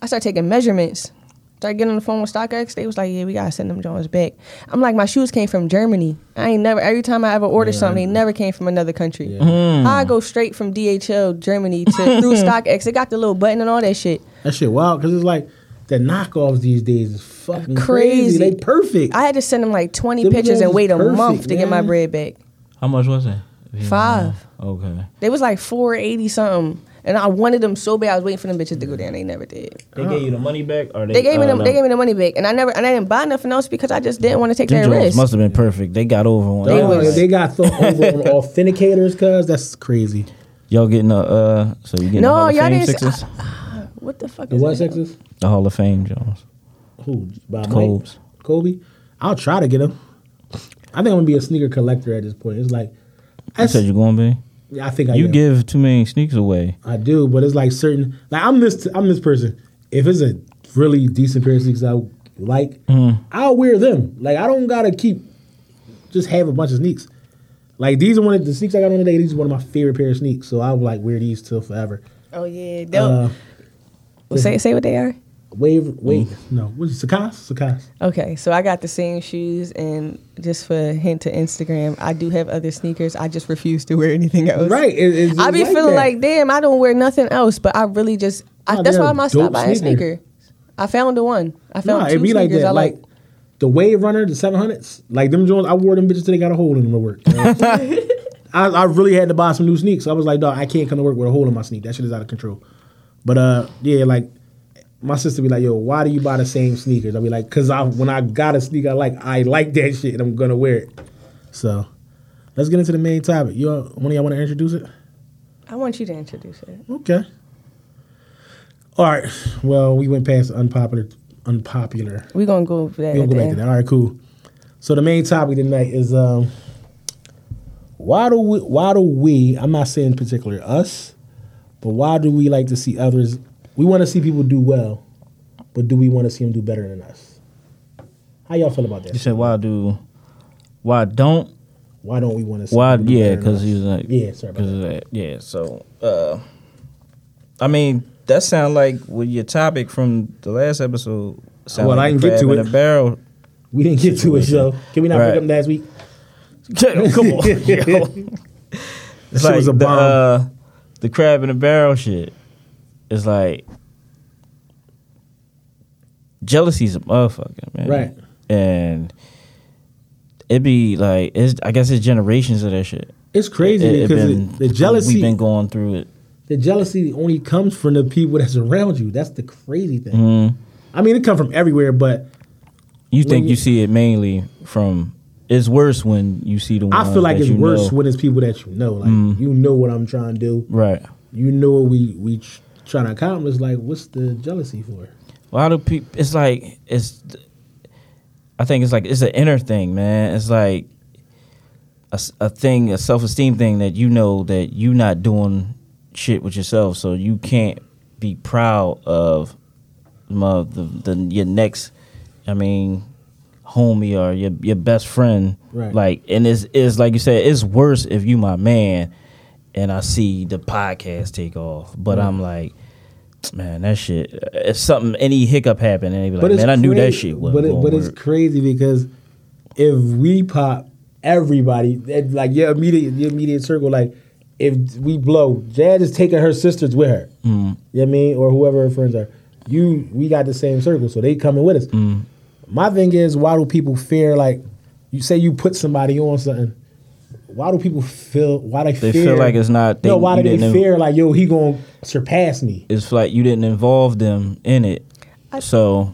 [SPEAKER 4] I start taking measurements. Start getting on the phone with StockX. They was like, yeah, we gotta send them joints back. I'm like, my shoes came from Germany. I ain't never. Every time I ever ordered something, they never came from another country. I go straight from DHL Germany to through StockX. They got the little button and all that shit.
[SPEAKER 2] That shit wild because it's like the knockoffs these days is fucking
[SPEAKER 4] Crazy.
[SPEAKER 2] crazy. They perfect.
[SPEAKER 4] I had to send them like 20
[SPEAKER 2] Them
[SPEAKER 4] pictures
[SPEAKER 2] joints
[SPEAKER 4] and
[SPEAKER 2] is
[SPEAKER 4] wait a
[SPEAKER 2] perfect,
[SPEAKER 4] month to get my
[SPEAKER 2] man.
[SPEAKER 4] bread back.
[SPEAKER 3] How much was it? If you
[SPEAKER 4] Five.
[SPEAKER 3] don't know. Okay.
[SPEAKER 4] They was like 480 something, and I wanted them so bad. I was waiting for them bitches to go down. They never did.
[SPEAKER 3] They gave you the money back, or they,
[SPEAKER 4] They gave me
[SPEAKER 3] uh,
[SPEAKER 4] them.
[SPEAKER 3] no?
[SPEAKER 4] They gave me the money back, and I never. And I didn't buy nothing else because I just didn't want to take
[SPEAKER 3] Them
[SPEAKER 4] that
[SPEAKER 3] joints
[SPEAKER 4] risk.
[SPEAKER 3] must have been perfect. They got over on.
[SPEAKER 2] Dog,
[SPEAKER 3] that.
[SPEAKER 2] if they got thrown over on authenticators, cuz that's crazy.
[SPEAKER 3] Y'all getting a uh, so you getting
[SPEAKER 4] No,
[SPEAKER 3] the Hall of
[SPEAKER 4] y'all
[SPEAKER 3] Fame
[SPEAKER 4] didn't s-
[SPEAKER 3] sixes?
[SPEAKER 4] What the fuck?
[SPEAKER 2] The
[SPEAKER 4] is
[SPEAKER 2] what
[SPEAKER 4] that?
[SPEAKER 2] sexes?
[SPEAKER 3] the Hall of Fame, Jones.
[SPEAKER 2] Who? By Mike?
[SPEAKER 3] Kobe's.
[SPEAKER 2] Kobe? I'll try to get him. I think I'm gonna be a sneaker collector at this point. It's like,
[SPEAKER 3] You said
[SPEAKER 2] that's-
[SPEAKER 3] you're going to
[SPEAKER 2] I think I
[SPEAKER 3] be. You
[SPEAKER 2] am.
[SPEAKER 3] give too many sneaks away.
[SPEAKER 2] I do, but it's like certain. Like I'm this. I'm this person. If it's a really decent pair of sneakers I like, I'll wear them. Like I don't gotta keep just have a bunch of sneaks. Like these are one of the sneaks I got on today. These are one of my favorite pair of sneaks, so I'll like wear these till forever.
[SPEAKER 4] Oh yeah. they
[SPEAKER 2] Uh,
[SPEAKER 4] say say what they are.
[SPEAKER 2] wave, wait, no, what is it? Sakas, Sakas.
[SPEAKER 4] Okay, so I got the same shoes, and just for a hint to Instagram, I do have other sneakers. I just refuse to wear anything else.
[SPEAKER 2] Right, it- it's just
[SPEAKER 4] I be
[SPEAKER 2] like
[SPEAKER 4] feeling
[SPEAKER 2] that.
[SPEAKER 4] like, damn, I don't wear nothing else, but I really just. I,
[SPEAKER 2] Nah,
[SPEAKER 4] that's
[SPEAKER 2] Oh, they're
[SPEAKER 4] why
[SPEAKER 2] a
[SPEAKER 4] I'm not
[SPEAKER 2] dope
[SPEAKER 4] stop buying
[SPEAKER 2] sneaker.
[SPEAKER 4] sneaker. I found the one. I found
[SPEAKER 2] Nah,
[SPEAKER 4] two
[SPEAKER 2] it be like
[SPEAKER 4] sneakers
[SPEAKER 2] that.
[SPEAKER 4] I
[SPEAKER 2] like,
[SPEAKER 4] like.
[SPEAKER 2] the Wave Runner, the 700s, like them Jones, I wore them bitches till they got a hole in them to work. you know what I'm saying? I, I really had to buy some new sneaks. I was like, dog, I can't come to work with a hole in my sneak. That shit is out of control. But uh, yeah, like my sister be like, yo, why do you buy the same sneakers? I be like, cause I when I got a sneaker I like, I like that shit and I'm gonna wear it. So let's get into the main topic. You all- one of y'all want to introduce it?
[SPEAKER 4] I want you to introduce it.
[SPEAKER 2] Okay. All right. Well, we went past unpopular, unpopular
[SPEAKER 4] We're gonna go over that.
[SPEAKER 2] we don't
[SPEAKER 4] at
[SPEAKER 2] go
[SPEAKER 4] the
[SPEAKER 2] back to
[SPEAKER 4] end.
[SPEAKER 2] that. All right, cool. So the main topic tonight is um, why do we? Why do we? I'm not saying in particular us, but why do we like to see others? We want to see people do well, but do we want to see them do better than us? How y'all feel about
[SPEAKER 3] You
[SPEAKER 2] that?
[SPEAKER 3] said why do, why don't
[SPEAKER 2] Why don't we want to? see
[SPEAKER 3] why?
[SPEAKER 2] people do
[SPEAKER 3] Yeah,
[SPEAKER 2] better than
[SPEAKER 3] because
[SPEAKER 2] us?
[SPEAKER 3] he was like
[SPEAKER 2] Yeah, sorry about
[SPEAKER 3] because of that. Yeah, so uh, I mean that sound like with your topic from the last episode. Sound
[SPEAKER 2] Well,
[SPEAKER 3] like
[SPEAKER 2] I
[SPEAKER 3] a
[SPEAKER 2] didn't get
[SPEAKER 3] crab
[SPEAKER 2] to
[SPEAKER 3] in
[SPEAKER 2] it.
[SPEAKER 3] A barrel.
[SPEAKER 2] we didn't get to it, so can we not
[SPEAKER 3] Right.
[SPEAKER 2] pick up last week?
[SPEAKER 3] Yeah, come on. yo. It's
[SPEAKER 2] shit
[SPEAKER 3] like
[SPEAKER 2] was a
[SPEAKER 3] the,
[SPEAKER 2] bomb.
[SPEAKER 3] uh, the crab in a barrel shit. It's like jealousy's a motherfucker, man.
[SPEAKER 2] Right.
[SPEAKER 3] And it be like it's I guess it's generations of that shit.
[SPEAKER 2] It's crazy
[SPEAKER 3] It- it
[SPEAKER 2] because
[SPEAKER 3] been-
[SPEAKER 2] the jealousy.
[SPEAKER 3] We've been going through it.
[SPEAKER 2] the jealousy only comes from the people that's around you. That's the crazy thing.
[SPEAKER 3] Mm-hmm.
[SPEAKER 2] I mean, it come from everywhere, but
[SPEAKER 3] You think
[SPEAKER 2] you-
[SPEAKER 3] you, see it mainly from it's worse when you see the one.
[SPEAKER 2] I feel like
[SPEAKER 3] that
[SPEAKER 2] it's
[SPEAKER 3] you
[SPEAKER 2] worse
[SPEAKER 3] know. Mm-hmm.
[SPEAKER 2] when it's people that you know. Like you know what I'm trying to do.
[SPEAKER 3] Right.
[SPEAKER 2] You know what we we tr- trying to accomplish. Like what's the jealousy for?
[SPEAKER 3] A lot of people. It's like it's. I think it's like it's an inner thing, man. It's like a, s- a thing, a self esteem thing that you know that you not doing shit with yourself, so you can't be proud of my, the, the your next. I mean, homie or your your best friend.
[SPEAKER 2] Right.
[SPEAKER 3] Like, and it's it's like you said, it's worse if you my man, and I see the podcast take off, but I'm like. Man, that shit. If something, any hiccup happened, and they be like, "Man, I knew that
[SPEAKER 2] crazy-
[SPEAKER 3] shit."
[SPEAKER 2] But,
[SPEAKER 3] Wasn't
[SPEAKER 2] it,
[SPEAKER 3] gonna
[SPEAKER 2] but it's
[SPEAKER 3] work."
[SPEAKER 2] crazy because if we pop everybody, that- like your immediate your immediate circle, like if we blow, Jad is taking her sisters with her.
[SPEAKER 3] Mm.
[SPEAKER 2] You know what I mean? Or whoever her friends are. You we got the same circle, so they coming with us.
[SPEAKER 3] Mm.
[SPEAKER 2] My thing is, why do people fear like you say you put somebody on something? Why do people feel why they,
[SPEAKER 3] They
[SPEAKER 2] fear
[SPEAKER 3] feel like it's not-
[SPEAKER 2] no,
[SPEAKER 3] they-
[SPEAKER 2] why do
[SPEAKER 3] you
[SPEAKER 2] they
[SPEAKER 3] didn't-
[SPEAKER 2] fear like yo, he gonna surpass me?
[SPEAKER 3] it's like you didn't involve them in it. so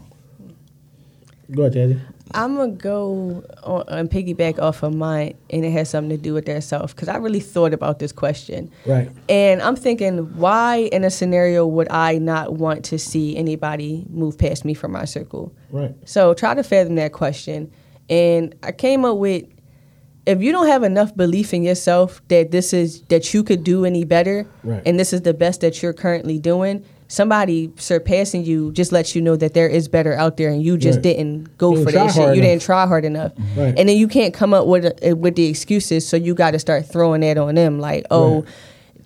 [SPEAKER 2] Go ahead, Jazzy.
[SPEAKER 4] I'm gonna go on, and piggyback off of mine, and it has something to do with their self because I really thought about this question.
[SPEAKER 2] Right.
[SPEAKER 4] And I'm thinking, why in a scenario would I not want to see anybody move past me from my circle?
[SPEAKER 2] Right.
[SPEAKER 4] So try to fathom that question, and I came up with. If you don't have enough belief in yourself that this is that you could do any better,
[SPEAKER 2] Right.
[SPEAKER 4] and this is the best that you're currently doing, somebody surpassing you just lets you know that there is better out there, and you just
[SPEAKER 2] Right.
[SPEAKER 4] didn't go
[SPEAKER 2] You didn't
[SPEAKER 4] for
[SPEAKER 2] try
[SPEAKER 4] that shit.
[SPEAKER 2] hard
[SPEAKER 4] You
[SPEAKER 2] enough.
[SPEAKER 4] didn't try hard enough,
[SPEAKER 2] Right.
[SPEAKER 4] and then you can't come up with uh, with the excuses. So you got to start throwing that on them, like oh.
[SPEAKER 2] Right.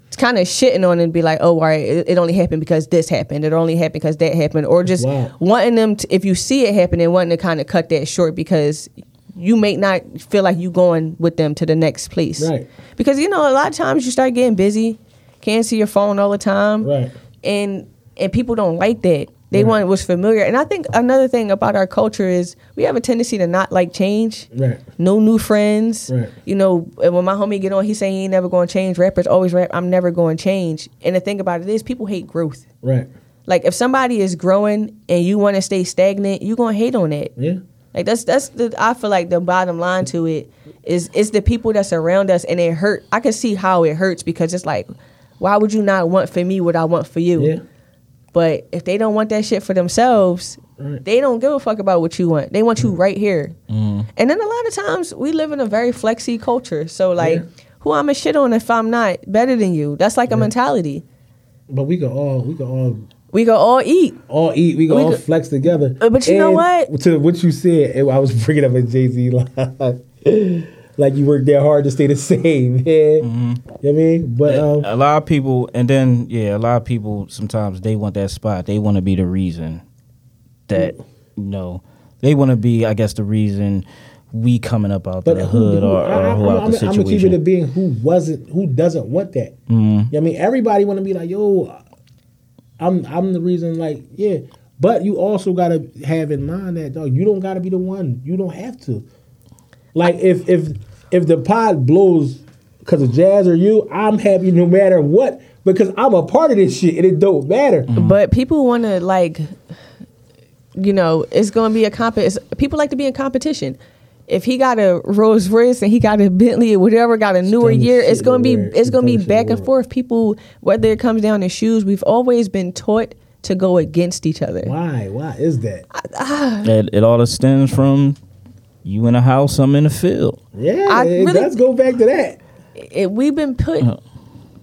[SPEAKER 4] It's kind of shitting on it and be like, oh, all right, it, it only happened because this happened. It only happened because that happened. Or just
[SPEAKER 2] Wow.
[SPEAKER 4] wanting them, to, if you see it happening, wanting to kind of cut that short because you may not feel like you going with them to the next place.
[SPEAKER 2] Right.
[SPEAKER 4] Because, you know, a lot of times you start getting busy, can't see your phone all the time
[SPEAKER 2] Right.
[SPEAKER 4] and and people don't like that. They
[SPEAKER 2] Right.
[SPEAKER 4] want what's familiar. And I think another thing about our culture is we have a tendency to not like change.
[SPEAKER 2] Right.
[SPEAKER 4] No new friends.
[SPEAKER 2] Right.
[SPEAKER 4] You know, and when my homie get on, he saying he ain't never going to change. Rappers always rap. I'm never going to change. And the thing about it is, people hate growth.
[SPEAKER 2] Right.
[SPEAKER 4] Like if somebody is growing and you want to stay stagnant, you gonna hate on it.
[SPEAKER 2] Yeah.
[SPEAKER 4] Like that's that's the I feel like the bottom line to it is it's the people that's around us and it hurt. I can see how it hurts because it's like, why would you not want for me what I want for you?
[SPEAKER 2] Yeah.
[SPEAKER 4] But if they don't want that shit for themselves,
[SPEAKER 2] Right. Mm-hmm.
[SPEAKER 4] they don't give a fuck about what you want. They want you right here. And then a lot of times we live in a very flexy culture. So like,
[SPEAKER 2] Yeah.
[SPEAKER 4] who I'm a shit on if I'm not better than you? That's like a mentality.
[SPEAKER 2] But we could all we could all
[SPEAKER 4] We go all eat.
[SPEAKER 2] all eat. We can
[SPEAKER 4] We
[SPEAKER 2] all
[SPEAKER 4] could-
[SPEAKER 2] flex together.
[SPEAKER 4] Uh, but you know what?
[SPEAKER 2] To what you said, and I was bringing up a Jay Z line. like you worked that hard to stay the same. Yeah, you know what I mean. But um,
[SPEAKER 3] a lot of people and then yeah a lot of people sometimes they want that spot they want to be the reason that
[SPEAKER 2] Hmm.
[SPEAKER 3] no they want to be i guess the reason we coming up out
[SPEAKER 2] but
[SPEAKER 3] the hood or, or who out the
[SPEAKER 2] I'm gonna keep
[SPEAKER 3] situation Mm.
[SPEAKER 2] it a being who wasn't, who doesn't want that. You know what I mean, everybody want to be like, yo, I'm, I'm the reason. Like, yeah. But you also gotta have in mind that dog, you don't gotta be the one. You don't have to. Like if if if the pod blows because of jazz or you, I'm happy no matter what because I'm a part of this shit and it don't matter.
[SPEAKER 3] Mm.
[SPEAKER 4] But people want to like, you know, it's going to be a comp. It's, people like to be in competition. If he got a Rolls Royce and he got a Bentley or whatever, got a newer
[SPEAKER 2] dumbest
[SPEAKER 4] year,
[SPEAKER 2] shit
[SPEAKER 4] it's
[SPEAKER 2] in
[SPEAKER 4] going to
[SPEAKER 2] the
[SPEAKER 4] be
[SPEAKER 2] world.
[SPEAKER 4] it's
[SPEAKER 2] The
[SPEAKER 4] going to be
[SPEAKER 2] dumbest shit in
[SPEAKER 4] back
[SPEAKER 2] the
[SPEAKER 4] and
[SPEAKER 2] world.
[SPEAKER 4] forth. People, whether it comes down to shoes, we've always been taught to go against each other.
[SPEAKER 2] Why? Why is that?
[SPEAKER 3] it, it all stems from you in a house i'm in the field
[SPEAKER 2] Yeah,
[SPEAKER 4] I
[SPEAKER 2] it
[SPEAKER 4] really-
[SPEAKER 2] does go back to that.
[SPEAKER 4] it, we've been put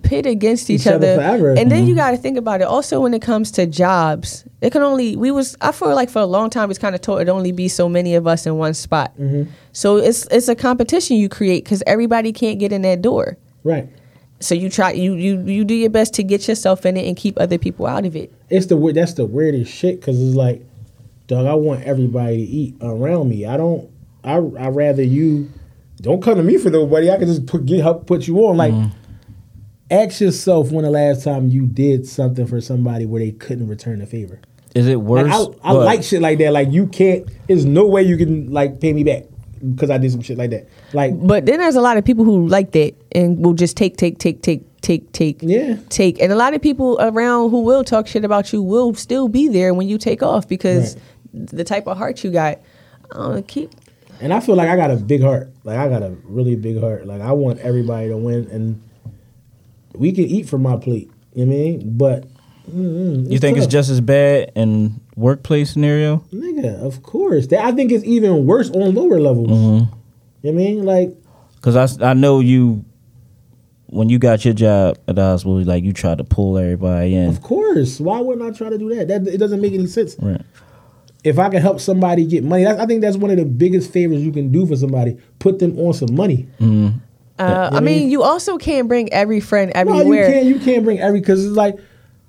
[SPEAKER 4] pit against each,
[SPEAKER 2] Each other forever.
[SPEAKER 4] and then you got to think about it. Also, when it comes to jobs, it can only we was I feel like for a long time it's kind of taught it only be so many of us in one spot.
[SPEAKER 2] Mm-hmm.
[SPEAKER 4] So it's it's a competition you create because everybody can't get in that door.
[SPEAKER 2] Right.
[SPEAKER 4] So you try you you you do your best to get yourself in it and keep other people out of it.
[SPEAKER 2] It's the weird. That's the weirdest shit. Cause it's like, dog, I want everybody to eat around me. I don't. I I rather you don't come to me for nobody. I can just put get help put you on. Like, ask yourself when the last time you did something for somebody where they couldn't return the favor.
[SPEAKER 3] is it worse
[SPEAKER 2] Like, I, I
[SPEAKER 3] Look,
[SPEAKER 2] like shit like that. Like you can't. There's no way you can like pay me back because I did some shit like that. Like
[SPEAKER 4] But then there's a lot of people who like that and will just take, take, take, take, take, take,
[SPEAKER 2] Yeah.
[SPEAKER 4] take. And a lot of people around who will talk shit about you will still be there when you take off because the type of heart you got. Uh, keep
[SPEAKER 2] And I feel like I got a big heart. Like I got a really big heart. Like I want everybody to win, and we can eat from my plate. You know what I mean? But
[SPEAKER 3] you think it's
[SPEAKER 2] tough.
[SPEAKER 3] just as bad in workplace scenario
[SPEAKER 2] nigga, of course. That I think it's even worse on lower levels.
[SPEAKER 3] Mm-hmm.
[SPEAKER 2] You know what I mean? Like
[SPEAKER 3] Cause I, s- I know you when you got your job at the hospital, like you tried to pull everybody in.
[SPEAKER 2] of course. Why wouldn't I try to do that? That it doesn't make any sense.
[SPEAKER 3] Right.
[SPEAKER 2] If I can help somebody get money, that's, I think that's one of the biggest favors you can do for somebody. Put them on some money.
[SPEAKER 4] uh, I mean, you also can't bring every friend
[SPEAKER 2] No, you
[SPEAKER 4] everywhere.
[SPEAKER 2] can't. You can't bring every because it's like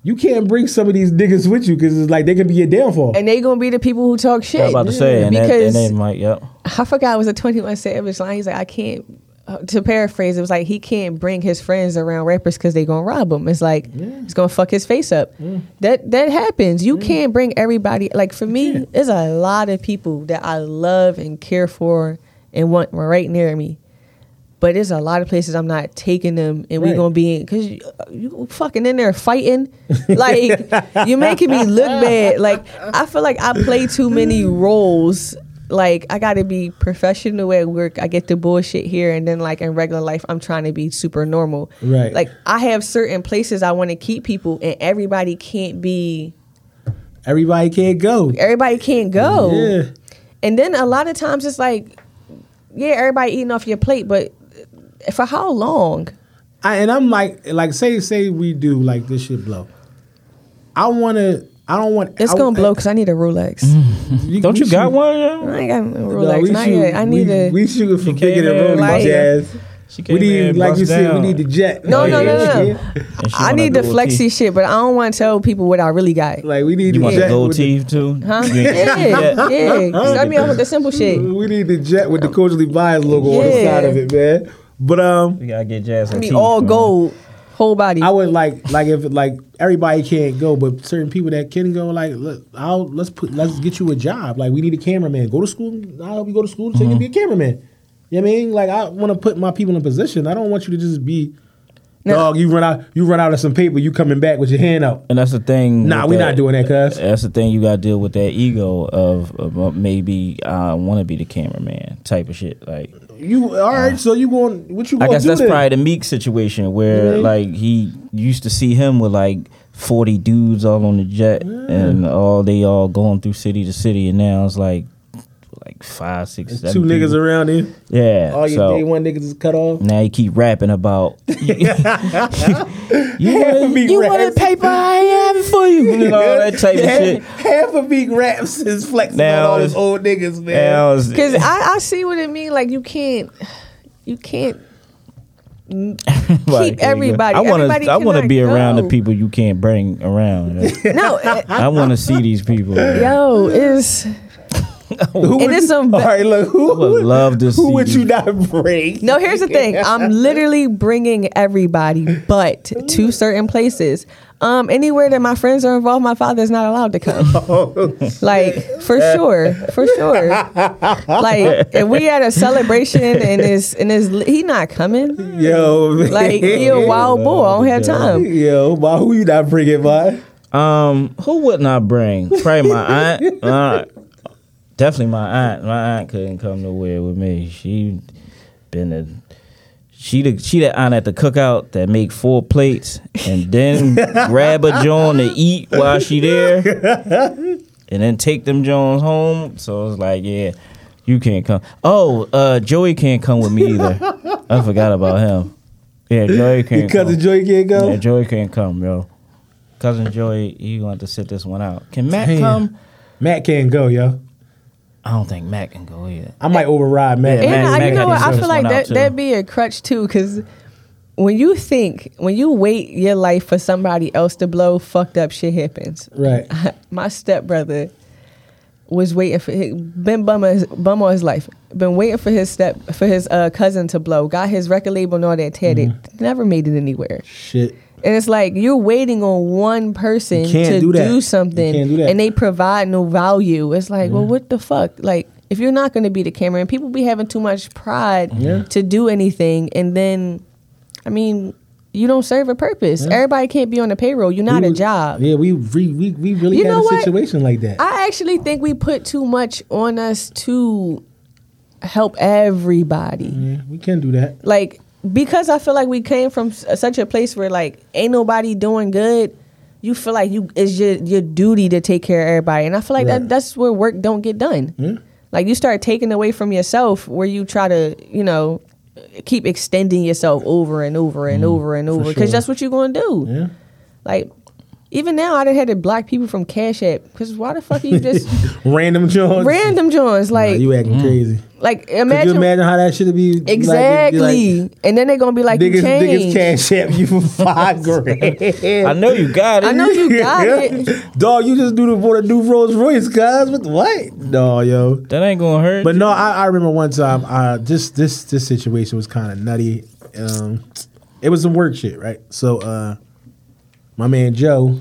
[SPEAKER 2] you can't bring some of these niggas with you because it's like they could be your downfall.
[SPEAKER 4] and they gonna be the people who talk shit.
[SPEAKER 3] I was about to say, and that,
[SPEAKER 4] because
[SPEAKER 3] and they might, yep.
[SPEAKER 4] I forgot it was a Twenty One Savage line. He's like, I can't. Uh, to paraphrase, it was like he can't bring his friends around rappers because they gonna rob him. It's like it's gonna fuck his face up. That that happens. You can't bring everybody. Like for me, there's a lot of people that I love and care for and want were right near me. But there's a lot of places I'm not taking them, and we
[SPEAKER 2] Right.
[SPEAKER 4] gonna be in because you, you fucking in there fighting, like you're making me look bad. Like I feel like I play too many roles like I gotta be professional at work. I get the bullshit here, and then like in regular life, I'm trying to be super normal.
[SPEAKER 2] Right.
[SPEAKER 4] Like I have certain places I want to keep people, and everybody can't be.
[SPEAKER 2] Everybody can't go.
[SPEAKER 4] Everybody can't go.
[SPEAKER 2] Yeah.
[SPEAKER 4] And then a lot of times it's like, yeah, everybody eating off your plate, but for how long?
[SPEAKER 2] I, and I'm like, like say say we do like this shit blow. I want to. I don't want.
[SPEAKER 4] It's
[SPEAKER 2] I- eh,
[SPEAKER 4] gonna blow because I need a Rolex.
[SPEAKER 3] Don't you
[SPEAKER 2] we
[SPEAKER 3] got
[SPEAKER 2] shoot-
[SPEAKER 3] one? yo?
[SPEAKER 4] I ain't got a
[SPEAKER 2] No,
[SPEAKER 4] Rolex.
[SPEAKER 2] Mm. we
[SPEAKER 4] Not
[SPEAKER 2] shoot-
[SPEAKER 4] yet. I need
[SPEAKER 2] we,
[SPEAKER 4] a.
[SPEAKER 2] We shooting for bigger
[SPEAKER 3] came
[SPEAKER 2] than
[SPEAKER 3] in,
[SPEAKER 2] Rolex,
[SPEAKER 4] like-
[SPEAKER 2] jazz.
[SPEAKER 3] She came
[SPEAKER 2] We
[SPEAKER 3] in
[SPEAKER 2] need,
[SPEAKER 3] and
[SPEAKER 2] like you
[SPEAKER 3] bust
[SPEAKER 2] said, we
[SPEAKER 3] down.
[SPEAKER 2] need the jet.
[SPEAKER 4] No,
[SPEAKER 2] like,
[SPEAKER 4] no, no, no, no.
[SPEAKER 3] And she
[SPEAKER 4] I
[SPEAKER 3] want a
[SPEAKER 4] need the
[SPEAKER 3] gold
[SPEAKER 4] flexy
[SPEAKER 3] teeth.
[SPEAKER 4] shit, but I don't want to tell people what I really got.
[SPEAKER 2] Like we need
[SPEAKER 3] You
[SPEAKER 2] the
[SPEAKER 3] want
[SPEAKER 2] jet.
[SPEAKER 3] the gold
[SPEAKER 2] with the-
[SPEAKER 3] teeth too?
[SPEAKER 4] Huh?
[SPEAKER 3] You ain't-
[SPEAKER 4] Yeah, yeah. Start me off with the simple
[SPEAKER 2] Mm.
[SPEAKER 4] shit.
[SPEAKER 2] We need the jet
[SPEAKER 3] Oh.
[SPEAKER 2] with the Cordially Bias logo on the
[SPEAKER 4] Yeah.
[SPEAKER 2] side of it, man. But um,
[SPEAKER 3] We gotta get jazz.
[SPEAKER 4] I mean, all gold, whole body.
[SPEAKER 2] I would like like if like everybody can't go, but certain people that can go, like look, I'll let's put let's get you a job. Like we need a cameraman. Go to school. I'll help you go to school so you
[SPEAKER 3] Mm-hmm.
[SPEAKER 2] can be a cameraman. You know what I mean? Like I want to put my people in position. I don't want you to just be.
[SPEAKER 4] Now-
[SPEAKER 2] Dog, you run out. You run out of some paper. You coming back with your hand out.
[SPEAKER 3] And that's the thing.
[SPEAKER 2] Nah,
[SPEAKER 3] with
[SPEAKER 2] we not doing that, cuz.
[SPEAKER 3] That's the thing. You gotta deal with that ego of, of uh, maybe I want to be the cameraman type of shit. Like,
[SPEAKER 2] You all right? so you going? What you
[SPEAKER 3] I
[SPEAKER 2] going to
[SPEAKER 3] guess
[SPEAKER 2] do?
[SPEAKER 3] that's
[SPEAKER 2] then?
[SPEAKER 3] probably the Meek situation where
[SPEAKER 2] Yeah.
[SPEAKER 3] like he you used to see him with like forty dudes all on the jet and all they all going through city to city, and now it's like like five, six,
[SPEAKER 2] There's two
[SPEAKER 3] seven
[SPEAKER 2] niggas
[SPEAKER 3] people.
[SPEAKER 2] around here.
[SPEAKER 3] Yeah.
[SPEAKER 2] All your
[SPEAKER 3] so
[SPEAKER 2] day one niggas is cut off.
[SPEAKER 3] now you keep rapping about you want
[SPEAKER 2] meat
[SPEAKER 3] you
[SPEAKER 2] wraps.
[SPEAKER 3] want a paper I have it for you and all that type of
[SPEAKER 2] half,
[SPEAKER 3] shit.
[SPEAKER 2] half of Meek raps is flexing
[SPEAKER 3] Now
[SPEAKER 2] on all
[SPEAKER 3] it's-
[SPEAKER 2] these old niggas, man.
[SPEAKER 3] Now it's-
[SPEAKER 4] Because I, I see what it mean. Like you can't, you can't
[SPEAKER 3] Everybody can't
[SPEAKER 4] keep
[SPEAKER 3] go.
[SPEAKER 4] everybody.
[SPEAKER 3] I wanna-
[SPEAKER 4] Everybody
[SPEAKER 3] I want to
[SPEAKER 4] cannot
[SPEAKER 3] be around the
[SPEAKER 4] go.
[SPEAKER 3] people you can't bring around.
[SPEAKER 4] No, uh,
[SPEAKER 3] I want to see these people.
[SPEAKER 4] yo, it's
[SPEAKER 2] Who
[SPEAKER 4] And
[SPEAKER 2] would-
[SPEAKER 4] it's some-
[SPEAKER 2] all right, look, who
[SPEAKER 3] I would love to see.
[SPEAKER 2] Who would
[SPEAKER 3] these
[SPEAKER 2] you not bring?
[SPEAKER 4] no. Here's the thing. I'm literally bringing everybody, but to certain places. Um, anywhere that my friends are involved, my father's not allowed to come. Like for sure, for sure. Like if we had a celebration and it's and it's he not coming.
[SPEAKER 2] Yo, man.
[SPEAKER 4] Like he a wild boy. I don't have time.
[SPEAKER 2] Yo, why who you not bringing, by?
[SPEAKER 3] Um, who wouldn't I bring? Probably my aunt. My aunt. Definitely my aunt. My aunt couldn't come nowhere with me. She been a she the she the aunt at the cookout that make four plates and then grab a John to eat while she there, and then take them Jones home. So it's like, yeah, you can't come. Oh, uh, Joey can't come with me either. I forgot about him. Yeah, Joey can't.
[SPEAKER 2] Your cousin
[SPEAKER 3] come.
[SPEAKER 2] Joy can't go?
[SPEAKER 3] Yeah, Joey can't come, yo. Cousin Joey, he going to sit this one out. Can Matt
[SPEAKER 2] Damn.
[SPEAKER 3] come?
[SPEAKER 2] Matt can't go, yo.
[SPEAKER 3] I don't think Matt can go either.
[SPEAKER 2] I might override Matt.
[SPEAKER 3] Yeah,
[SPEAKER 4] And
[SPEAKER 3] Mac-
[SPEAKER 4] I,
[SPEAKER 3] Mac
[SPEAKER 4] you know
[SPEAKER 3] got
[SPEAKER 4] what?
[SPEAKER 3] his
[SPEAKER 4] I feel
[SPEAKER 3] first
[SPEAKER 4] like
[SPEAKER 3] one out,
[SPEAKER 4] that
[SPEAKER 3] too.
[SPEAKER 4] that be a crutch too, because when you think when you wait your life for somebody else to blow, fucked up shit happens.
[SPEAKER 2] Right.
[SPEAKER 4] My stepbrother was waiting for his, been bum on his, bum on his life. Been waiting for his step for his uh, cousin to blow. Got his record label and all that tatted.
[SPEAKER 2] Mm-hmm.
[SPEAKER 4] Never made it anywhere.
[SPEAKER 2] Shit.
[SPEAKER 4] And it's like you're waiting on one person
[SPEAKER 2] You can't
[SPEAKER 4] to
[SPEAKER 2] do
[SPEAKER 4] do,
[SPEAKER 2] that. You
[SPEAKER 4] something,
[SPEAKER 2] can't do that.
[SPEAKER 4] and they provide no value. It's like, well, what the fuck? Like, if you're not going to be the camera, and people be having too much pride
[SPEAKER 2] Yeah.
[SPEAKER 4] to do anything, and then, I mean, you don't serve a purpose. Everybody can't be on the payroll. You're not
[SPEAKER 2] We
[SPEAKER 4] a
[SPEAKER 2] was-
[SPEAKER 4] job.
[SPEAKER 2] Yeah, we re, we, we really
[SPEAKER 4] You
[SPEAKER 2] had
[SPEAKER 4] know
[SPEAKER 2] a
[SPEAKER 4] what?
[SPEAKER 2] situation like that.
[SPEAKER 4] I actually think we put too much on us to help everybody.
[SPEAKER 2] yeah, we can do that.
[SPEAKER 4] like because I feel like we came from s- uh, such a place where like ain't nobody doing good. You feel like you it's your your duty to take care of everybody, and I feel like
[SPEAKER 2] Right. Hmm?
[SPEAKER 4] that that's where work don't get done. Like you start taking away from yourself where you try to you know keep extending yourself over and over and over and over because
[SPEAKER 2] Hmm. sure.
[SPEAKER 4] that's what you're going to do.
[SPEAKER 2] Yeah.
[SPEAKER 4] Like even now, I done had to block people from Cash App because why the fuck are you just
[SPEAKER 2] Random Jones.
[SPEAKER 4] random joints?
[SPEAKER 2] Nah,
[SPEAKER 4] Like
[SPEAKER 2] you acting Mm-hmm. crazy.
[SPEAKER 4] like
[SPEAKER 2] Could you
[SPEAKER 4] imagine.
[SPEAKER 2] imagine how that should be? like, it'd be like-
[SPEAKER 4] Exactly, and then they're gonna be like, you
[SPEAKER 2] Niggas, niggas
[SPEAKER 4] changed.
[SPEAKER 2] cash app you for five
[SPEAKER 3] I
[SPEAKER 2] grand.
[SPEAKER 3] know you got it.
[SPEAKER 4] I know you got it.
[SPEAKER 2] Dog, you just do the for the new Rolls Royce, cuz. What? What? No, yo.
[SPEAKER 3] That ain't gonna hurt.
[SPEAKER 2] But no, I, I remember one time. Uh, just this this situation was kind of nutty. Um, it was some work shit, right? So, uh, my man Joe,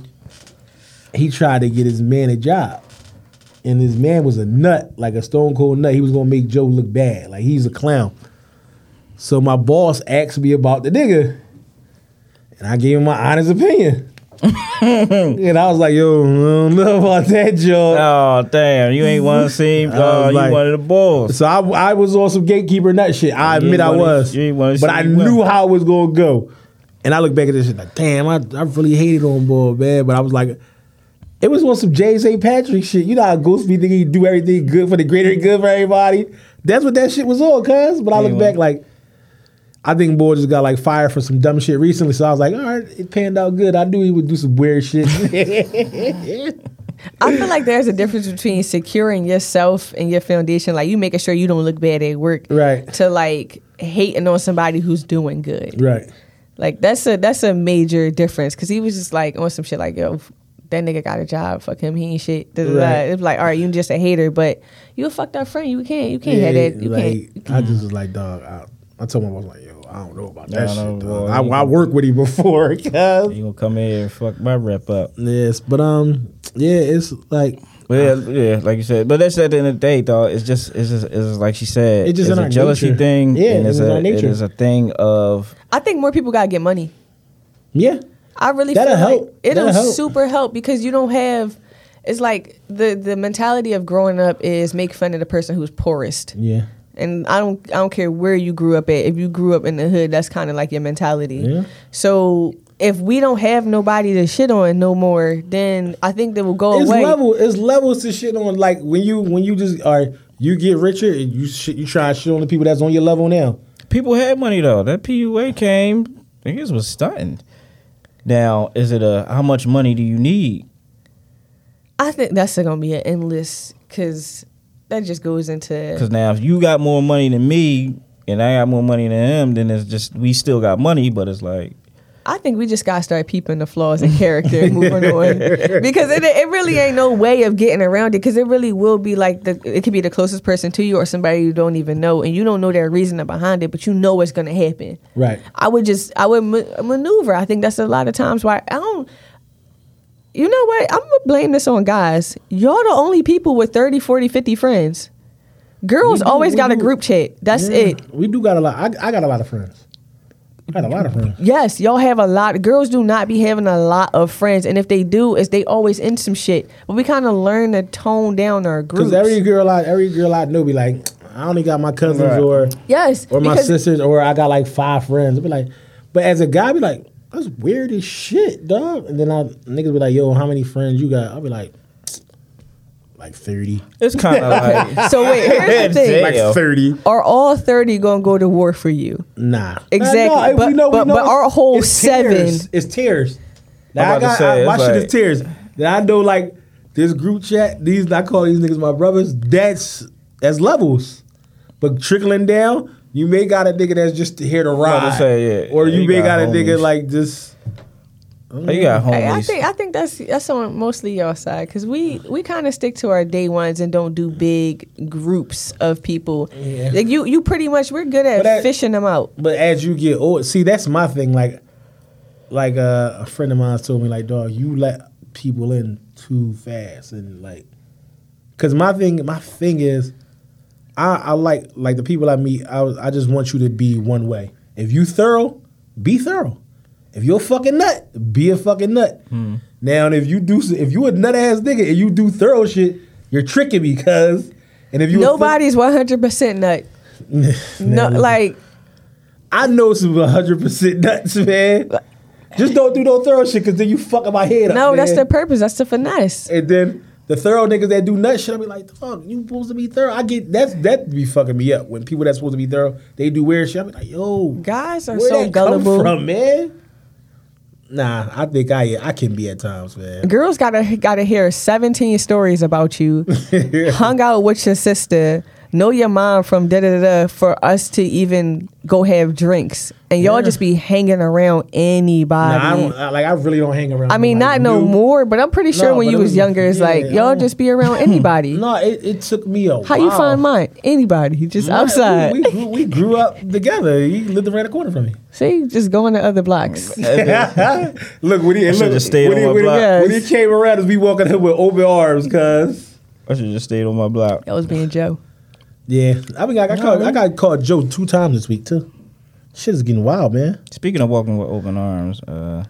[SPEAKER 2] he tried to get his man a job, and his man was a nut, like a stone cold nut. He was gonna make Joe look bad, like he's a clown. So my boss asked me about the nigga, and I gave him my honest opinion. and I was like, yo, I don't know about that job.
[SPEAKER 3] Oh damn! You ain't one team.
[SPEAKER 2] I was
[SPEAKER 3] Oh,
[SPEAKER 2] like-
[SPEAKER 3] you one of the Bulls.
[SPEAKER 2] So I, I was on some gatekeeper nut shit. I
[SPEAKER 3] You
[SPEAKER 2] admit
[SPEAKER 3] ain't
[SPEAKER 2] I
[SPEAKER 3] wanna-
[SPEAKER 2] was,
[SPEAKER 3] you ain't wanna
[SPEAKER 2] but
[SPEAKER 3] see
[SPEAKER 2] I
[SPEAKER 3] me win.
[SPEAKER 2] knew how it was gonna go. And I look back at this shit like, damn, I, I really hated on ball, man. But I was like, it was on some Jay St. Patrick shit. You know how Ghost be thinking he do everything good for the greater good for everybody. That's what that shit was on, cuz. But I look
[SPEAKER 3] Anyway.
[SPEAKER 2] back like, I think Boy just got like fired for some dumb shit recently. So I was like, all right, it panned out good. I knew he would do some weird shit.
[SPEAKER 4] I feel like there's a difference between securing yourself and your foundation, like you making sure you don't look bad at work,
[SPEAKER 2] Right.
[SPEAKER 4] To like hating on somebody who's doing good,
[SPEAKER 2] right.
[SPEAKER 4] like that's a that's a major difference. Because he was just like on some shit, like yo, that nigga got a job, fuck him, he ain't shit. Da, da, da.
[SPEAKER 2] Right.
[SPEAKER 4] It's like all right, you just a hater, but you a fucked up friend. You can't you can't
[SPEAKER 2] Yeah,
[SPEAKER 4] have that. You
[SPEAKER 2] like,
[SPEAKER 4] can't.
[SPEAKER 2] I just was like, dog. I, I told my boss like, yo, I don't know about
[SPEAKER 3] I
[SPEAKER 2] that
[SPEAKER 3] don't
[SPEAKER 2] shit.
[SPEAKER 3] know,
[SPEAKER 2] Dog.
[SPEAKER 3] boy.
[SPEAKER 2] I, I worked with him before. cuz.
[SPEAKER 3] You gonna come here and fuck my rep up?
[SPEAKER 2] yes, but um, yeah, it's like
[SPEAKER 3] Well, yeah, yeah, like you said, but that's at the end of the day, though. It's just, it's just, it's just like she said.
[SPEAKER 2] It's just in
[SPEAKER 3] a
[SPEAKER 2] our
[SPEAKER 3] jealousy
[SPEAKER 2] nature.
[SPEAKER 3] thing.
[SPEAKER 2] Yeah,
[SPEAKER 3] and
[SPEAKER 2] it's
[SPEAKER 3] it's,
[SPEAKER 2] in
[SPEAKER 3] a,
[SPEAKER 2] our nature.
[SPEAKER 3] It is a thing of
[SPEAKER 4] I think more people gotta get money.
[SPEAKER 2] yeah,
[SPEAKER 4] I really
[SPEAKER 2] That'll
[SPEAKER 4] feel like
[SPEAKER 2] help.
[SPEAKER 4] it'll
[SPEAKER 2] That'll help.
[SPEAKER 4] super help because you don't have. It's like the the mentality of growing up is make fun of the person who's poorest.
[SPEAKER 2] yeah,
[SPEAKER 4] And I don't I don't care where you grew up at. If you grew up in the hood, that's kind of like your mentality.
[SPEAKER 2] Yeah.
[SPEAKER 4] So if we don't have nobody to shit on no more, then I think that will go
[SPEAKER 2] it's
[SPEAKER 4] away.
[SPEAKER 2] level, it's levels to shit on. Like when you when you just are you get richer and you shit, you try and shit on the people that's on your level now.
[SPEAKER 3] people had money though. That PUA came, niggas was stunting. Now, is it a how much money do you need?
[SPEAKER 4] I think that's gonna be an endless because that just goes into
[SPEAKER 3] Because now, if you got more money than me and I got more money than him, then it's just we still got money, but it's like
[SPEAKER 4] I think we just gotta start peeping the flaws in character and moving on because it, it really ain't no way of getting around it because it really will be like the it could be the closest person to you or somebody you don't even know and you don't know their reasoning behind it but you know what's gonna happen
[SPEAKER 2] Right.
[SPEAKER 4] I would just I would ma- maneuver I think that's a lot of times why I don't you know what I'm gonna blame this on guys y'all the only people with 30 40 50 friends girls
[SPEAKER 2] We do-
[SPEAKER 4] always
[SPEAKER 2] we
[SPEAKER 4] got a
[SPEAKER 2] do.
[SPEAKER 4] group chat that's
[SPEAKER 2] Yeah.
[SPEAKER 4] it
[SPEAKER 2] We do got a lot. I, I got a lot of friends. I got a lot of friends.
[SPEAKER 4] Yes, y'all have a lot. Girls do not be having a lot of friends, and if they do, is they always in some shit. But we kind of learn to tone down our groups.
[SPEAKER 2] Because every girl I every girl I know be like, I only got my cousins
[SPEAKER 3] Right.
[SPEAKER 2] or
[SPEAKER 4] yes,
[SPEAKER 2] or my
[SPEAKER 4] because
[SPEAKER 2] sisters, or I got like five friends. I'd be like, but as a guy, I'd be like, that's weird as shit, dog. And then I niggas be like, yo, how many friends you got? I'll be like, like thirty.
[SPEAKER 3] it's kind of like
[SPEAKER 4] So wait, here's the thing:
[SPEAKER 3] Like Damn.
[SPEAKER 2] thirty.
[SPEAKER 4] Are all thirty gonna go to war for you?
[SPEAKER 2] Nah.
[SPEAKER 4] Exactly.
[SPEAKER 2] Nah, nah,
[SPEAKER 4] But- but- but
[SPEAKER 2] it's-
[SPEAKER 4] our whole
[SPEAKER 2] it's tears.
[SPEAKER 4] seven-
[SPEAKER 2] It's tears.
[SPEAKER 3] I'm
[SPEAKER 2] Now I
[SPEAKER 3] about to
[SPEAKER 2] got
[SPEAKER 3] say,
[SPEAKER 2] I, my
[SPEAKER 3] it's
[SPEAKER 2] shit
[SPEAKER 3] like-
[SPEAKER 2] is tears. That I know like this group chat, these I call these niggas my brothers, that's that's levels. But trickling down, you may got a nigga that's just here to
[SPEAKER 3] about to
[SPEAKER 2] ride.
[SPEAKER 3] say, yeah,
[SPEAKER 2] or
[SPEAKER 3] yeah,
[SPEAKER 2] you
[SPEAKER 3] you
[SPEAKER 2] may got,
[SPEAKER 3] got
[SPEAKER 2] a nigga
[SPEAKER 3] homies.
[SPEAKER 2] like just
[SPEAKER 3] you got homies.
[SPEAKER 4] I, I think I think that's that's on mostly y'all side because we we kind of stick to our day ones and don't do big groups of people.
[SPEAKER 2] Yeah.
[SPEAKER 4] Like you you pretty much we're good at
[SPEAKER 2] But that-
[SPEAKER 4] fishing them out.
[SPEAKER 2] But as you get old, see that's my thing. Like, like uh, a friend of mine told me, like, dog, you let people in too fast, and like, cause my thing, my thing is, I, I like like the people I meet. I was- I just want you to be one way. If you thorough, be thorough. If you're a fucking nut, be a fucking nut. Now, and if you do, if you a nut ass nigga and you do thorough shit, you're tricking me, cause. And if you a thorough-
[SPEAKER 4] Nobody's one hundred percent nut. no, like.
[SPEAKER 2] I know some 100% nuts, man. Just don't do no thorough shit because then you fucking my head up.
[SPEAKER 4] No, that's the
[SPEAKER 2] man.
[SPEAKER 4] purpose. That's the finesse.
[SPEAKER 2] And then the thorough niggas that do nut shit, I be like, dog, you supposed to be thorough. I get that's that be fucking me up. When people that's supposed to be thorough, they do weird shit. I be like, yo,
[SPEAKER 4] Guys are
[SPEAKER 2] where
[SPEAKER 4] so
[SPEAKER 2] that
[SPEAKER 4] gullible.
[SPEAKER 2] come from, man? Nah, I think I I can be at times, man.
[SPEAKER 4] Girls gotta gotta hear seventeen stories about you, hung out with your sister, know your mom from da da da da for us to even go have drinks, and y'all
[SPEAKER 2] Yeah.
[SPEAKER 4] just be hanging around anybody.
[SPEAKER 2] Nah, I
[SPEAKER 4] I,
[SPEAKER 2] don't I, like. I really don't hang around.
[SPEAKER 4] mean,
[SPEAKER 2] nobody
[SPEAKER 4] not no
[SPEAKER 2] new.
[SPEAKER 4] more, but I'm pretty sure
[SPEAKER 2] No,
[SPEAKER 4] when
[SPEAKER 2] but
[SPEAKER 4] you
[SPEAKER 2] it
[SPEAKER 4] was,
[SPEAKER 2] was-
[SPEAKER 4] younger, it's
[SPEAKER 2] yeah,
[SPEAKER 4] like
[SPEAKER 2] I
[SPEAKER 4] y'all
[SPEAKER 2] don't-
[SPEAKER 4] just be around anybody.
[SPEAKER 2] No, it, it took me a
[SPEAKER 4] How
[SPEAKER 2] while.
[SPEAKER 4] you find mine? Anybody, just
[SPEAKER 2] Nah,
[SPEAKER 4] outside.
[SPEAKER 2] We, we, grew, we grew up together. He lived around the corner from me.
[SPEAKER 4] See, just going to other
[SPEAKER 2] Oh,
[SPEAKER 4] blocks.
[SPEAKER 2] look, when he,
[SPEAKER 3] I should've
[SPEAKER 2] look,
[SPEAKER 3] just stayed
[SPEAKER 2] when,
[SPEAKER 3] on
[SPEAKER 2] he,
[SPEAKER 3] my
[SPEAKER 2] when, he,
[SPEAKER 3] block.
[SPEAKER 2] when he came around, us, we walking him with open arms, cuz.
[SPEAKER 3] I should just stayed on my block.
[SPEAKER 4] That was being Joe.
[SPEAKER 2] Yeah, I mean, I got called. I got called Joe two times this week too. Shit is getting wild, man.
[SPEAKER 3] Speaking of walking with open arms, uh,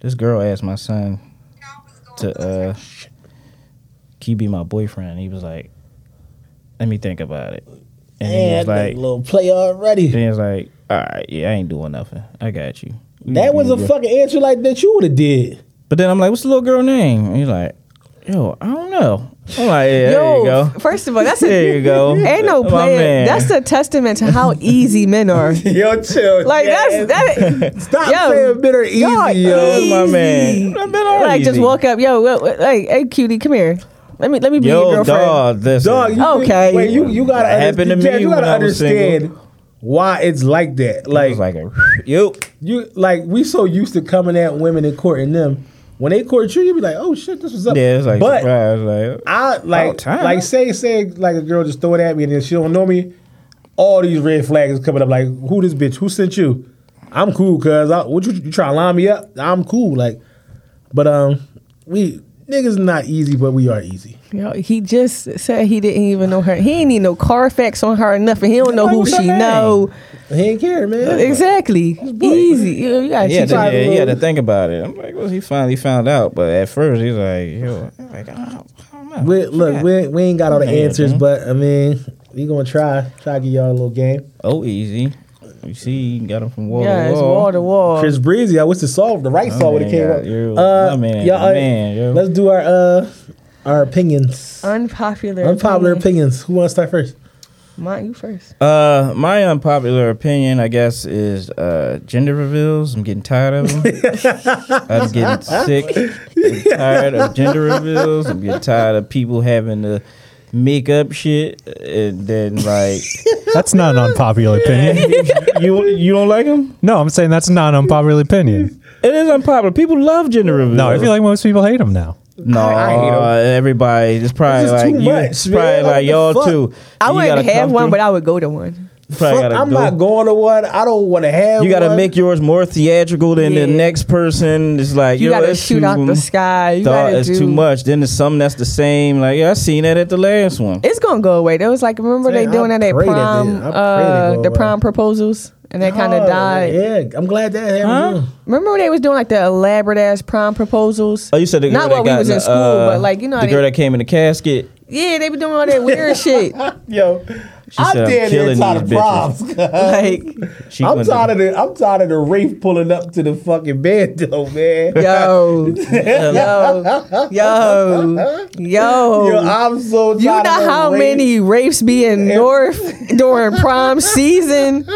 [SPEAKER 3] This girl asked my son to uh, can you be my boyfriend? He was like, let me think about it. And he
[SPEAKER 2] Man,
[SPEAKER 3] was like,
[SPEAKER 2] that little play already.
[SPEAKER 3] then he was like, all right, yeah, I ain't doing nothing. I got you. We
[SPEAKER 2] That
[SPEAKER 3] be
[SPEAKER 2] was a
[SPEAKER 3] good."
[SPEAKER 2] fucking answer like that you would have did.
[SPEAKER 3] But then I'm like, what's the little girl name? And he's like, yo, I don't know. I'm like, yeah, there you go.
[SPEAKER 4] f- first of all, that's a,
[SPEAKER 3] There you go.
[SPEAKER 4] Ain't no
[SPEAKER 3] My
[SPEAKER 4] player.
[SPEAKER 3] man.
[SPEAKER 4] That's a testament to how easy men are.
[SPEAKER 2] Yo, chill.
[SPEAKER 4] Like that's that.
[SPEAKER 2] Stop
[SPEAKER 4] yo,
[SPEAKER 2] saying bitter easy, yo.
[SPEAKER 4] y'all
[SPEAKER 3] That's my man.
[SPEAKER 4] easy.
[SPEAKER 3] That been all
[SPEAKER 4] Like just
[SPEAKER 3] easy.
[SPEAKER 4] walk up, yo, what, what- like, hey, cutie, come here. Let me let me be your
[SPEAKER 3] Yo,
[SPEAKER 4] girlfriend.
[SPEAKER 3] dog, listen.
[SPEAKER 2] Dog, you,
[SPEAKER 4] Okay.
[SPEAKER 2] Wait, you you gotta
[SPEAKER 3] That happened to
[SPEAKER 2] understand,
[SPEAKER 3] me
[SPEAKER 2] you
[SPEAKER 3] when
[SPEAKER 2] gotta
[SPEAKER 3] I was single.
[SPEAKER 2] understand why it's like that.
[SPEAKER 3] It
[SPEAKER 2] Like,
[SPEAKER 3] was like a, yo,
[SPEAKER 2] you like we so used to coming at women and courting them. When they court you, you be like, oh shit, this was up.
[SPEAKER 3] yeah, it's like,
[SPEAKER 2] but
[SPEAKER 3] surprise, like,
[SPEAKER 2] I
[SPEAKER 3] About
[SPEAKER 2] like
[SPEAKER 3] time.
[SPEAKER 2] like say say like a girl just throw it at me and then she don't know me. All these red flags coming up. Like who this bitch? Who sent you? I'm cool, cause I, what you, you trying to line me up? I'm cool, like. But um, we niggas not easy, but we are easy.
[SPEAKER 4] Yo, he just said he didn't even know her. He ain't need no Carfax on her or nothing. He don't know who
[SPEAKER 2] What's her
[SPEAKER 4] she
[SPEAKER 2] name?
[SPEAKER 4] know.
[SPEAKER 2] He ain't care, man.
[SPEAKER 4] Exactly. Easy. You, you gotta
[SPEAKER 3] he had,
[SPEAKER 4] teach
[SPEAKER 3] to,
[SPEAKER 4] her.
[SPEAKER 3] yeah, he had to
[SPEAKER 2] little-
[SPEAKER 3] think about it. I'm like, well, he finally found out. But at first, he's like, yo, I'm like, I don't, I don't know.
[SPEAKER 2] We, look, we, we ain't got all the
[SPEAKER 3] Yeah,
[SPEAKER 2] answers,
[SPEAKER 3] man.
[SPEAKER 2] but I mean, we gonna try try to give y'all a little game.
[SPEAKER 3] oh, easy. You see, you got him from wall
[SPEAKER 4] Yeah,
[SPEAKER 3] to
[SPEAKER 4] it's
[SPEAKER 3] wall.
[SPEAKER 4] wall to wall.
[SPEAKER 3] Um,
[SPEAKER 2] Chris Breezy, I wish the solve the right solve would have
[SPEAKER 3] man
[SPEAKER 2] came
[SPEAKER 3] got
[SPEAKER 2] up.
[SPEAKER 3] you.
[SPEAKER 2] Uh,
[SPEAKER 3] My man,
[SPEAKER 2] y'all,
[SPEAKER 3] my
[SPEAKER 2] uh,
[SPEAKER 3] man, yo.
[SPEAKER 2] let's do our uh our opinions.
[SPEAKER 4] Unpopular.
[SPEAKER 2] Unpopular
[SPEAKER 4] opinion.
[SPEAKER 2] opinions. Who wants to start first?
[SPEAKER 4] Mine, you first.
[SPEAKER 3] Uh, my unpopular opinion, I guess, is uh, gender reveals. I'm getting tired of them. I'm getting sick. I'm tired of gender reveals. I'm getting tired of people having to make up shit and then like
[SPEAKER 5] That's not an unpopular opinion.
[SPEAKER 3] you you don't like them.
[SPEAKER 5] No, I'm saying that's not an unpopular opinion.
[SPEAKER 3] It is unpopular. People love gender reveals.
[SPEAKER 5] No, I feel like most people hate them now.
[SPEAKER 3] no.
[SPEAKER 2] I- I hate 'em.
[SPEAKER 3] everybody. It's probably
[SPEAKER 2] This is
[SPEAKER 3] like
[SPEAKER 2] too
[SPEAKER 3] you.
[SPEAKER 2] much,
[SPEAKER 3] it's
[SPEAKER 2] man.
[SPEAKER 3] probably
[SPEAKER 2] What
[SPEAKER 3] like
[SPEAKER 2] the
[SPEAKER 3] y'all
[SPEAKER 2] fuck?
[SPEAKER 3] too.
[SPEAKER 4] I
[SPEAKER 3] You
[SPEAKER 4] wouldn't
[SPEAKER 3] gotta
[SPEAKER 4] have
[SPEAKER 3] come
[SPEAKER 4] one,
[SPEAKER 3] through.
[SPEAKER 4] but I would go to one.
[SPEAKER 3] Probably
[SPEAKER 2] Fuck,
[SPEAKER 3] gotta
[SPEAKER 2] I'm
[SPEAKER 3] go.
[SPEAKER 2] not going to one. I don't want to have.
[SPEAKER 3] You gotta
[SPEAKER 2] one.
[SPEAKER 3] make yours more theatrical than the
[SPEAKER 4] Yeah.
[SPEAKER 3] next person. It's like
[SPEAKER 4] You
[SPEAKER 3] yo,
[SPEAKER 4] gotta
[SPEAKER 3] it's
[SPEAKER 4] shoot
[SPEAKER 3] too,
[SPEAKER 4] out the sky. You
[SPEAKER 3] Dog,
[SPEAKER 4] gotta
[SPEAKER 3] it's
[SPEAKER 4] do,
[SPEAKER 3] too much. Then there's some that's the same. Like yeah, I seen that at the last one.
[SPEAKER 4] It's gonna go away. There was like remember
[SPEAKER 2] Man,
[SPEAKER 4] they doing
[SPEAKER 2] I
[SPEAKER 4] that at
[SPEAKER 2] pray that they-
[SPEAKER 4] prom,
[SPEAKER 2] I pray they
[SPEAKER 4] uh,
[SPEAKER 2] go
[SPEAKER 4] the
[SPEAKER 2] away.
[SPEAKER 4] prom proposals, and that kind
[SPEAKER 2] Oh,
[SPEAKER 4] of died.
[SPEAKER 2] Yeah, I'm glad that happened.
[SPEAKER 3] Huh?
[SPEAKER 2] too.
[SPEAKER 4] Remember when they was doing like the elaborate ass prom proposals?
[SPEAKER 3] oh, you said the girl
[SPEAKER 4] not
[SPEAKER 3] that
[SPEAKER 4] while
[SPEAKER 3] got
[SPEAKER 4] we was in
[SPEAKER 3] the,
[SPEAKER 4] school,
[SPEAKER 3] uh,
[SPEAKER 4] but like you know,
[SPEAKER 3] the
[SPEAKER 4] they,
[SPEAKER 3] girl that came in the casket.
[SPEAKER 4] yeah, they be doing all that weird shit.
[SPEAKER 2] Yo, I'm
[SPEAKER 3] said, "I'm
[SPEAKER 2] dead here
[SPEAKER 3] killing
[SPEAKER 2] tired of
[SPEAKER 3] these
[SPEAKER 2] proms.
[SPEAKER 4] Like,
[SPEAKER 3] She
[SPEAKER 2] I'm
[SPEAKER 3] went to-
[SPEAKER 2] tired of the I'm tired of the Rafe pulling up to the fucking bed though, man.
[SPEAKER 4] yo, yo, yo, yo.
[SPEAKER 2] Yo, I'm so tired
[SPEAKER 4] you know
[SPEAKER 2] of the
[SPEAKER 4] how
[SPEAKER 2] Rafe-
[SPEAKER 4] many rapes be in North during prom season?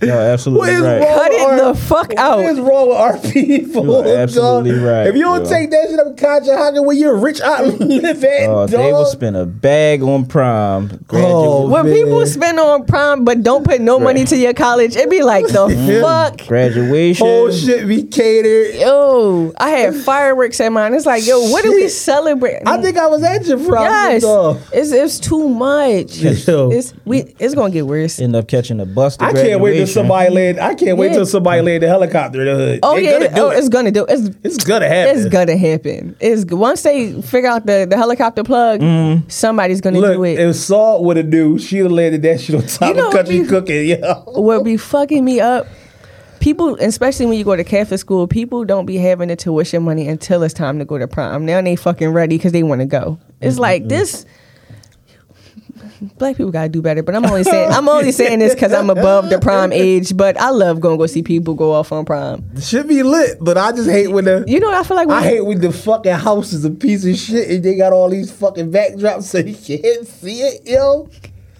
[SPEAKER 3] You're
[SPEAKER 2] What
[SPEAKER 3] absolutely
[SPEAKER 2] is
[SPEAKER 3] right.
[SPEAKER 2] wrong
[SPEAKER 4] Cut
[SPEAKER 2] with
[SPEAKER 4] it
[SPEAKER 2] our-
[SPEAKER 4] the
[SPEAKER 2] What
[SPEAKER 4] fuck
[SPEAKER 2] is
[SPEAKER 4] out.
[SPEAKER 2] wrong with our people?
[SPEAKER 3] You are
[SPEAKER 2] dog?
[SPEAKER 3] absolutely right,
[SPEAKER 2] If you don't
[SPEAKER 3] yo.
[SPEAKER 2] take that shit up, Kaja, how can when you're rich I live at
[SPEAKER 3] Oh,
[SPEAKER 2] dog?
[SPEAKER 3] they will spend a bag on prom. Graduate.
[SPEAKER 2] Oh,
[SPEAKER 4] When
[SPEAKER 2] man.
[SPEAKER 4] people spend on prom but don't put no money to your college, it be like the fuck.
[SPEAKER 3] Graduation.
[SPEAKER 2] whole Oh, shit be catered.
[SPEAKER 4] Yo, I had fireworks at mine. It's like, yo, what do we
[SPEAKER 2] Shit.
[SPEAKER 4] celebrate?
[SPEAKER 2] I think I was at your problem.
[SPEAKER 4] yes,
[SPEAKER 2] dog.
[SPEAKER 4] it's it's too much.
[SPEAKER 2] Yo.
[SPEAKER 4] It's we it's gonna get worse.
[SPEAKER 3] End up catching a bus. To
[SPEAKER 2] I can't wait till
[SPEAKER 3] graduation.
[SPEAKER 2] somebody land. I can't wait
[SPEAKER 4] Yeah.
[SPEAKER 2] till somebody land the helicopter in the hood.
[SPEAKER 4] Oh
[SPEAKER 2] They
[SPEAKER 4] yeah,
[SPEAKER 2] gonna do
[SPEAKER 4] oh,
[SPEAKER 2] it.
[SPEAKER 4] it's gonna do. It's
[SPEAKER 2] It's gonna happen.
[SPEAKER 4] it's gonna happen. It's once they figure out the, the helicopter plug, somebody's gonna do
[SPEAKER 2] Mm-hmm. Look,
[SPEAKER 4] it.
[SPEAKER 2] if Salt would have do, she'd have landed that shit on top
[SPEAKER 4] know
[SPEAKER 2] of
[SPEAKER 4] what
[SPEAKER 2] country
[SPEAKER 4] be-
[SPEAKER 2] cooking, yo.
[SPEAKER 4] what be fucking me up. People, especially when you go to Catholic school, people don't be having the tuition money until it's time to go to prom. Now they fucking ready because they want to go. It's
[SPEAKER 2] Mm-hmm,
[SPEAKER 4] like this. Black people gotta do better, but I'm only saying I'm only saying this because I'm above the prime age. But I love going to go see people go off on prom.
[SPEAKER 2] Should be lit, but I just hate when the
[SPEAKER 4] You know what I feel like? we-
[SPEAKER 2] I hate when the fucking house is a piece of shit and they got all these fucking backdrops so you can't see it, yo.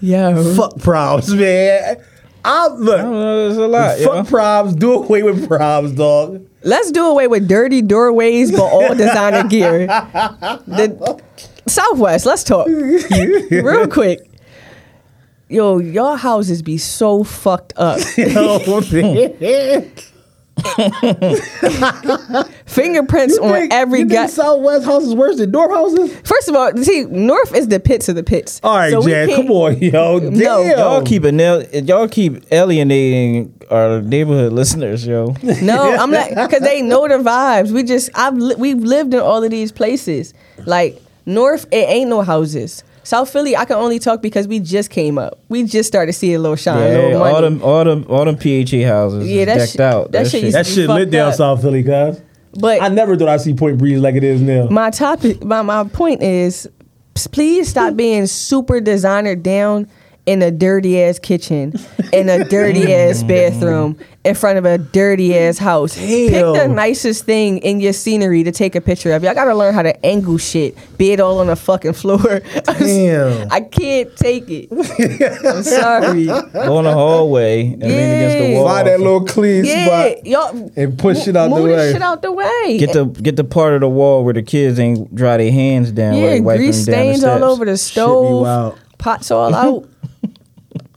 [SPEAKER 4] yo.
[SPEAKER 2] Fuck proms, man. I look.
[SPEAKER 3] I don't know, there's a lot.
[SPEAKER 2] fuck
[SPEAKER 3] yo.
[SPEAKER 2] proms. Do away with proms, dog.
[SPEAKER 4] Let's do away with dirty doorways, but all designer gear. The Southwest, let's talk real quick. Yo, your houses be so fucked up.
[SPEAKER 2] Yo, man.
[SPEAKER 4] Fingerprints
[SPEAKER 2] You
[SPEAKER 4] on
[SPEAKER 2] think-
[SPEAKER 4] every
[SPEAKER 2] you
[SPEAKER 4] guy.
[SPEAKER 2] think Southwest house is worse than North houses.
[SPEAKER 4] First of all, see, North is the pits of the pits.
[SPEAKER 2] All right,
[SPEAKER 4] So we
[SPEAKER 2] Jan,
[SPEAKER 4] can't-
[SPEAKER 2] come on, yo.
[SPEAKER 4] No.
[SPEAKER 2] Damn.
[SPEAKER 3] Y'all keep an y'all keep alienating our neighborhood listeners, yo.
[SPEAKER 4] No, I'm like, because they know the vibes. We just, I've, li- we've lived in all of these places. Like North, it ain't no houses. South Philly, I can only talk because we just came up. We just started seeing a little shine, a
[SPEAKER 3] Yeah,
[SPEAKER 4] little money.
[SPEAKER 3] all them, all them, all them PHE houses
[SPEAKER 4] Yeah,
[SPEAKER 3] is
[SPEAKER 4] that
[SPEAKER 3] decked
[SPEAKER 4] shit-
[SPEAKER 3] out.
[SPEAKER 4] that shit used
[SPEAKER 2] that
[SPEAKER 4] You
[SPEAKER 2] shit
[SPEAKER 4] fucked
[SPEAKER 2] lit down
[SPEAKER 4] up.
[SPEAKER 2] South Philly, guys.
[SPEAKER 4] But
[SPEAKER 2] I never thought I'd see Point Breeze like it is now.
[SPEAKER 4] my topic my, my point is s- please stop being super designer down in a dirty ass kitchen in a dirty ass bathroom in front of a dirty ass house pick the
[SPEAKER 2] Hell.
[SPEAKER 4] nicest thing in your scenery to take a picture of y'all gotta learn how to angle shit be it all on the fucking floor
[SPEAKER 2] Damn.
[SPEAKER 4] i can't take it i'm sorry
[SPEAKER 3] Go in the hallway and lean against the
[SPEAKER 4] Yeah.
[SPEAKER 3] wall.
[SPEAKER 2] Find that little clean
[SPEAKER 4] yeah
[SPEAKER 2] spot
[SPEAKER 4] y'all
[SPEAKER 2] and push it out the
[SPEAKER 4] move this
[SPEAKER 2] way.
[SPEAKER 4] shit out the way
[SPEAKER 3] Get the get the part of the wall where the kids ain't dry their hands down.
[SPEAKER 4] Yeah,
[SPEAKER 3] like wiping
[SPEAKER 4] grease
[SPEAKER 3] them down
[SPEAKER 4] stains
[SPEAKER 3] the
[SPEAKER 4] all
[SPEAKER 3] steps.
[SPEAKER 4] over the stove.
[SPEAKER 2] wild.
[SPEAKER 4] Pots all out. you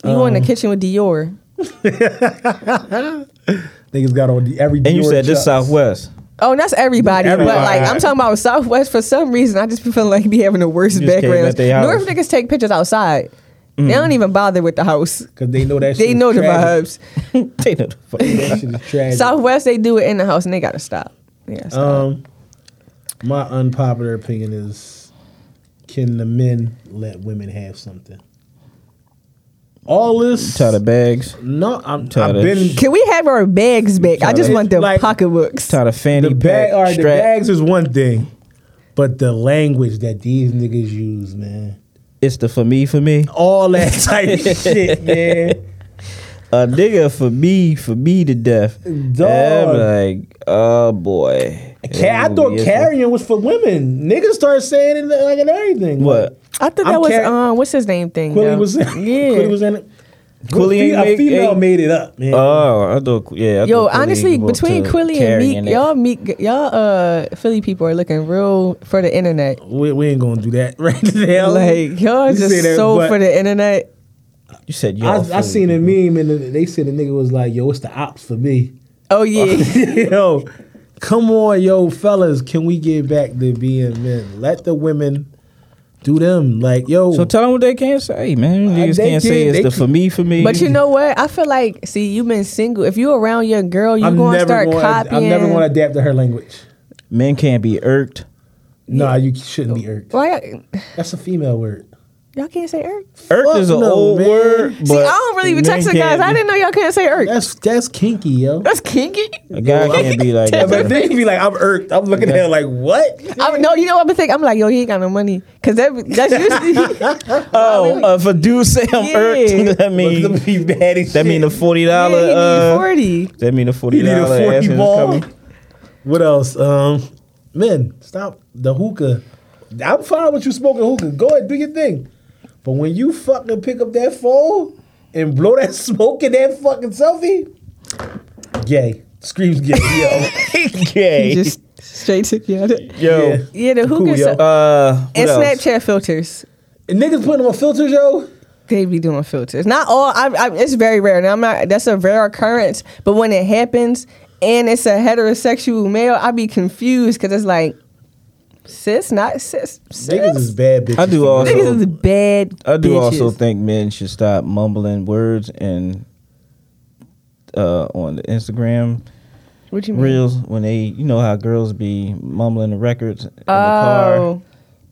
[SPEAKER 4] go
[SPEAKER 2] Um,
[SPEAKER 4] in the kitchen with Dior.
[SPEAKER 2] Niggas got on the every.
[SPEAKER 3] And you
[SPEAKER 2] Dior
[SPEAKER 3] said this
[SPEAKER 2] chops.
[SPEAKER 3] Southwest.
[SPEAKER 4] Oh, and that's everybody. But
[SPEAKER 2] Everybody.
[SPEAKER 4] like I'm talking about Southwest for some reason. I just be feeling like be having the worst
[SPEAKER 3] You just can't
[SPEAKER 4] backgrounds.
[SPEAKER 3] let they house.
[SPEAKER 4] North niggas take pictures outside. They don't even bother with the house.
[SPEAKER 2] Cause they know that.
[SPEAKER 4] They
[SPEAKER 2] shit
[SPEAKER 4] know
[SPEAKER 2] is
[SPEAKER 4] the
[SPEAKER 2] Mm. tragic.
[SPEAKER 4] vibes.
[SPEAKER 3] They know the fuck.
[SPEAKER 2] That shit is tragic.
[SPEAKER 4] Southwest they do it in the house and they gotta stop. Yeah.
[SPEAKER 2] Um, my unpopular opinion is: Can the men let women have something? All this.
[SPEAKER 3] Tie the bags.
[SPEAKER 2] no, I'm. I've
[SPEAKER 3] tired of
[SPEAKER 2] been
[SPEAKER 4] Can we have our bags back? I just
[SPEAKER 2] Charlie,
[SPEAKER 4] want the
[SPEAKER 2] like,
[SPEAKER 4] pocketbooks.
[SPEAKER 3] Tie the fanny
[SPEAKER 2] the bag.
[SPEAKER 3] pack
[SPEAKER 2] All right, the
[SPEAKER 3] strap.
[SPEAKER 2] bags is one thing, but the language that these niggas use, man,
[SPEAKER 3] It's the for me, for me.
[SPEAKER 2] all that type of shit, man.
[SPEAKER 3] A nigga for me, for me to death.
[SPEAKER 2] Dog.
[SPEAKER 3] I'm like, oh boy.
[SPEAKER 2] Ca- I thought carrying was for women. Niggas start saying it like in everything.
[SPEAKER 3] What?
[SPEAKER 4] I thought
[SPEAKER 2] I'm
[SPEAKER 4] that was
[SPEAKER 2] carry-
[SPEAKER 4] um what's his name thing.
[SPEAKER 2] Quilly
[SPEAKER 4] though.
[SPEAKER 2] was in.
[SPEAKER 4] yeah.
[SPEAKER 2] Quilly was in it.
[SPEAKER 3] Quilly
[SPEAKER 2] Fe-
[SPEAKER 3] ain't
[SPEAKER 2] a
[SPEAKER 3] make-
[SPEAKER 2] female
[SPEAKER 3] ain't-
[SPEAKER 2] made it up, man.
[SPEAKER 3] Oh, I thought. Yeah. I
[SPEAKER 4] Yo,
[SPEAKER 3] thought Quilly
[SPEAKER 4] honestly,
[SPEAKER 3] equal
[SPEAKER 4] between
[SPEAKER 3] to
[SPEAKER 4] Quilly
[SPEAKER 3] carrying
[SPEAKER 4] and
[SPEAKER 3] it.
[SPEAKER 4] Meek, y'all Meek, y'all uh Philly people are looking real for the internet.
[SPEAKER 2] we, we ain't gonna do that right now.
[SPEAKER 4] Like y'all
[SPEAKER 2] You say
[SPEAKER 4] just
[SPEAKER 2] that,
[SPEAKER 4] so
[SPEAKER 2] but
[SPEAKER 4] for the internet.
[SPEAKER 3] You said you.
[SPEAKER 2] I, I seen a meme and the- they said the nigga was like, "Yo, it's the ops for me."
[SPEAKER 4] Oh yeah,
[SPEAKER 2] yo, come on, yo, fellas, can we get back to being men? Let the women do them. Like, yo,
[SPEAKER 3] So tell them what they can't say, man. Niggas
[SPEAKER 2] Uh, they
[SPEAKER 3] can't say
[SPEAKER 2] can-
[SPEAKER 3] it's
[SPEAKER 2] they
[SPEAKER 3] the
[SPEAKER 2] can-
[SPEAKER 3] for me, for me.
[SPEAKER 4] but you know what? I feel like see, you've been single. If you around your girl, you
[SPEAKER 2] I'm
[SPEAKER 4] gonna
[SPEAKER 2] never
[SPEAKER 4] start
[SPEAKER 2] gonna,
[SPEAKER 4] copying.
[SPEAKER 2] I'm never gonna adapt to her language.
[SPEAKER 3] men can't be irked.
[SPEAKER 2] Nah, you shouldn't be irked.
[SPEAKER 4] Why y-
[SPEAKER 2] That's a female word.
[SPEAKER 4] y'all can't say irk?
[SPEAKER 3] Irked
[SPEAKER 2] Fuck
[SPEAKER 3] is an
[SPEAKER 2] no,
[SPEAKER 3] old
[SPEAKER 2] man.
[SPEAKER 3] word. But
[SPEAKER 4] See, I don't really be
[SPEAKER 3] men
[SPEAKER 4] texting guys.
[SPEAKER 3] can't
[SPEAKER 4] I
[SPEAKER 3] be-
[SPEAKER 4] didn't know y'all can't say irk.
[SPEAKER 2] That's that's kinky, yo.
[SPEAKER 4] That's kinky.
[SPEAKER 3] A guy can't be like that.
[SPEAKER 2] But they can be like, I'm irked. I'm looking at her like, what?
[SPEAKER 4] I no, you know what I'm thinking? I'm like, yo, he ain't got no money because that that's usually
[SPEAKER 3] Oh, uh, if a dude say I'm
[SPEAKER 4] Yeah.
[SPEAKER 3] irked, that
[SPEAKER 2] Look
[SPEAKER 3] mean
[SPEAKER 2] at me bad as
[SPEAKER 3] that
[SPEAKER 2] shit.
[SPEAKER 3] mean the forty
[SPEAKER 4] yeah,
[SPEAKER 3] dollar.
[SPEAKER 4] he need
[SPEAKER 3] uh,
[SPEAKER 4] forty.
[SPEAKER 3] that mean the forty
[SPEAKER 2] You need a
[SPEAKER 3] dollar.
[SPEAKER 2] 40 ball.
[SPEAKER 3] coming.
[SPEAKER 2] What else? Um, men, stop the hookah. I'm fine with you smoking hookah. Go ahead, do your thing. But when you fucking pick up that phone and blow that smoke in that fucking selfie, gay. Screams gay, yo.
[SPEAKER 3] Gay.
[SPEAKER 4] just straight took you out.
[SPEAKER 3] yo.
[SPEAKER 2] Yeah.
[SPEAKER 4] Yeah, the
[SPEAKER 2] Cool,
[SPEAKER 4] hookah
[SPEAKER 2] yo.
[SPEAKER 4] stuff.
[SPEAKER 3] Uh, what
[SPEAKER 4] and
[SPEAKER 3] else?
[SPEAKER 4] Snapchat filters.
[SPEAKER 2] And niggas putting them on filters, yo.
[SPEAKER 4] They be doing filters. Not all. I, I, it's very rare. Now I'm not. That's a rare occurrence. But when it happens, and it's a heterosexual male, I be confused because it's like, sis, not sis.
[SPEAKER 2] Niggas is
[SPEAKER 4] sis?
[SPEAKER 2] bad bitches.
[SPEAKER 3] I do
[SPEAKER 2] all.
[SPEAKER 3] also.
[SPEAKER 4] Niggas is bad.
[SPEAKER 3] I do also
[SPEAKER 4] bitches.
[SPEAKER 3] think men should stop mumbling words and uh, on the Instagram
[SPEAKER 4] What you mean?
[SPEAKER 3] reels when they, you know how girls be mumbling the records in the car.
[SPEAKER 4] Oh,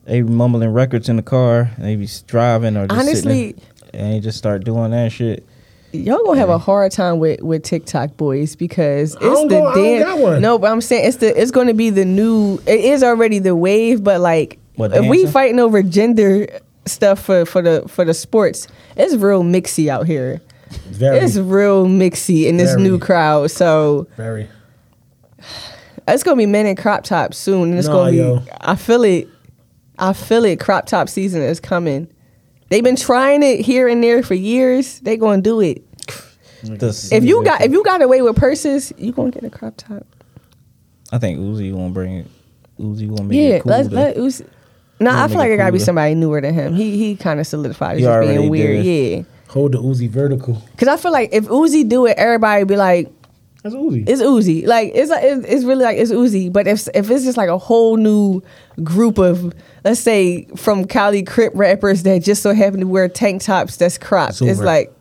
[SPEAKER 3] They be mumbling records in the car. and They be driving or just
[SPEAKER 4] honestly,
[SPEAKER 3] sitting there, and they just start doing that shit.
[SPEAKER 4] y'all gonna have a hard time with with TikTok boys because it's
[SPEAKER 2] don't
[SPEAKER 4] the
[SPEAKER 2] go- I don't
[SPEAKER 4] dance.
[SPEAKER 2] got one.
[SPEAKER 4] No, but I'm saying it's the it's gonna be the new. It is already the wave, but like
[SPEAKER 3] What,
[SPEAKER 4] if we
[SPEAKER 3] dancing?
[SPEAKER 4] fighting over gender stuff for for the for the sports, it's real mixy out here.
[SPEAKER 2] Very,
[SPEAKER 4] It's real mixy in this
[SPEAKER 2] Very.
[SPEAKER 4] new crowd. So
[SPEAKER 2] very.
[SPEAKER 4] it's gonna be men in crop tops soon, and it's
[SPEAKER 2] Nah,
[SPEAKER 4] gonna be.
[SPEAKER 2] yo.
[SPEAKER 4] I feel it. I feel it. Crop top season is coming. They've been trying it here and there for years. They gonna do it.
[SPEAKER 3] The-
[SPEAKER 4] If you got if you got away with purses, you gonna get a crop top.
[SPEAKER 3] I think Uzi gonna bring it. Uzi gonna make
[SPEAKER 4] Yeah,
[SPEAKER 3] it cool.
[SPEAKER 4] let let Uzi. No, I
[SPEAKER 3] make
[SPEAKER 4] feel like
[SPEAKER 3] it
[SPEAKER 4] it gotta be
[SPEAKER 3] cooler.
[SPEAKER 4] somebody newer than him. He he kind of solidified as
[SPEAKER 3] He
[SPEAKER 4] just
[SPEAKER 3] already
[SPEAKER 4] being weird.
[SPEAKER 3] did.
[SPEAKER 4] Yeah,
[SPEAKER 2] Hold the Uzi vertical.
[SPEAKER 4] because I feel like if Uzi do it, everybody be like,
[SPEAKER 2] That's Uzi.
[SPEAKER 4] it's Uzi. Like it's like it's it's really like it's Uzi. But if if it's just like a whole new group of let's say from Cali Crip rappers that just so happen to wear tank tops that's cropped,
[SPEAKER 2] It's
[SPEAKER 4] it's
[SPEAKER 2] over.
[SPEAKER 4] like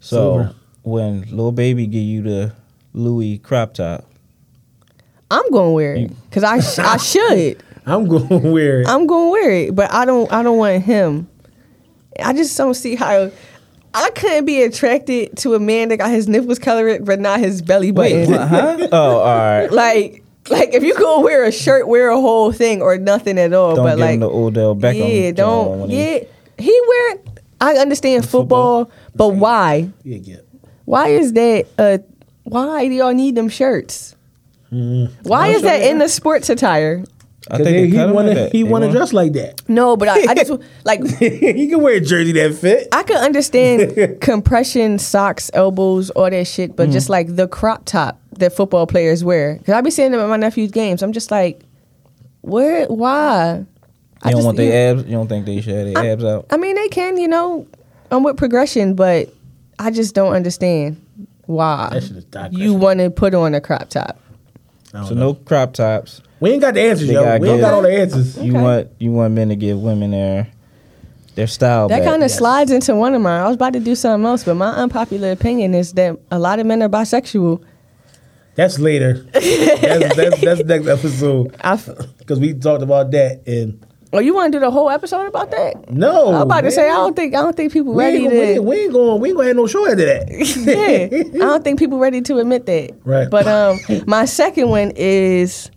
[SPEAKER 3] so
[SPEAKER 2] Silver.
[SPEAKER 3] when Lil Baby give you the Louis crop top,
[SPEAKER 4] I'm gonna wear it because I sh- I should.
[SPEAKER 2] I'm going to wear it.
[SPEAKER 4] I'm gonna wear it, but I don't. I don't want him. I just don't see how. I couldn't be attracted to a man that got his nipples colored but not his belly button.
[SPEAKER 3] huh? Oh, all right.
[SPEAKER 4] like like if you go wear a shirt, wear a whole thing or nothing at all.
[SPEAKER 3] Don't
[SPEAKER 4] but
[SPEAKER 3] give
[SPEAKER 4] like
[SPEAKER 3] him the Odell Beckham.
[SPEAKER 4] yeah,
[SPEAKER 3] joint when
[SPEAKER 4] don't
[SPEAKER 3] he-
[SPEAKER 4] yeah. He wear. I understand football, but why?
[SPEAKER 2] Yeah, get.
[SPEAKER 4] Why is that? Uh, why do y'all need them shirts?
[SPEAKER 3] Mm-hmm.
[SPEAKER 4] Why is that in the sports attire?
[SPEAKER 3] I
[SPEAKER 2] Cause
[SPEAKER 3] think
[SPEAKER 2] they-
[SPEAKER 3] they
[SPEAKER 2] he
[SPEAKER 3] cut him
[SPEAKER 2] wanna
[SPEAKER 3] with that.
[SPEAKER 2] he
[SPEAKER 3] They
[SPEAKER 2] wanna
[SPEAKER 3] want-
[SPEAKER 2] dress like that.
[SPEAKER 4] No, but I, I just like
[SPEAKER 2] he can wear a jersey that fit.
[SPEAKER 4] I could understand compression socks, elbows, all that shit, but just like the crop top that football players wear. Cause I be seeing them at my nephew's games. I'm just like, where? Why?
[SPEAKER 3] You don't
[SPEAKER 4] just-
[SPEAKER 3] want their abs. You don't think they should have their abs out.
[SPEAKER 4] I mean, they can, you know, I'm with progression, but I just don't understand why
[SPEAKER 2] That shit is dark.
[SPEAKER 4] you want to put on a crop top.
[SPEAKER 3] So no crop tops.
[SPEAKER 2] We ain't got the answers,
[SPEAKER 3] They
[SPEAKER 2] yo.
[SPEAKER 3] gotta
[SPEAKER 2] We ain't
[SPEAKER 3] get-
[SPEAKER 2] got all the answers.
[SPEAKER 3] You
[SPEAKER 4] Okay.
[SPEAKER 3] want you want men to give women their their style.
[SPEAKER 4] That
[SPEAKER 3] back.
[SPEAKER 4] kind of slides into one of mine. I was about to do something else, but my unpopular opinion is that a lot of men are bisexual.
[SPEAKER 2] That's later. that's, that's that's next episode
[SPEAKER 4] I f-
[SPEAKER 2] because we talked about that and
[SPEAKER 4] oh, you want to do the whole episode about that?
[SPEAKER 2] no.
[SPEAKER 4] I'm about to
[SPEAKER 2] man.
[SPEAKER 4] say I don't think I don't think people
[SPEAKER 2] We ain't,
[SPEAKER 4] ready
[SPEAKER 2] gonna, we,
[SPEAKER 4] to.
[SPEAKER 2] ain't, we ain't going. We ain't gonna have no show after that.
[SPEAKER 4] yeah, I don't think people ready to admit that.
[SPEAKER 2] Right.
[SPEAKER 4] But um, my second one is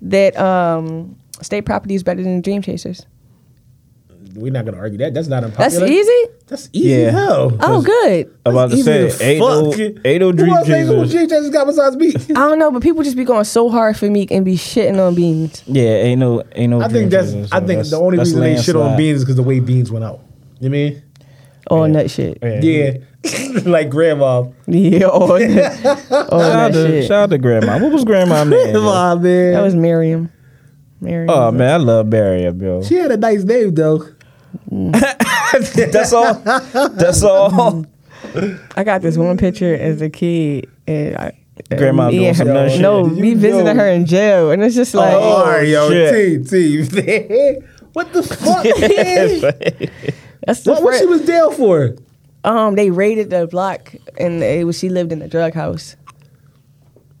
[SPEAKER 4] that um, state property is better than dream chasers.
[SPEAKER 2] We're not gonna argue that. That's not
[SPEAKER 4] That's
[SPEAKER 2] unpopular.
[SPEAKER 4] easy.
[SPEAKER 2] That's easy.
[SPEAKER 3] Yeah.
[SPEAKER 2] as Hell.
[SPEAKER 4] Oh, good.
[SPEAKER 3] I'm about to
[SPEAKER 2] Easy
[SPEAKER 3] say oh-
[SPEAKER 2] as
[SPEAKER 3] ain't no,
[SPEAKER 2] fuck.
[SPEAKER 3] ain't no dream
[SPEAKER 2] Who else ain't no
[SPEAKER 3] chasers.
[SPEAKER 2] dream chasers got besides me?
[SPEAKER 4] I don't know, but people just be going so hard for Meek and be shitting on Beans.
[SPEAKER 3] Yeah, ain't no ain't no.
[SPEAKER 2] I think
[SPEAKER 3] dream
[SPEAKER 2] that's.
[SPEAKER 3] chasers,
[SPEAKER 2] I
[SPEAKER 3] so
[SPEAKER 2] think
[SPEAKER 3] that's-
[SPEAKER 2] the only
[SPEAKER 3] that's
[SPEAKER 2] reason they shit on
[SPEAKER 3] landslide.
[SPEAKER 2] beans is because the way beans went out. You mean?
[SPEAKER 4] All nut shit. Yeah,
[SPEAKER 2] Yeah. like grandma.
[SPEAKER 4] all, nut, all
[SPEAKER 3] Shout out
[SPEAKER 4] nut
[SPEAKER 3] to,
[SPEAKER 4] shit.
[SPEAKER 3] shout out to grandma. What was grandma name? yo?
[SPEAKER 2] Grandma, man.
[SPEAKER 4] That was Miriam. Miriam.
[SPEAKER 3] Oh man, I love Barry, bro.
[SPEAKER 2] she had a nice name though.
[SPEAKER 3] That's all. That's all.
[SPEAKER 4] I got this one picture as a kid, and I, uh,
[SPEAKER 3] Grandma
[SPEAKER 4] me
[SPEAKER 3] doing
[SPEAKER 4] and
[SPEAKER 3] some
[SPEAKER 4] her-
[SPEAKER 3] nut shit.
[SPEAKER 4] No,
[SPEAKER 2] Did you
[SPEAKER 4] we visited
[SPEAKER 2] know?
[SPEAKER 4] her in jail, and it's just like,
[SPEAKER 2] Oh, all right, yo,
[SPEAKER 3] shit.
[SPEAKER 2] T, T. what the fuck? man?
[SPEAKER 4] that's the
[SPEAKER 2] what, what
[SPEAKER 4] fir-
[SPEAKER 2] she was down for?
[SPEAKER 4] Um, they raided the block, and it was she lived in a drug house.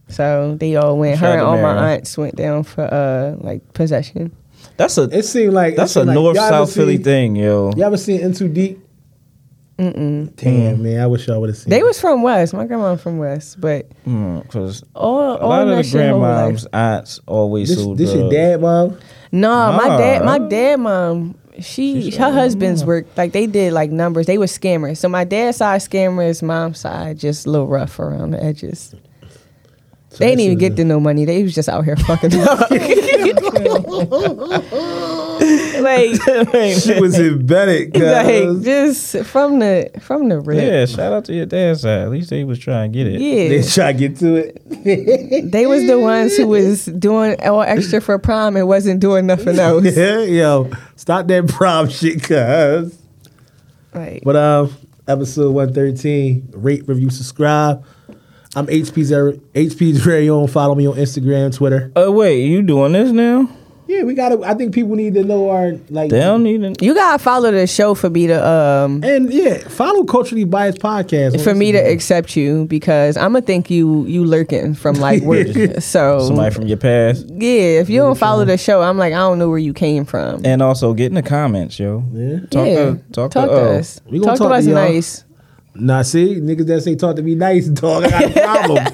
[SPEAKER 4] So they all went.
[SPEAKER 3] Shout
[SPEAKER 4] her and
[SPEAKER 3] to
[SPEAKER 4] all my
[SPEAKER 3] Miriam.
[SPEAKER 4] aunts went down for uh like possession.
[SPEAKER 3] That's a
[SPEAKER 2] It seemed like
[SPEAKER 3] that's
[SPEAKER 2] it
[SPEAKER 3] a
[SPEAKER 2] seemed like-
[SPEAKER 3] North
[SPEAKER 2] y'all ever
[SPEAKER 3] South
[SPEAKER 2] seen-
[SPEAKER 3] Philly thing, yo.
[SPEAKER 2] You ever seen In Too Deep? Mm-mm. Damn, man, I wish y'all would have seen.
[SPEAKER 4] They
[SPEAKER 2] it.
[SPEAKER 4] was from West. My grandma from West, but
[SPEAKER 3] Because
[SPEAKER 4] all
[SPEAKER 3] Hmm, a
[SPEAKER 4] all
[SPEAKER 3] lot of the
[SPEAKER 4] that shit whole life.
[SPEAKER 3] grandmoms, aunts always
[SPEAKER 2] This,
[SPEAKER 3] sold
[SPEAKER 2] this your
[SPEAKER 3] drugs.
[SPEAKER 2] dad, mom.
[SPEAKER 4] No, my dad, my
[SPEAKER 3] Ah.
[SPEAKER 4] dad, mom, she, her husband's worked like they did like numbers. They were scammers. So my dad's side scammers, mom's side just a little rough around the edges. they didn't
[SPEAKER 2] that
[SPEAKER 4] even
[SPEAKER 2] shit
[SPEAKER 4] get to no money. They was just out here fucking. up. like,
[SPEAKER 2] She was in Bennett.
[SPEAKER 4] like
[SPEAKER 2] cuz.
[SPEAKER 4] just from the from the
[SPEAKER 3] Yeah,
[SPEAKER 4] rip.
[SPEAKER 3] shout out to your dad's side. uh, At least they was trying to get it.
[SPEAKER 4] Yeah,
[SPEAKER 2] They try to get to it.
[SPEAKER 4] they was the ones who was doing all extra for prom and wasn't doing nothing else.
[SPEAKER 2] yo, stop that prom shit, cuz.
[SPEAKER 4] Like,
[SPEAKER 2] But um, episode one thirteen. Rate, review, subscribe. I'm HP's HP's very own. Follow me on Instagram, Twitter.
[SPEAKER 3] Oh wait, you doing this now?
[SPEAKER 2] Yeah, we gotta. I think people need to know our like.
[SPEAKER 3] They don't need an
[SPEAKER 4] you gotta follow the show for me to um
[SPEAKER 2] And yeah, follow culturally biased podcast on
[SPEAKER 4] for me to
[SPEAKER 2] Instagram.
[SPEAKER 4] accept you because I'm gonna think you you lurking from like work. so
[SPEAKER 3] somebody from your past.
[SPEAKER 4] yeah, if you don't follow
[SPEAKER 2] Mm-hmm.
[SPEAKER 4] the show, I'm like I don't know where you came from.
[SPEAKER 3] And also get in the comments, yo.
[SPEAKER 2] Yeah.
[SPEAKER 3] Talk
[SPEAKER 4] yeah,
[SPEAKER 3] to talk, to, oh.
[SPEAKER 4] us.
[SPEAKER 2] uh, We gonna
[SPEAKER 4] talk, to
[SPEAKER 2] talk
[SPEAKER 4] us
[SPEAKER 2] to y'all.
[SPEAKER 4] nice.
[SPEAKER 2] Nah, see, niggas that say talk to me nice, dog. I got a problem.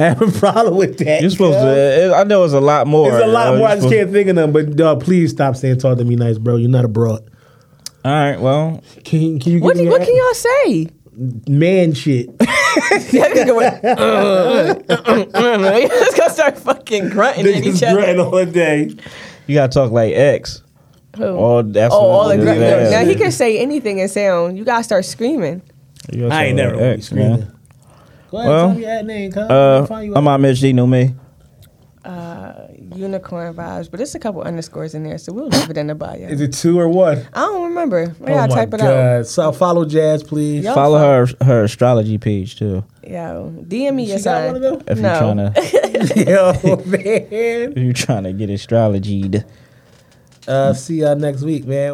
[SPEAKER 2] I have a problem with that.
[SPEAKER 3] You're supposed
[SPEAKER 2] yo.
[SPEAKER 3] to. I know it's a lot more.
[SPEAKER 2] It's a
[SPEAKER 3] yo.
[SPEAKER 2] lot
[SPEAKER 3] You're
[SPEAKER 2] more. I just
[SPEAKER 3] supposed-
[SPEAKER 2] can't think of them. But dog, please stop saying talk to me nice, bro. You're not a broad.
[SPEAKER 3] All right. Well,
[SPEAKER 2] Can, can you?
[SPEAKER 4] What
[SPEAKER 2] give me
[SPEAKER 4] do,
[SPEAKER 2] your
[SPEAKER 4] what can y'all say?
[SPEAKER 2] man shit?
[SPEAKER 4] uh, You're just gonna uh, start fucking grunting at each
[SPEAKER 2] Niggas
[SPEAKER 4] other.
[SPEAKER 2] grunting all day.
[SPEAKER 3] you gotta talk like X.
[SPEAKER 4] Who?
[SPEAKER 3] All that's
[SPEAKER 4] Oh, all the
[SPEAKER 3] yeah.
[SPEAKER 4] grunt.
[SPEAKER 2] yeah.
[SPEAKER 4] Now he can say anything and sound. You gotta start screaming.
[SPEAKER 3] You gotta
[SPEAKER 2] I ain't
[SPEAKER 3] talk
[SPEAKER 2] never
[SPEAKER 3] like
[SPEAKER 2] really
[SPEAKER 3] X, man.
[SPEAKER 2] screaming. Go ahead,
[SPEAKER 3] Well,
[SPEAKER 2] tell me your ad name, cuz.
[SPEAKER 3] Uh,
[SPEAKER 2] Find you
[SPEAKER 3] I'm
[SPEAKER 2] out.
[SPEAKER 3] out, Mitch. You know me.
[SPEAKER 4] Unicorn vibes, but it's a couple underscores in there, so we'll leave it in the bio.
[SPEAKER 2] Is it Oh two or one?
[SPEAKER 4] I don't remember. I
[SPEAKER 3] Oh
[SPEAKER 4] gotta type it out.
[SPEAKER 2] So follow Jazz, please.
[SPEAKER 4] Yo,
[SPEAKER 3] Follow her her astrology page too.
[SPEAKER 4] Yo, DM me your
[SPEAKER 2] She got
[SPEAKER 4] sign.
[SPEAKER 2] one of them?
[SPEAKER 3] If
[SPEAKER 4] No.
[SPEAKER 3] you're trying to
[SPEAKER 2] Yo, man.
[SPEAKER 3] if you're trying to get astrologied.
[SPEAKER 2] Uh, see y'all next week, man.